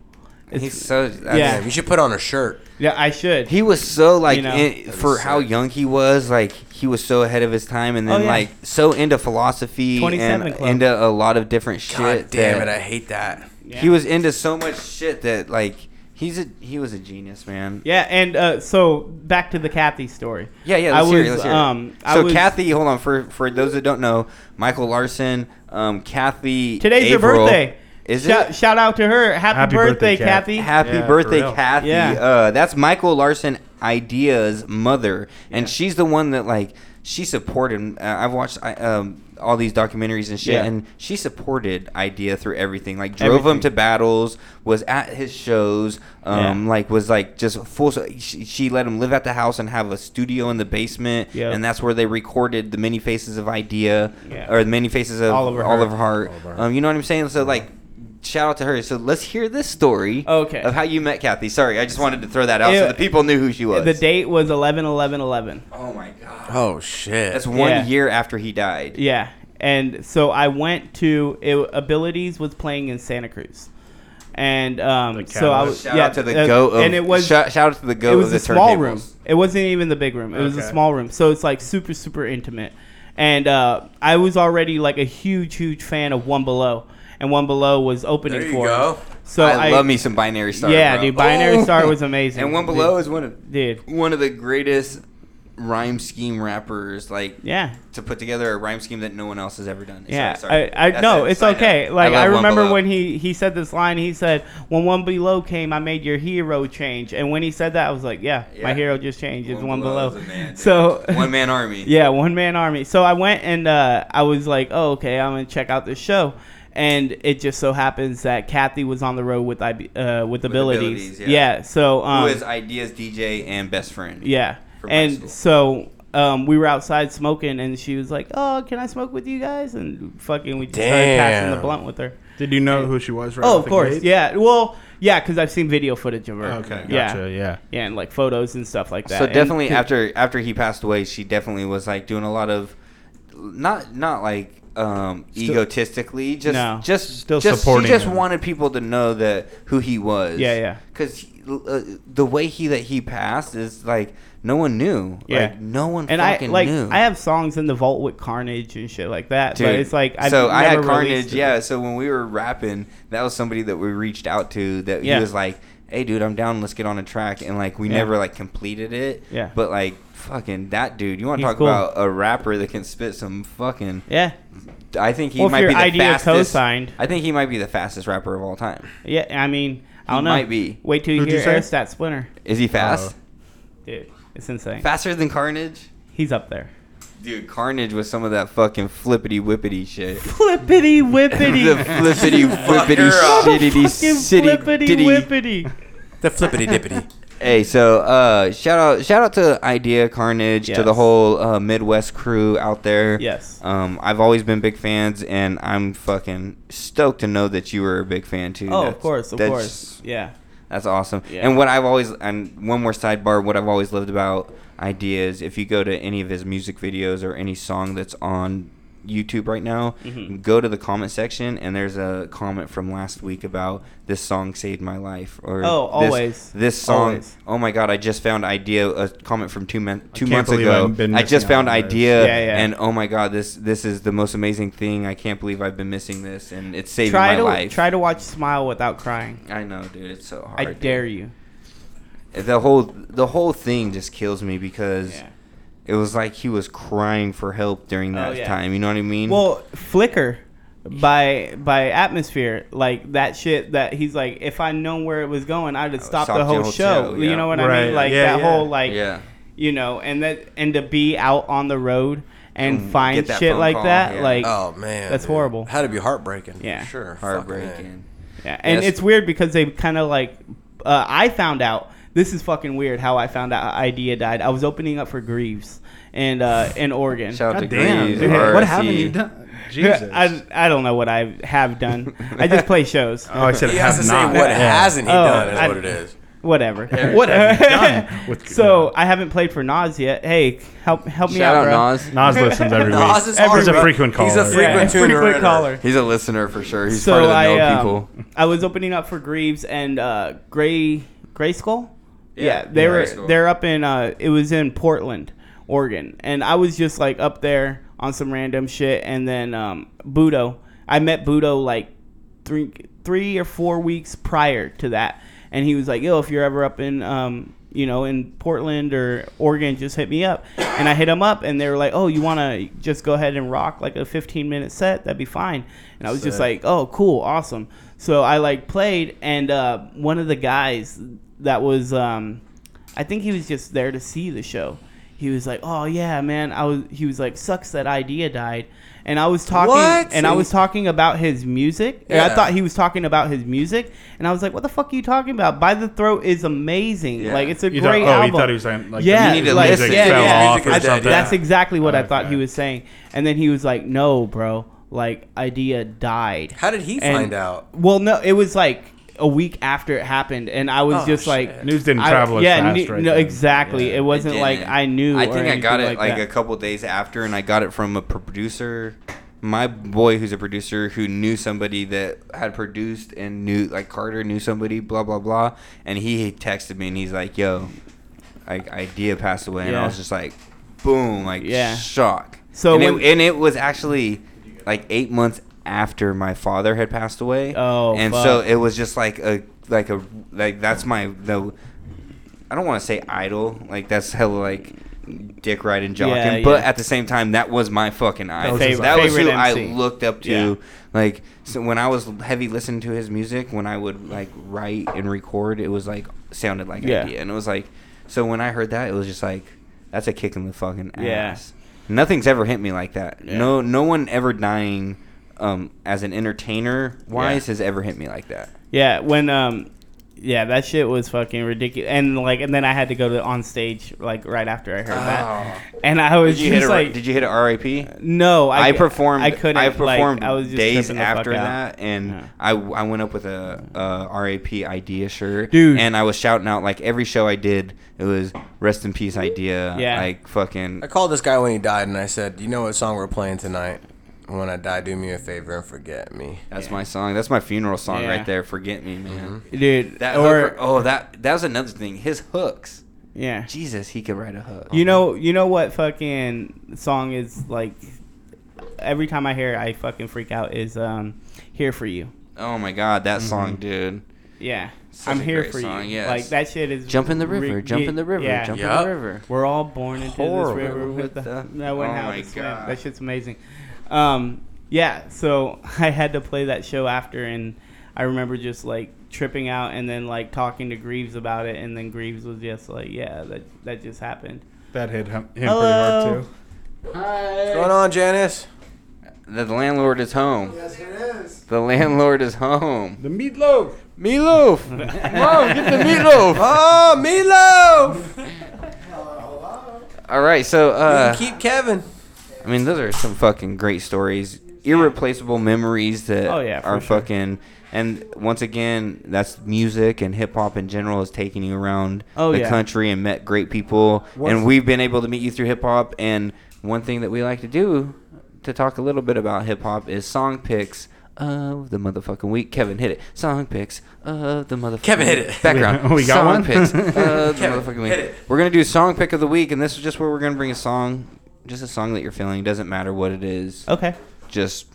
It's- He's so. that's- Yeah. Damn, you should put on a shirt. yeah, I should. He was so like You know? in, for how young he was, like he was so ahead of his time, and then Oh, yeah. like so into philosophy 27 and Club. into a lot of different shit. God damn that- it, I hate that. He was into so much shit that like he's a he was a genius, man. yeah, and uh, so back to the Kathy story. Yeah, yeah. I Let's was hear it, let's hear it. um, I so was, Kathy, hold on for for those that don't know, Michael Larson Um, Kathy. Today's her Averill. birthday. Is shout, it? shout out to her. Happy, birthday, Kathy. Happy Yeah, for birthday, real. Kathy. Yeah. Uh, that's Michael Larson Idea's mother, and she's the one that like she supported. Uh, I've watched I, um, all these documentaries and shit, Yeah. and she supported Idea through everything. Like drove him Everything. to battles, was at his shows, um, like was like just full. So she, she let him live at the house and have a studio in the basement, Yep. and that's where they recorded the many faces of Idea Yeah. or the many faces of Oliver Oliver Hart. Hart. Um, you know what I'm saying? So like. Shout out to her. So let's hear this story okay. of how you met Kathy. Sorry, I just wanted to throw that out so Ew. the people knew who she was. The date was 11 11 11. Oh my god. Oh shit. That's one Yeah. year after he died. Yeah. And so I went to it, Abilities was playing in Santa Cruz. And um, so I was Shout yeah, out to the go of- and it was shout- shout out to the go It was of the a small turntables. room. It wasn't even the big room. It was a Okay. small room. So it's like super super intimate. And uh, I was already like a huge huge fan of One Below, and One Below was opening There you for. go. Him. So I love me some Binary Star, Yeah, bro. dude, Binary Oh. Star was amazing. And One Below Dude. is one of dude one of the greatest rhyme scheme rappers like Yeah. to put together a rhyme scheme that no one else has ever done. Sorry, Yeah, sorry. I, I That's no, it. it's Sign okay. up. Like I, love One remember Below. when he he said this line. He said, "When one below came, I made your hero change." And when he said that, I was like, "Yeah, my Yeah. hero just changed. It's One one Below below." is a man, dude. so One man army. yeah, one man army. So I went and uh, I was like, "Oh, okay, I'm gonna check out this show." And it just so happens that Kathy was on the road with IB, uh, with, abilities. Abilities, yeah. So um, who is Ideas DJ and best friend? yeah. from high And so um, we were outside smoking, and she was like, "Oh, can I smoke with you guys?" And fucking, we just started passing the Damn. blunt with her. Did you know who she was right oh, off of the course. gate? Yeah. Well, yeah, because I've seen video footage of her. Okay, Yeah. gotcha, yeah. Yeah, and like photos and stuff like that. So And- definitely after after he passed away, she definitely was like doing a lot of not not like um Still- egotistically just No. just Still just, supporting she just him. wanted people to know that who he was Yeah, yeah. because uh, the way he that he passed is like no one knew Yeah. like no one and I fucking like knew I have songs in the vault with Carnage and shit like that. but it's like I've so I had never released Carnage. it. Yeah. So when we were rapping, that was somebody that we reached out to that Yeah. he was like, "Hey, dude, I'm down. Let's get on a track." And like we Yeah. never like completed it. Yeah. But like fucking that dude, you want to He's talk cool. about a rapper that can spit some fucking Yeah. I think he Well, if might your be the idea fastest. co-signed. I think he might be the fastest rapper of all time. Yeah, I mean, I He don't know. might be. Wait till you Who'd you hear Air say? Oh. Stat Splinter. Is he fast? Uh, Dude, it's insane. Faster than Carnage? He's up there. Dude, Carnage was some of that fucking flippity whippity shit. Flippity whippity. the flippity whippity shittity city Flippity ditty. whippity. The flippity dippity. Hey, so uh, shout out shout out to Idea Carnage to the Yes. whole uh, Midwest crew out there. Yes. Um, I've always been big fans, and I'm fucking stoked to know that you were a big fan too. Oh, of That's- course, of that's- course. Yeah. That's awesome. Yeah. And what I've always and one more sidebar, what I've always loved about Idea is if you go to any of his music videos or any song that's on YouTube right now, Mhm. go to the comment section and there's a comment from last week about this song saved my life or Oh, this- always. this song Always. Oh my god! I just found idea a comment from two men two can't months believe ago. I've been I missing just out found on this. idea, Yeah, yeah. and oh my god, this this is the most amazing thing. I can't believe I've been missing this, and it's saving try my to life. try to watch Smile without crying. I know, dude. It's so hard. I dude. dare you. The whole the whole thing just kills me because it was like he was crying for help during that Oh, yeah. time. You know what I mean? Well, Flicker by by Atmosphere, like that shit that he's like, if I'd known where it was going, I'd have stopped Oh, stopped the whole, show. yeah. You know what I Right, mean? Like yeah, that yeah. whole like, Yeah. you know, and that and to be out on the road and Mm, find get that shit phone like call, that, yeah. like, Oh, man, that's dude. horrible. Had to be heartbreaking, Yeah, for sure. uh, heartbreaking. Yeah, and Yes. it's weird because they kind of like uh, I found out. This is fucking weird how I found out Idea died. I was opening up for Greaves and uh, in Oregon. Shout out God to damn, Greaves, dude. What RIP. haven't you done? Jesus. I, I don't know what I have done. I just play shows. Oh, Oh, I said He has have to say not. what hasn't he done is what it is. Whatever. Yeah. What have you done? What- so I haven't played for Nas yet. Hey, help help me Shout out, out bro. Nas. Nas listens every week. Nas is Every He's a week. frequent He's a caller. frequent Yeah, tuner frequent in. caller. He's a listener for sure. He's part of the I, know um, people. I was opening up for Greaves and uh, Gray Gray Skull. Yeah, Yeah, they yeah, were Gray Skull. they're up in uh, it was in Portland, Oregon, and I was just like up there on some random shit, and then um, Budo. I met Budo like three three or four weeks prior to that, and he was like, "Yo, if you're ever up in um, you know, in Portland or Oregon, just hit me up. And I hit them up, and they were like, "Oh, you want to just go ahead and rock like a 15 minute set? That'd be fine." And I was just Sick. like, "Oh, cool, awesome." So I like played, and uh, one of the guys that was, um, I think he was just there to see the show. He was like, "Oh yeah, man." I was. He was like, "Sucks that idea died." And I was talking, What? and I was talking about his music. And I Yeah. thought he was talking about his music, and I was like, "What the fuck are you talking about?" By the Throat is amazing. Like it's a You thought- great oh, he album. thought he was saying, like, the yeah, music like, fell yeah, yeah. off or I- something. Oh, That's exactly what I thought he was saying. And then he was like, "No, bro. Like idea died." How did he And- find out? Well, no, it was like a week after it happened, and I was Oh, just like, shit. News didn't I- travel as yeah, fast ne- right no, then. exactly. It wasn't like didn't. I knew. I or think I got anything it like, that. a couple days after, and I got it from a pro- producer, my boy who's a producer who knew somebody that had produced and knew like Carter knew somebody, blah blah blah, and he texted me and he's like, "Yo, like idea passed away," and Yeah. I was just like, "Boom!" Like Yeah. shock. So So and, when- it, and it was actually like eight months after my father had passed away. Oh, and fuck. so it was just like a like a like that's my the I don't want to say idol. Like that's hella like dick riding jocking. Yeah, but yeah. at the same time, that was my fucking idol. favorite- that was who favorite I MC. looked up to. Yeah. Like so when I was heavy listening to his music, when I would like write and record, it was like sounded like Yeah. idea, and it was like so when I heard that, it was just like that's a kick in the fucking ass. Yeah. Nothing's ever hit me like that. Yeah. No, no one ever dying. Um, as an entertainer wise, has ever hit me like that. Yeah, when um, yeah, that shit was fucking ridiculous, and like, and then I had to go to on stage like right after I heard that, and I was Oh. did you just hit a, like, did you hit a RIP? no, I, I, performed. I couldn't. I like, performed I was just days tripping the fuck after out. that, and I, I went up with a, uh RAP idea shirt, Dude. and I was shouting out like every show I did. It was rest in peace idea. Yeah. like fucking. I called this guy when he died, and I said, "You know what song we're playing tonight? When I die, do me a favor and forget me." That's my song. That's my funeral song Yeah. right there. Forget me, man, Dude, That or- hooker- oh, that that was another thing. His hooks. Yeah. Jesus, he could write a hook. You know, you know what fucking song is like. Every time I hear it, I fucking freak out. Is um, here for you. Oh my god, that song, dude. Mm-hmm. Yeah, Such I'm a here great for song, you. yes. Like that shit is. Jump in the river, rig- jump in the river, yeah. jump in the Yup. river. We're all born into Horrible this river with with the, the- that one Oh how my to swim. God. That shit's amazing. Um, yeah. So I had to play that show after, and I remember just like tripping out, and then like talking to Greaves about it, and then Greaves was just like, "Yeah, that that just happened." That hit him, him Hello. pretty hard too. What's going on, Janice? The landlord is home. Yes, it is. The landlord is home. The meatloaf. Meatloaf. Mom, get the meatloaf. Ah, Oh, meatloaf. All right, so uh, You can keep Kevin. I mean, those are some fucking great stories, irreplaceable memories that Oh, yeah, for are sure. fucking. And once again, that's music and hip hop in general is taking you around Oh, the yeah. country and met great people. What's- and we've been able to meet you through hip hop. And one thing that we like to do to talk a little bit about hip hop is song picks. Of the motherfucking week, Kevin hit it. Song picks of the motherfucking Kevin hit it. Background. We- we got song one? picks of the Kevin, motherfucking hit week. it. We're gonna do song pick of the week, and this is just where we're gonna bring a song, just a song that you're feeling. Doesn't matter what it is. Okay. Just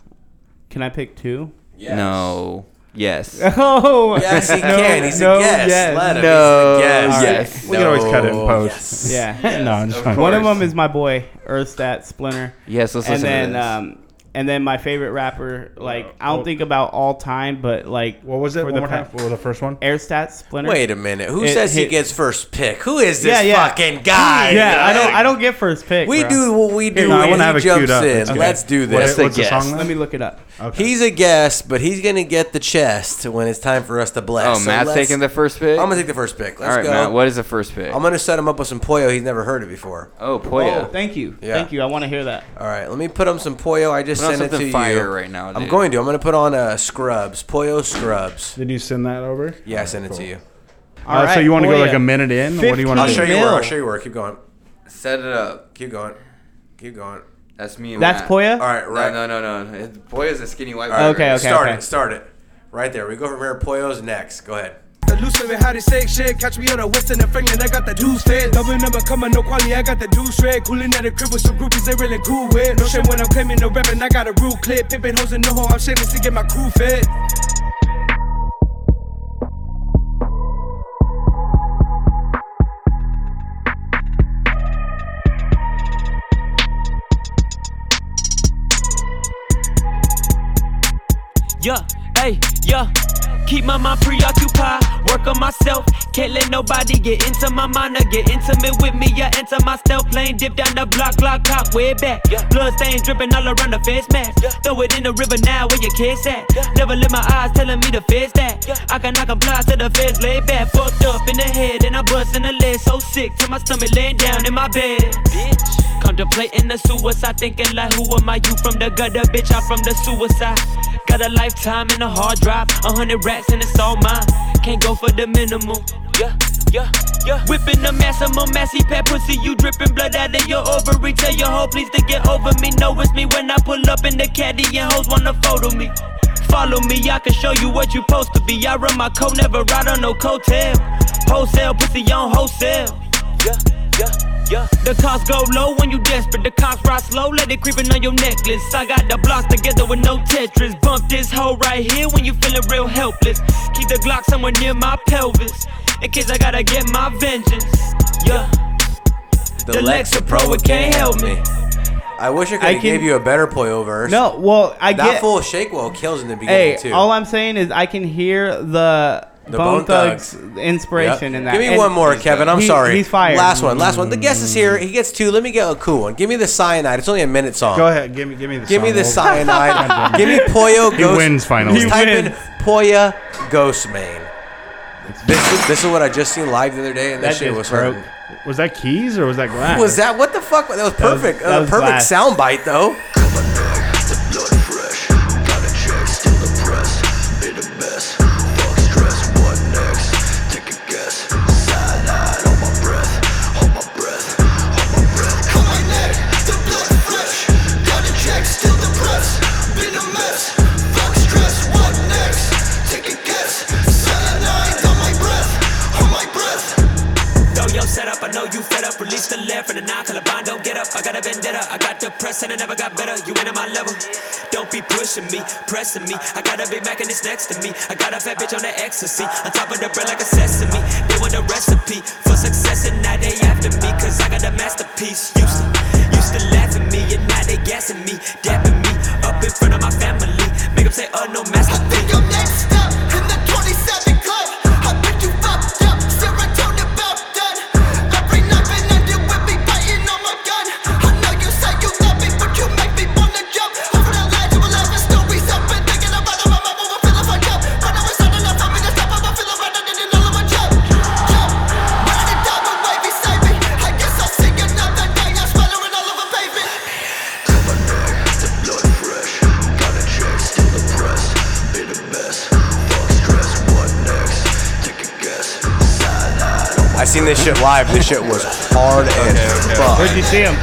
Can I pick two? no. Yes. Oh. Yes, he No, can. He's a no, guest. yes. Let him. No. He's a guest. Yes. We can always cut it in No. post. Yeah. no, I'm just One of them is my boy Erstat Splinter. Yes, let's and listen to then, this. Um, and then my favorite rapper, like I don't think about all time, but like what was it? One more time? What was the first one? Airstat Splinter. Wait a minute. Who It says he hit- gets first pick? Who is this Yeah, yeah. fucking guy? Yeah, I don't. I don't get first pick. We bro. do what we do. when he jumps in. Let's do this. Let me look it up. He's a guest, but he's gonna get the chest when it's time for us to bless. Oh, Matt's let's- taking the first pick? I'm gonna take the first pick. Let's All right, go. Matt, what is the first pick? I'm gonna set him up with some pollo he's never heard of before. Oh, pollo. Oh, thank you. Yeah. Thank you. I want to hear that. All right, let me put on some pollo. I just Put on sent it something to you. fire right now, I'm dude. going to. I'm gonna put on uh, scrubs, pollo scrubs. Did you send that over? Yeah, I sent it to you. All Uh, right, so you wanna go pollo. like a minute in? What do you wanna I'll do? show you where. I'll mil. show you where. Keep going. Set it up. Keep going. Keep going. That's me. That's Poya? All right. All right, right. No, no, no, no. It- Poya's a skinny white. All right, boy. Start it. Start it. Right there. We go from here. Pollo's next. Go ahead. Elusive and how they say shit. Catch me on the Western and Franklin. I got the deuce fed. Double number coming, no quality. I got the deuce red. Cooling at the crib with some groupies they really cool with. No shame when I'm claiming no rapping. I got a rule clip. Pimping hoes in the hole. I'm shameless to get my crew fed. Yeah, hey, yeah. Keep my mind preoccupied, work on myself. Can't let nobody get into my mind or get intimate with me. I enter my stealth plane, dip down the block, block top, way back. Blood stains dripping all around the fence mask. Throw it in the river now where your kids at. Never let my eyes telling me to fix that. I cannot comply to the feds, laid back. Fucked up in the head, and I bust in the lid. So sick to my stomach, laying down in my bed. Bitch. Contemplating the suicide, thinking like, who am I? You from the gutter, bitch, I'm from the suicide. Got a lifetime and a hard drive, a hundred racks and it's all mine. Can't go for the minimum. Yeah, yeah, yeah. Whipping the maximum, massy pet pussy, you dripping blood out of your ovary. Tell your hoe please to get over me. Know it's me when I pull up in the caddy and hoes wanna photo me. Follow me, I can show you what you' supposed to be. I run my coat, never ride on no coattail. Wholesale pussy on wholesale. Yeah, yeah. Yeah. The costs go low when you desperate. The cops ride slow, let it creepin' on your necklace. I got the blocks together with no Tetris. Bump this hoe right here when you feelin' real helpless. Keep the Glock somewhere near my pelvis in case I gotta get my vengeance. Yeah. The Lexapro, it can't help me. I wish I could I have gave can- you a better play-over verse. No, well, I that get- full shake well kills in the beginning Hey, too. all I'm saying is I can hear the, The Bone, Bone Thugs, Thugs. inspiration Yep. in that. Give me And one more, Kevin. I'm he- sorry. He's fired. Last one. Last one. The guest is here. He gets two. Let me get a cool one. Give me the cyanide. It's only a minute song. Go ahead. Give me, give me the. Give me song. the We'll- cyanide. Goddamn Give me it. Poyo He Ghost. wins finally. Just He type in wins. Poyo Ghost Main. This is, this is what I just seen live the other day, and That this shit just was broke. hurting. Was that keys or was that glass? Was that what the fuck? That was That was- perfect. that That was perfect glass. soundbite though. Throw your set up, I know you fed up. Release the lead from the knock, the bond, don't get up. I got a vendetta, I got the press, and I never got better. You ain't on my level. Don't be pushing me, pressing me. I got a big Mac and it's next to me. I got a fat bitch on the ecstasy. On top of the bread like a sesame. They want the recipe for success, and now they after me. Cause I got a masterpiece. Used to, used to laugh at me, and now they gassing me, dapping me up in front of my family. Make them say, oh no, masterpiece. I think I'm next up in the 27 club. I think you fucked up, serotonin about done. Every night been under with me, biting on my gun. I know you say you love me, but you make me wanna jump. Over the ledge of 11 stories, I've been thinking about them. I'm a woman, feel if I jump. But I was not enough for me to stop. I'm a feeling right under the nail of my jump. Jump, ride it down, but baby, save me. I guess I'll see another day. I'm swallowing all over pavement. I seen this shit live. This shit was hard as fuck. Where'd you see him?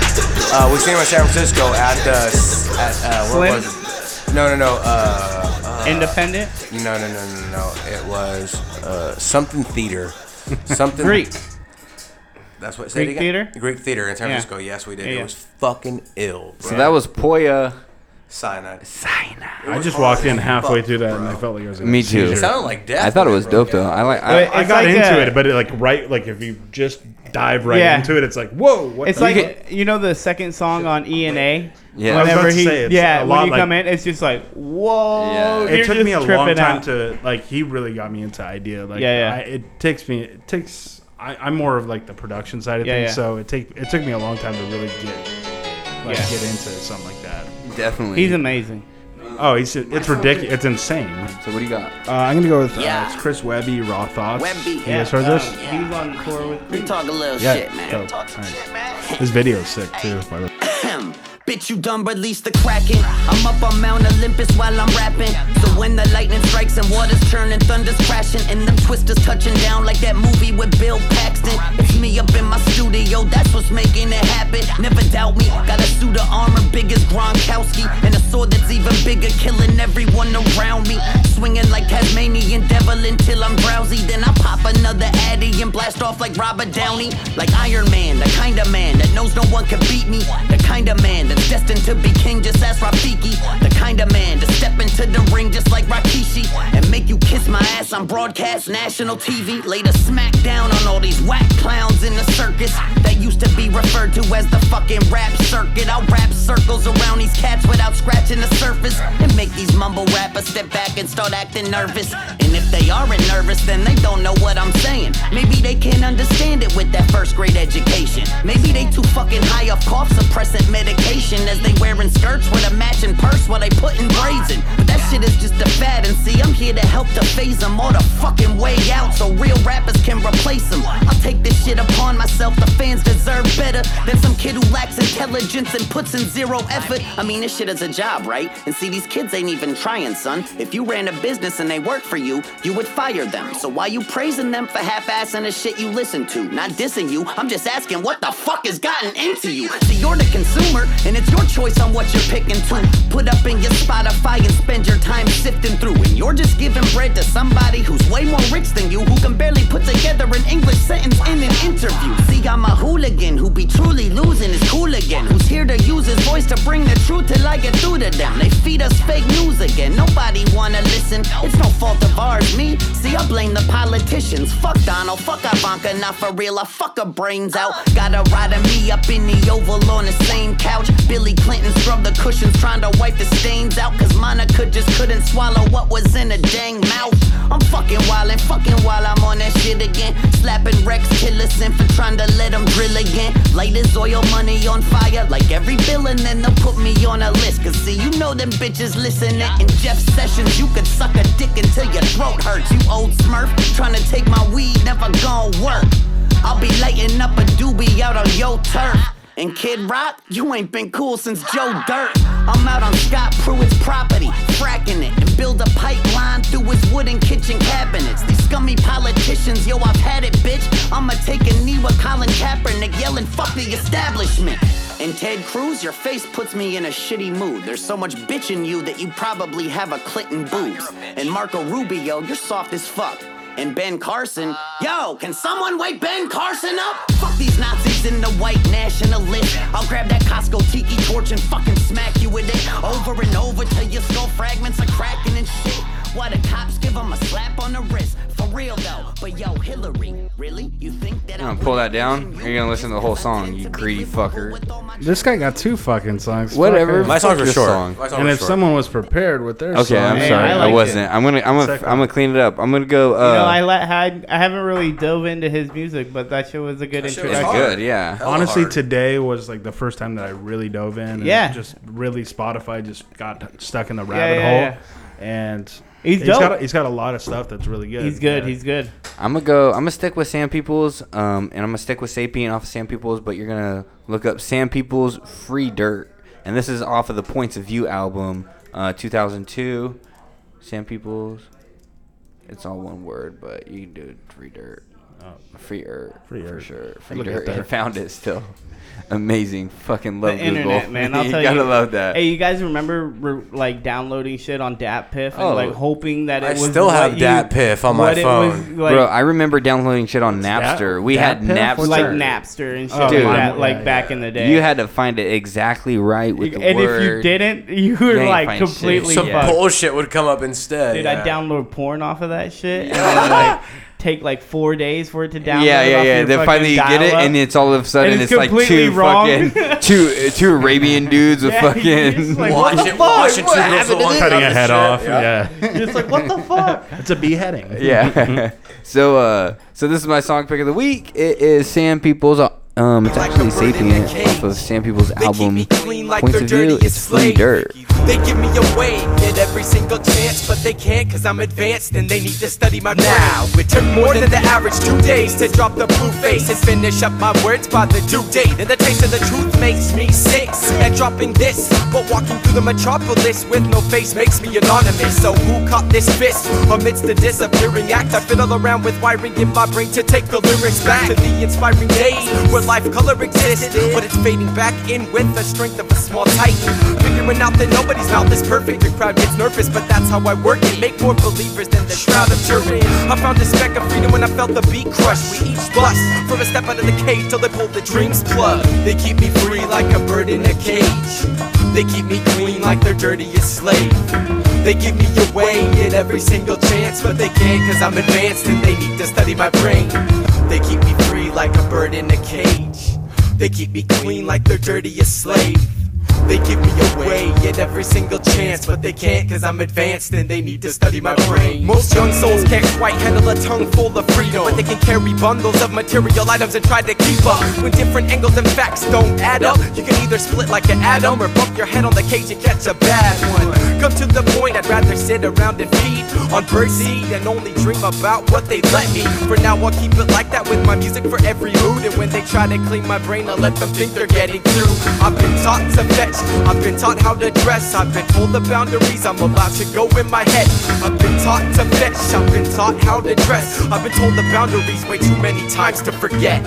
Uh, we seen him in San Francisco at the at uh, what Slim? was it? No, no, no. Uh, uh, Independent? No, no, no, no, no. It was uh, something theater, something Greek. That's what. Say it Greek again? theater? Greek theater in San Yeah. Francisco. Yes, we did. Yeah, It yeah. was fucking ill. So bro. that was Poya. cyanide. Cyanide. I just walked in halfway through that and I felt like I was. gonna Me have a too. seizure. It sounded like death I thought it when was it broke dope, though. out. I like- I- I, It's got like into a- it, but it, like right, like if you just dive right Yeah. into it, it's like whoa. What it's the like fuck? you know the second song on E and A. Yeah. I was about Whenever to he, say, it's yeah, a when lot you like- come in, it's just like, whoa. you're it took oh, just me a long tripping time out. to like. He really got me into idea. Like, Yeah, yeah. I, it takes me. It takes. I, I'm more of like the production side of Yeah, things, yeah. so it take it took me a long time to really get like Yeah. get into something like that. Definitely. He's amazing. Oh, he's it's ridiculous. It's insane. So what do you got? Uh, I'm gonna go with uh, Yeah. it's Chris Webby, Raw Thoughts. Webby. You guys heard Um, this? He's on tour with. We talk a little Yeah, shit, man. dope. Talk some Nice. shit, man. This video's sick too. by the way. Bitch, you done release the kraken. I'm up on Mount Olympus while I'm rapping. So when the lightning strikes and waters churn and thunders crashing, and them twisters touching down like that movie with Bill Paxton. It's me up in my studio, that's what's making it happen. Never doubt me. Got a suit of armor big as Gronkowski, and a sword that's even bigger, killing everyone around me. Swinging like Tasmanian devil until I'm drowsy. Then I pop another Addy and blast off like Robert Downey. Like Iron Man, the kind of man that knows no one can beat me. The kind of man that's destined to be king, just ask Rafiki. The kind of man to step into the ring just like Rakishi. Gacy and make you kiss my ass on broadcast national TV. Later, smack down on all these whack clowns in the circus that used to be referred to as the fucking rap circuit. I'll wrap circles around these cats without scratching the surface and make these mumble rappers step back and start acting nervous. And if they aren't nervous, then they don't know what I'm saying. Maybe they can't understand it with that first grade education. Maybe they too fucking high off cough suppressant medication as they wearing skirts with a matching purse while they putting braids in. But that shit is just a fad, and see, I'm here to help to phase them all the fucking way out so real rappers can replace them. I'll take this shit upon myself, the fans deserve better than some kid who lacks intelligence and puts in zero effort. I mean, this shit is a job, right? And see, these kids ain't even trying, son. If you ran a business and they worked for you, you would fire them. So why you praising them for half-assing the shit you listen to? Not dissing you, I'm just asking what the fuck has gotten into you? See, you're the consumer, and it's your choice on what you're picking to. Put up in your Spotify and spend your time sifting through. And you're just giving bread to somebody who's way more rich than you, who can barely put together an English sentence in an interview. See, I'm a hooligan who be truly losing his cool again. Who's here to use his voice to bring the truth till I get through to them. They feed us fake news again. Nobody wanna listen. It's no fault of ours, me. See, I blame the politicians. Fuck Donald, fuck Ivanka, not for real. I fuck her brains out. Got a ride of me up in the Oval on the same couch. Billy Clinton scrubbed the cushions trying to wipe the stains out. Cause Monica just couldn't swallow what was in her dang mouth. I'm fucking wildin', fucking while I'm on that shit again. Slapping Rex Tillerson for trying to let him drill again. Light his oil money on fire like every bill and then they'll put me on a list. Cause see, you know them bitches listening. In Jeff Sessions, you could suck a dick until your throat hurts. You old smurf, trying to take my weed, never gon' work. I'll be lighting up a doobie out on your turf. And Kid Rock, you ain't been cool since Joe Dirt. I'm out on Scott Pruitt's property, fracking it, and build a pipeline through his wooden kitchen cabinets. These scummy politicians, yo, I've had it, bitch. I'ma take a knee with Colin Kaepernick yelling, fuck the establishment. And Ted Cruz, your face puts me in a shitty mood. There's so much bitch in you that you probably have a Clinton boobs. And Marco Rubio, you're soft as fuck. And Ben Carson, yo, can someone wake Ben Carson up? Fuck these Nazis and the white nationalists. I'll grab that Costco tiki torch and fucking smack you with it over and over till your skull fragments are cracking and shit. Why the cops give him a slap on the wrist? For real though, but yo, Hillary, really? You think that I'm gonna pull that down. and You're gonna listen to the whole song, you greedy fucker. This guy got two fucking songs. Whatever, Fuck my it. songs are Fuck your short. song. My songs And are if short. someone was prepared with their Okay, song, I'm sorry, I, wasn't. I'm gonna, I'm gonna, Second. I'm gonna clean it up. I'm gonna go. Uh, you know, I, let, I I haven't really dove into his music, but that shit was a good shit was introduction. hard. Good, yeah. Hella Honestly, hard. today was like the first time that I really dove in. And Yeah. Just really Spotify just got stuck in the Yeah, rabbit yeah, hole, yeah. and He's he's got dope. a, he's got a lot of stuff that's really good. Yeah. good. I'm gonna go. I'm gonna stick with Sam Peoples, um, and I'm gonna stick with Sapien off of Sam Peoples. But you're gonna look up Sam Peoples Free Dirt, and this is off of the Points of View album, uh, 2002. Sam Peoples. It's all one word, but you can do it. Free Dirt. Oh. Free Earth, Free for Earth. sure. Free Look at Dirt. that. I found it still. Amazing. Fucking love the Google. internet, man. I'll you tell gotta you, love that. Hey, you guys remember re- like downloading shit on DatPiff and Oh. like hoping that it I was still what have you- DatPiff on my what it was, phone. like- Bro, I remember downloading shit on that- Napster. we had Datpiff? Napster. Like Napster and shit like that, like Yeah, back yeah. in the day. You had to find it exactly right with the and if you word. didn't, you You were ain't like find shit. completely Some fucked. bullshit would come up instead. Dude, yeah. I download porn off of that shit and then, like take like four days for it to download. yeah, yeah, off yeah. your Then fucking finally you get it, dial-up. and it's all of a sudden And it's, it's like completely two wrong. fucking two two Arabian dudes with Yeah, you're fucking just like, Watch what the it- fuck? watch it, What two girls happened to with one this cutting a head off. Yeah. Yeah. It's like what the fuck? it's a beheading. yeah. Mm-hmm. so uh, so this is my song pick of the week. It is Sam People's. uh, Um, it's actually Sapien off of Sam People's album Points of View. It's Free Dirt. They give me away at every single chance, but they can't cause I'm advanced and they need to study my now. It took more than the average two days to drop the blue face and finish up my words by the due date. And the taste of the truth makes me sick. And dropping this, but walking through the metropolis with no face makes me anonymous. So who caught this fist amidst the disappearing act? I fiddle around with wiring in my brain to take the lyrics back to the inspiring days where life color existed, but it's fading back in with the strength of a small titan. Figuring out that nobody's mouth is perfect, the crowd gets nervous, but that's how I work it. Make more believers than the shroud of Turin. I found a speck of freedom when I felt the beat crush. We each bust from a step out of the cave till they pull the dreams plug. They keep me free like a bird in a cage. They keep me clean like their dirtiest slave. They give me away at every single chance, but they can't cause I'm advanced and they need to study my brain. They keep me free like a bird in a cage. They keep me clean like their dirtiest slave. They give me away at every single chance, but they can't cause I'm advanced and they need to study my brain. Most young souls can't quite handle a tongue full of freedom, but they can carry bundles of material items and try to keep up. When different angles and facts don't add up, you can either split like an atom or bump your head on the cage and catch a bad one. Come to the point, I'd rather sit around and feed on birdseed and only dream about what they let me. For now, I'll keep it like that with my music for every mood. And when they try to clean my brain, I let them think they're getting through. I've been taught to fetch, I've been taught how to dress, I've been told the boundaries I'm allowed to go in my head. I've been taught to fetch, I've been taught how to dress, I've been told the boundaries way too many times to forget.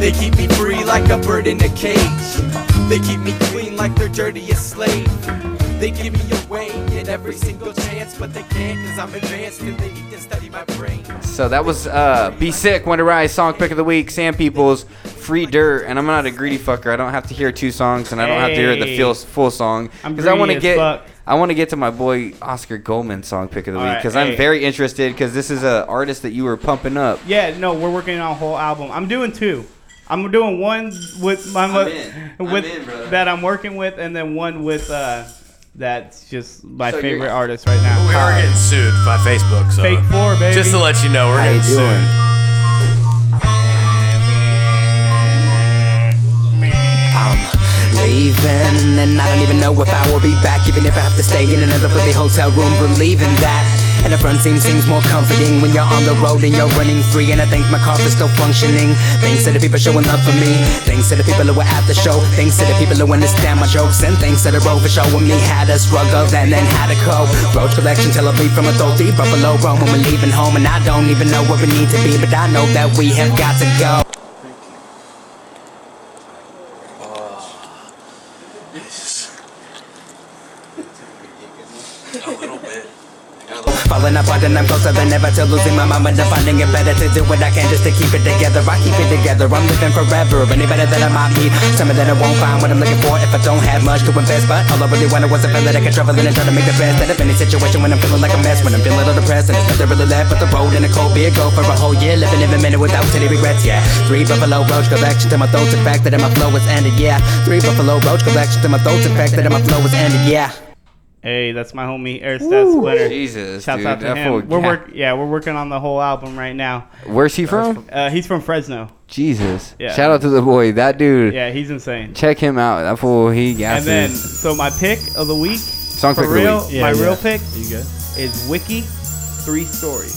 They keep me free like a bird in a cage. They keep me clean like their dirtiest slave. They give me away at every single chance, but they can't cause I'm advanced and they need to study my brain. So that was uh, Be Sick, Wonder Rise, Song Pick of the Week, Sam Peoples, Free Dirt, and I'm not a greedy fucker. I don't have to hear two songs, and I don't have to hear the Hey. full, full song I'm because I want greedy to as get fuck. I want to get to my boy Oscar Goldman song pick of the All week right, because I'm hey. very interested because this is an artist that you were pumping up. Yeah, no, we're working on a whole album. I'm doing two. I'm doing one with my mo- I'm in. I'm with in, brother. that I'm working with, and then one with uh, that's just my So you're- favorite artist right now. We are getting sued by Facebook, so Fake four, baby. Just to let you know, we're How you getting doing? sued. Um, leaving And I don't even know if I will be back Even if I have to stay in another bloody hotel room Believing that and the front seam seems more comforting when you're on the road and you're running free. And I think my car is still functioning. Thanks to the people showing love for me. Thanks to the people who were at the show. Thanks to the people who understand my jokes. And thanks to the road for showing me how to struggle and then how to cope. Road collection till I be from a 30 Buffalo Rome when we're leaving home. And I don't even know where we need to be, but I know that we have got to go. Falling apart and I'm closer than ever to losing my mind But I'm finding it better to do what I can just to keep it together I keep it together, I'm living forever Any better that I might need Something that I won't find what I'm looking for If I don't have much to invest But all I really wanted was a friend that I could travel in and try to make the best Out of any situation when I'm feeling like a mess When I'm feeling a little depressed and there's nothing really left But the road and a cold beer go for a whole year Living every minute without any regrets, yeah Three Buffalo Roach collection to my throat's infected And my flow is ended, yeah Three Buffalo Roach collection to my throat's infected And my flow is ended, yeah Hey, that's my homie Aristat Woo. Splinter. Jesus, Shouts dude, out to that him. fool- We're work yeah, we're working on the whole album right now. Where's he from? Uh, he's from Fresno. Jesus. Yeah. Shout out to the boy. That dude. Yeah, he's insane. Check him out. That fool, he and gasses. then so my pick of the week Song for pick of the real, week. Yeah, my yeah. real pick You good? is Wiki Three Stories.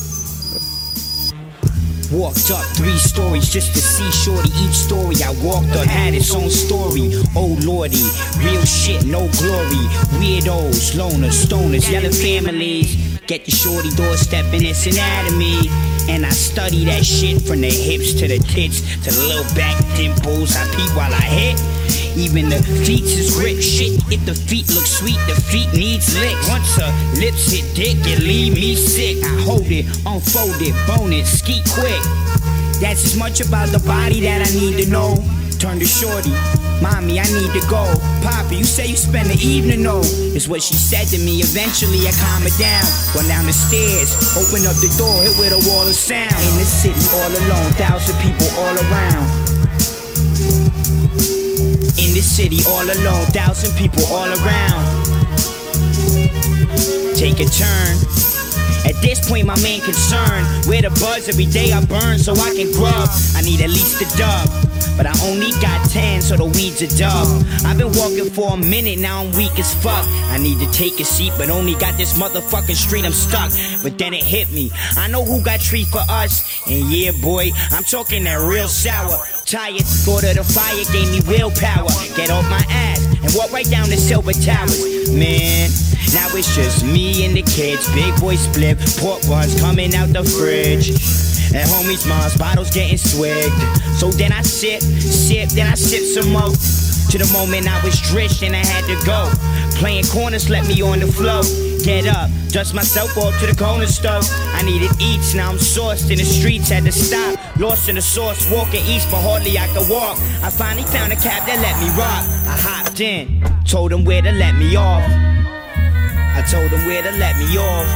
Walked up three stories just to see shorty. Each story I walked up had its own story. Oh lordy, real shit, no glory. Weirdos, loners, stoners, yellow families. Get your shorty doorstep and its anatomy. And I study that shit from the hips to the tits to the little back dimples. I peep while I hit. Even the feet is grip shit. If the feet look sweet, the feet needs lick. Once her lips hit dick, it leave me sick. I hold it, unfold it, bone it, ski quick. That's as much about the body that I need to know. Turn to shorty, mommy, I need to go. Papa, you say you spend the evening though. Is what she said to me. Eventually I calm her down. Run down the stairs, open up the door, hit with a wall of sound. In the city all alone, thousand people all around. In this city all alone, thousand people all around. Take a turn. At this point, my main concern where the buzz every day I burn so I can grub. I need at least a dub, but I only got 10, so the weeds are dub. I've been walking for a minute, now I'm weak as fuck. I need to take a seat, but only got this motherfucking street, I'm stuck. But then it hit me. I know who got treat for us, and yeah, boy, I'm talking that real sour. Tired, go to the fire, gave me willpower. Get off my ass and walk right down the silver towers. Man, now it's just me and the kids. Big boy split, pork buns coming out the fridge. And homies, mom's bottles getting swigged. So then I sip, sip, then I sip some more. To the moment I was drenched and I had to go. Playing corners left me on the floor. Get up, dust myself off to the corner store. I needed eats, now I'm sourced in the streets, had to stop. Lost in the source, walking east, but hardly I could walk. I finally found a cab that let me rock. I dropped in. Told him where to let me off. I told him where to let me off.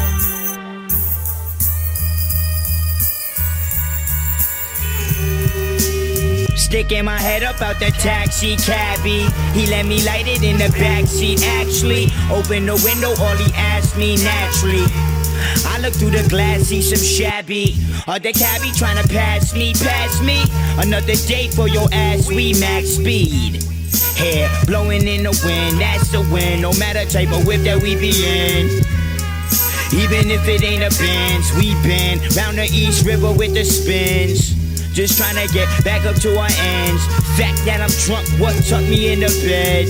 Sticking my head up out the taxi cabbie. He let me light it in the backseat. Actually, open the window, all he asked me naturally. I look through the glass, see some shabby. Other cabbie trying to pass me, pass me. Another day for your ass, we max speed. Hair blowing in the wind, that's the wind. No matter type of whip that we be in. Even if it ain't a Benz, we been round the East River with the spins. Just tryna get back up to our ends. Fact that I'm drunk, what tuck me in the bed?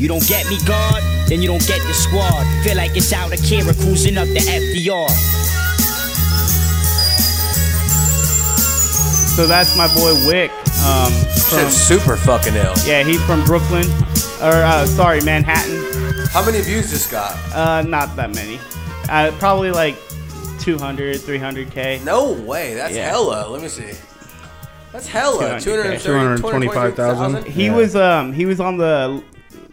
You don't get me, God, then you don't get the squad. Feel like it's out of Kira cruising up the FDR. So that's my boy Wick. Um, Shit's super fucking ill. Yeah, he's from Brooklyn, or uh, sorry, Manhattan. How many views this got? Uh, not that many. Uh, probably like 200, 300k. No way. That's hella. Let me see. That's hella. 230, 225,000. He was um he was on the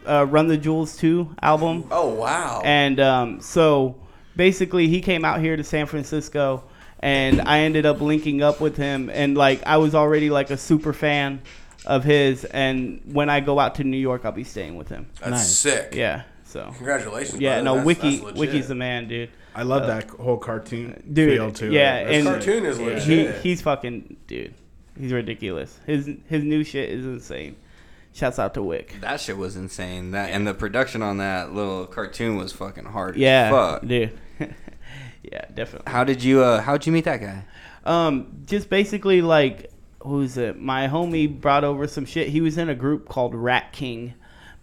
uh, Run the Jewels 2 album. Oh wow. And um so basically he came out here to San Francisco and I ended up linking up with him and like I was already like a super fan of his and when I go out to New York I'll be staying with him. That's Nice. sick. Yeah. So Congratulations, Yeah, brother. no That's- Wiki that's legit. Wiki's the man, dude. I love Uh, that whole cartoon dude. feel to yeah, it. and That's sick. he- he's fucking dude. He's ridiculous. His his new shit is insane. Shouts out to Wick. That shit was insane. That and the production on that little cartoon was fucking hard. as Yeah, fuck. dude. yeah, definitely. How did you? uh How'd you meet that guy? Um, just basically like who's it? My homie brought over some shit. He was in a group called Rat King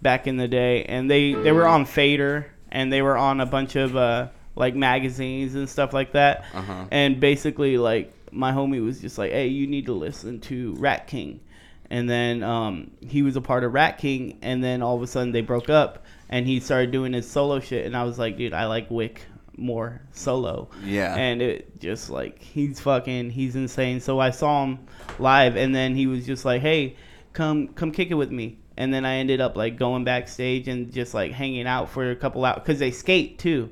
back in the day, and they they were on Fader and they were on a bunch of uh like magazines and stuff like that. Uh-huh. And basically like my homie was just like, hey, you need to listen to Rat King. And then um, he was a part of Rat King, and then all of a sudden they broke up, and he started doing his solo shit. And I was like, dude, I like Wick more solo. Yeah. And it just like he's fucking he's insane. So I saw him live and then he was just like, "Hey, come come kick it with me." And then I ended up like going backstage and just like hanging out for a couple hours cuz they skate too.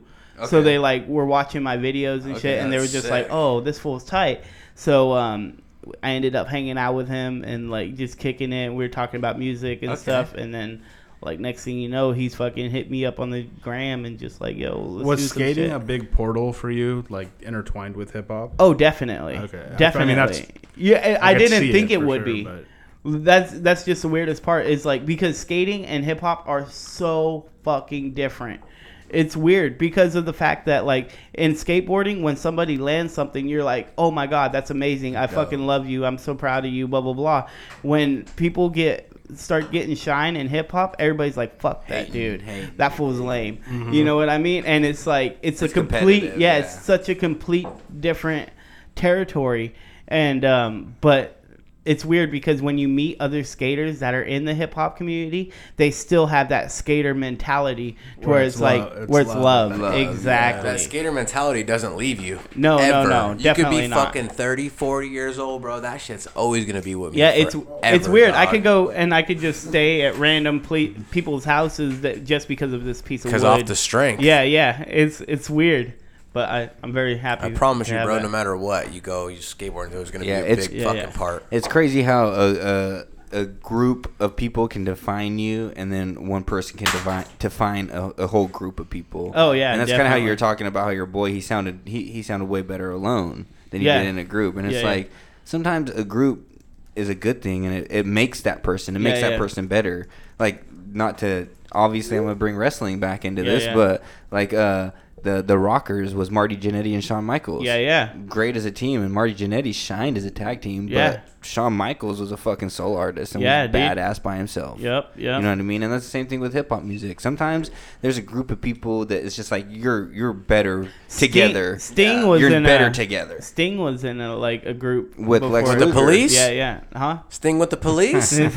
So Okay. they like were watching my videos and Okay, shit and they were that's just like, sick. "Oh, this fool's tight." So um I ended up hanging out with him and like just kicking it. We were talking about music and Okay. stuff and then like next thing you know, he's fucking hit me up on the gram and just like, "Yo, let's do was some shit." skating a big portal for you, like intertwined with hip hop? Oh, definitely. Okay, I- I mean, definitely. that's- yeah, I, I could didn't see think it, for would sure, be. but- That's that's just the weirdest part is like because skating and hip hop are so fucking different. It's weird because of the fact that like in skateboarding when somebody lands something you're like, "Oh my god, that's amazing. I fucking love you. I'm so proud of you, blah blah blah." When people get start getting shine in hip hop, everybody's like, "Fuck that dude. that fool's lame." You know what I mean? And it's like it's, It's a complete yeah, competitive, it's such a complete different territory and um but it's weird because when you meet other skaters that are in the hip hop community, they still have that skater mentality to where, it's, like where it's love. Exactly. That skater mentality doesn't leave you. No, no, ever. no, You could definitely be not. fucking 30, 40 years old, bro. That shit's always going to be with me. Yeah, it's it's forever, weird. I dog. could go and I could just stay at random ple- people's houses that just because of this piece of 'Cause wood. off the strength. Yeah, yeah. It's it's weird, but I I'm very happy. I promise to you, have bro, that. no matter what, you go, you skateboard, there's going to Yeah, be a it's- big Yeah, fucking yeah. part. It's crazy how a, a a group of people can define you, and then one person can define define a, a whole group of people. Oh, yeah, and that's kind of how definitely. you were talking about how your boy he sounded he, he sounded way better alone than he Yeah. did in a group, and it's Yeah, yeah. like sometimes a group is a good thing, and it, it makes that person it makes Yeah, that yeah. person better. Like not to obviously I'm gonna bring wrestling back into Yeah, this, yeah. but like uh. The, the Rockers was Marty Jannetty and Shawn Michaels. Yeah, yeah. Great as a team, and Marty Jannetty shined as a tag team. Yeah. But Shawn Michaels was a fucking soul artist and Yeah, was dude. badass by himself. Yep, yep. You know what I mean? And that's the same thing with hip hop music. Sometimes there's a group of people that it's just like you're you're better Sting- together. Sting Yeah. was you're in better a- together. Sting was in a like a group With Lex before- With the Luger. police? Yeah, yeah, huh? Sting with the police?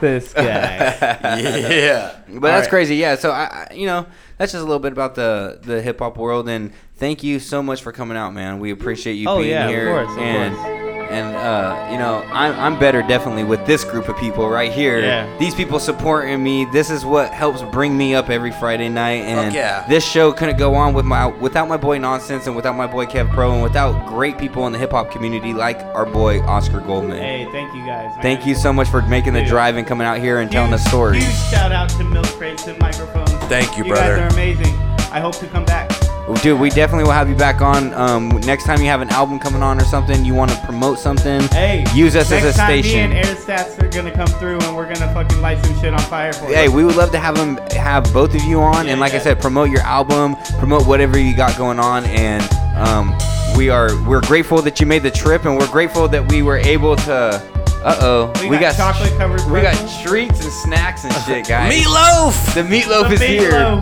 this guy. Yeah. but that's crazy. Yeah, so I, I, you know, that's just a little bit about the the hip hop world. And thank you so much for coming out, man. We appreciate you Oh, being yeah, of here. course, of and And uh, you know, I'm, I'm better definitely with this group of people right here. Yeah. These people supporting me. This is what helps bring me up every Friday night. And yeah. this show couldn't go on with my without my boy Nonsense and without my boy Kev Pro and without great people in the hip hop community like our boy Oscar Goldman. Hey, thank you guys. man. Thank you so much for making the Dude. drive and coming out here and telling us Huge stories. shout out to Milk Crates and Microphones. Thank you, you brother. guys are amazing. I hope to come back. Dude, we definitely will have you back on. Um, next time you have an album coming on or something, you want to promote something, Hey, use us as next a time station. Me and Air Stats are gonna come through and we're gonna fucking light some shit on fire for you. Hey, we would love to have them have both of you on, and like I said, promote your album, promote whatever you got going on, and um, we are we're grateful that you made the trip, and we're grateful that we were able to. Uh oh, we, got, chocolate covered. we got treats and snacks and shit, guys. Meatloaf! The meatloaf is here.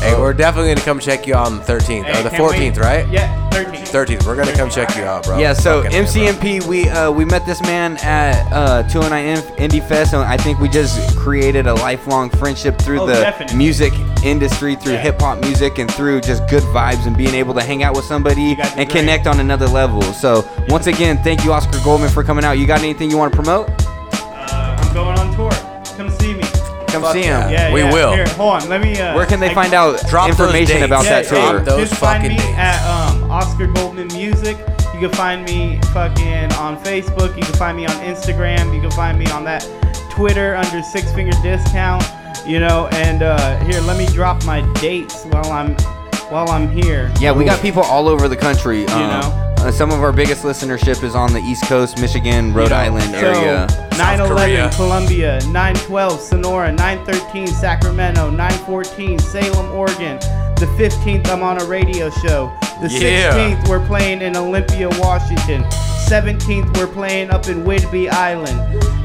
Hey, we're definitely gonna come check you out on the 13th Hey, or the can't wait. 14th, right? Yeah, 13th. 13th. We're gonna come check you out, bro. Yeah, so Fucking A, bro. MCMP, we uh, we met this man at uh, 209 Inf- Indie Fest, and I think we just created a lifelong friendship through Oh, the definitely. music industry, through Yeah. hip hop music, and through just good vibes and being able to hang out with somebody guys are and great. connect on another level. So once again, thank you, Oscar Goldman, for coming out. You got anything you want to promote? Uh, I'm going on tour. Come see me. Come see him. Yeah, We yeah. will. Here, hold on. Let me. Uh, Where can they find out Drop those information dates. about that tour? Drop those just find me fucking dates. at um, Oscar Goldman Music. You can find me fucking on Facebook. You can find me on Instagram. You can find me on that Twitter under Six Finger Discount. You know, and uh, here, let me drop my dates while I'm while I'm here. Yeah, we got Ooh. people all over the country. You know? some of our biggest listenership is on the East Coast, Michigan, Rhode You know, Island so area. 911 Columbia, 912 Sonora, 913 Sacramento, 914 Salem, Oregon. The 15th, I'm on a radio show. The Yeah. 16th, we're playing in Olympia, Washington. 17th, we're playing up in Whidbey Island.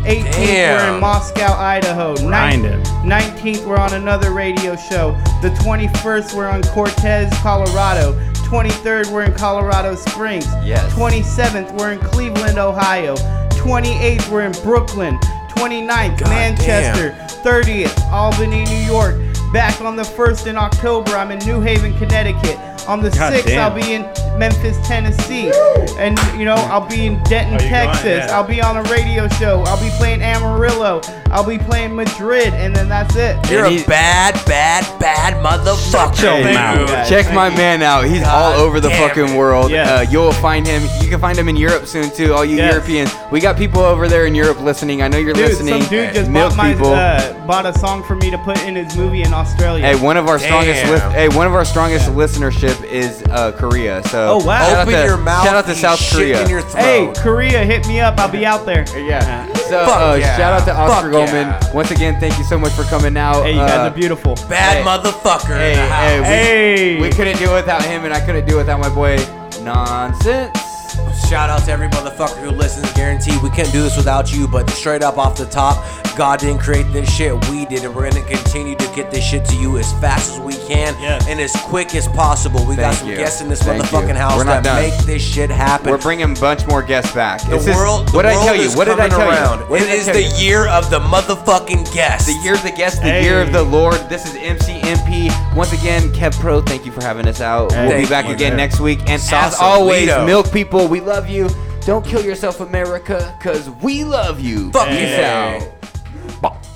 18th, we're in Damn. Moscow, Idaho. Grind it. 19th, we're on another radio show. The 21st, we're on Cortez, Colorado. 23rd, we're in Colorado Springs. Yes. 27th, we're in Cleveland, Ohio. 28th, we're in Brooklyn. 29th, Manchester. 30th, Albany, New York. Back on the 1st in October, I'm in New Haven, Connecticut. On the God 6th, damn. I'll be in Memphis, Tennessee. And, you know, I'll be in Denton, Oh, you going? Texas. Yeah. I'll be on a radio show. I'll be playing Amarillo. I'll be playing Madrid. And then that's it. You're a bad, bad, bad motherfucker. Check him out. Check my man out. He's all over the damn fucking it. world. Yeah. Uh, you'll find him. You can find him in Europe soon too. All you Yes. Europeans, we got people over there in Europe listening. I know you're Dude, listening. some dude just Milk bought, my, people. uh, bought a song for me to put in his movie in Australia. Hey, one of our strongest Damn. lis- hey, one of our strongest listenership is uh, Korea. So Oh, wow. shout out Open to- your mouth Shout out to and South shit Korea. in your Hey, Korea, hit me up. I'll be out there. Yeah. So uh, shout out to Oscar Goldman once again. Thank you so much for coming out. Hey, you guys Uh, are beautiful. Bad Hey. motherfucker. Hey, in the house. hey, we, we couldn't do it without him, and I couldn't do it without my boy Nonsense. Shout out to every motherfucker who listens. Guarantee we couldn't do this without you. But straight up off the top, God didn't create this shit. We did, and we're gonna continue to get this shit to you as fast as we can and as quick as possible. We got Thank some you. guests in this Thank you. motherfucking house We're not that done. make this shit happen. We're bringing a bunch more guests back. the This is- world, the what did I world tell you? is What did I coming tell around. you? What It did I is tell the you? year of the motherfucking guest. The year of the guest, the year of the Lord. This is MCMP. Once again, Kev Pro, thank you for having us out. Hey, we'll be thank back you, again man. next week. And as Sausalito. always, milk people, we love you. Don't kill yourself, America, because we love you. Fuck Peace yeah. out. Bop.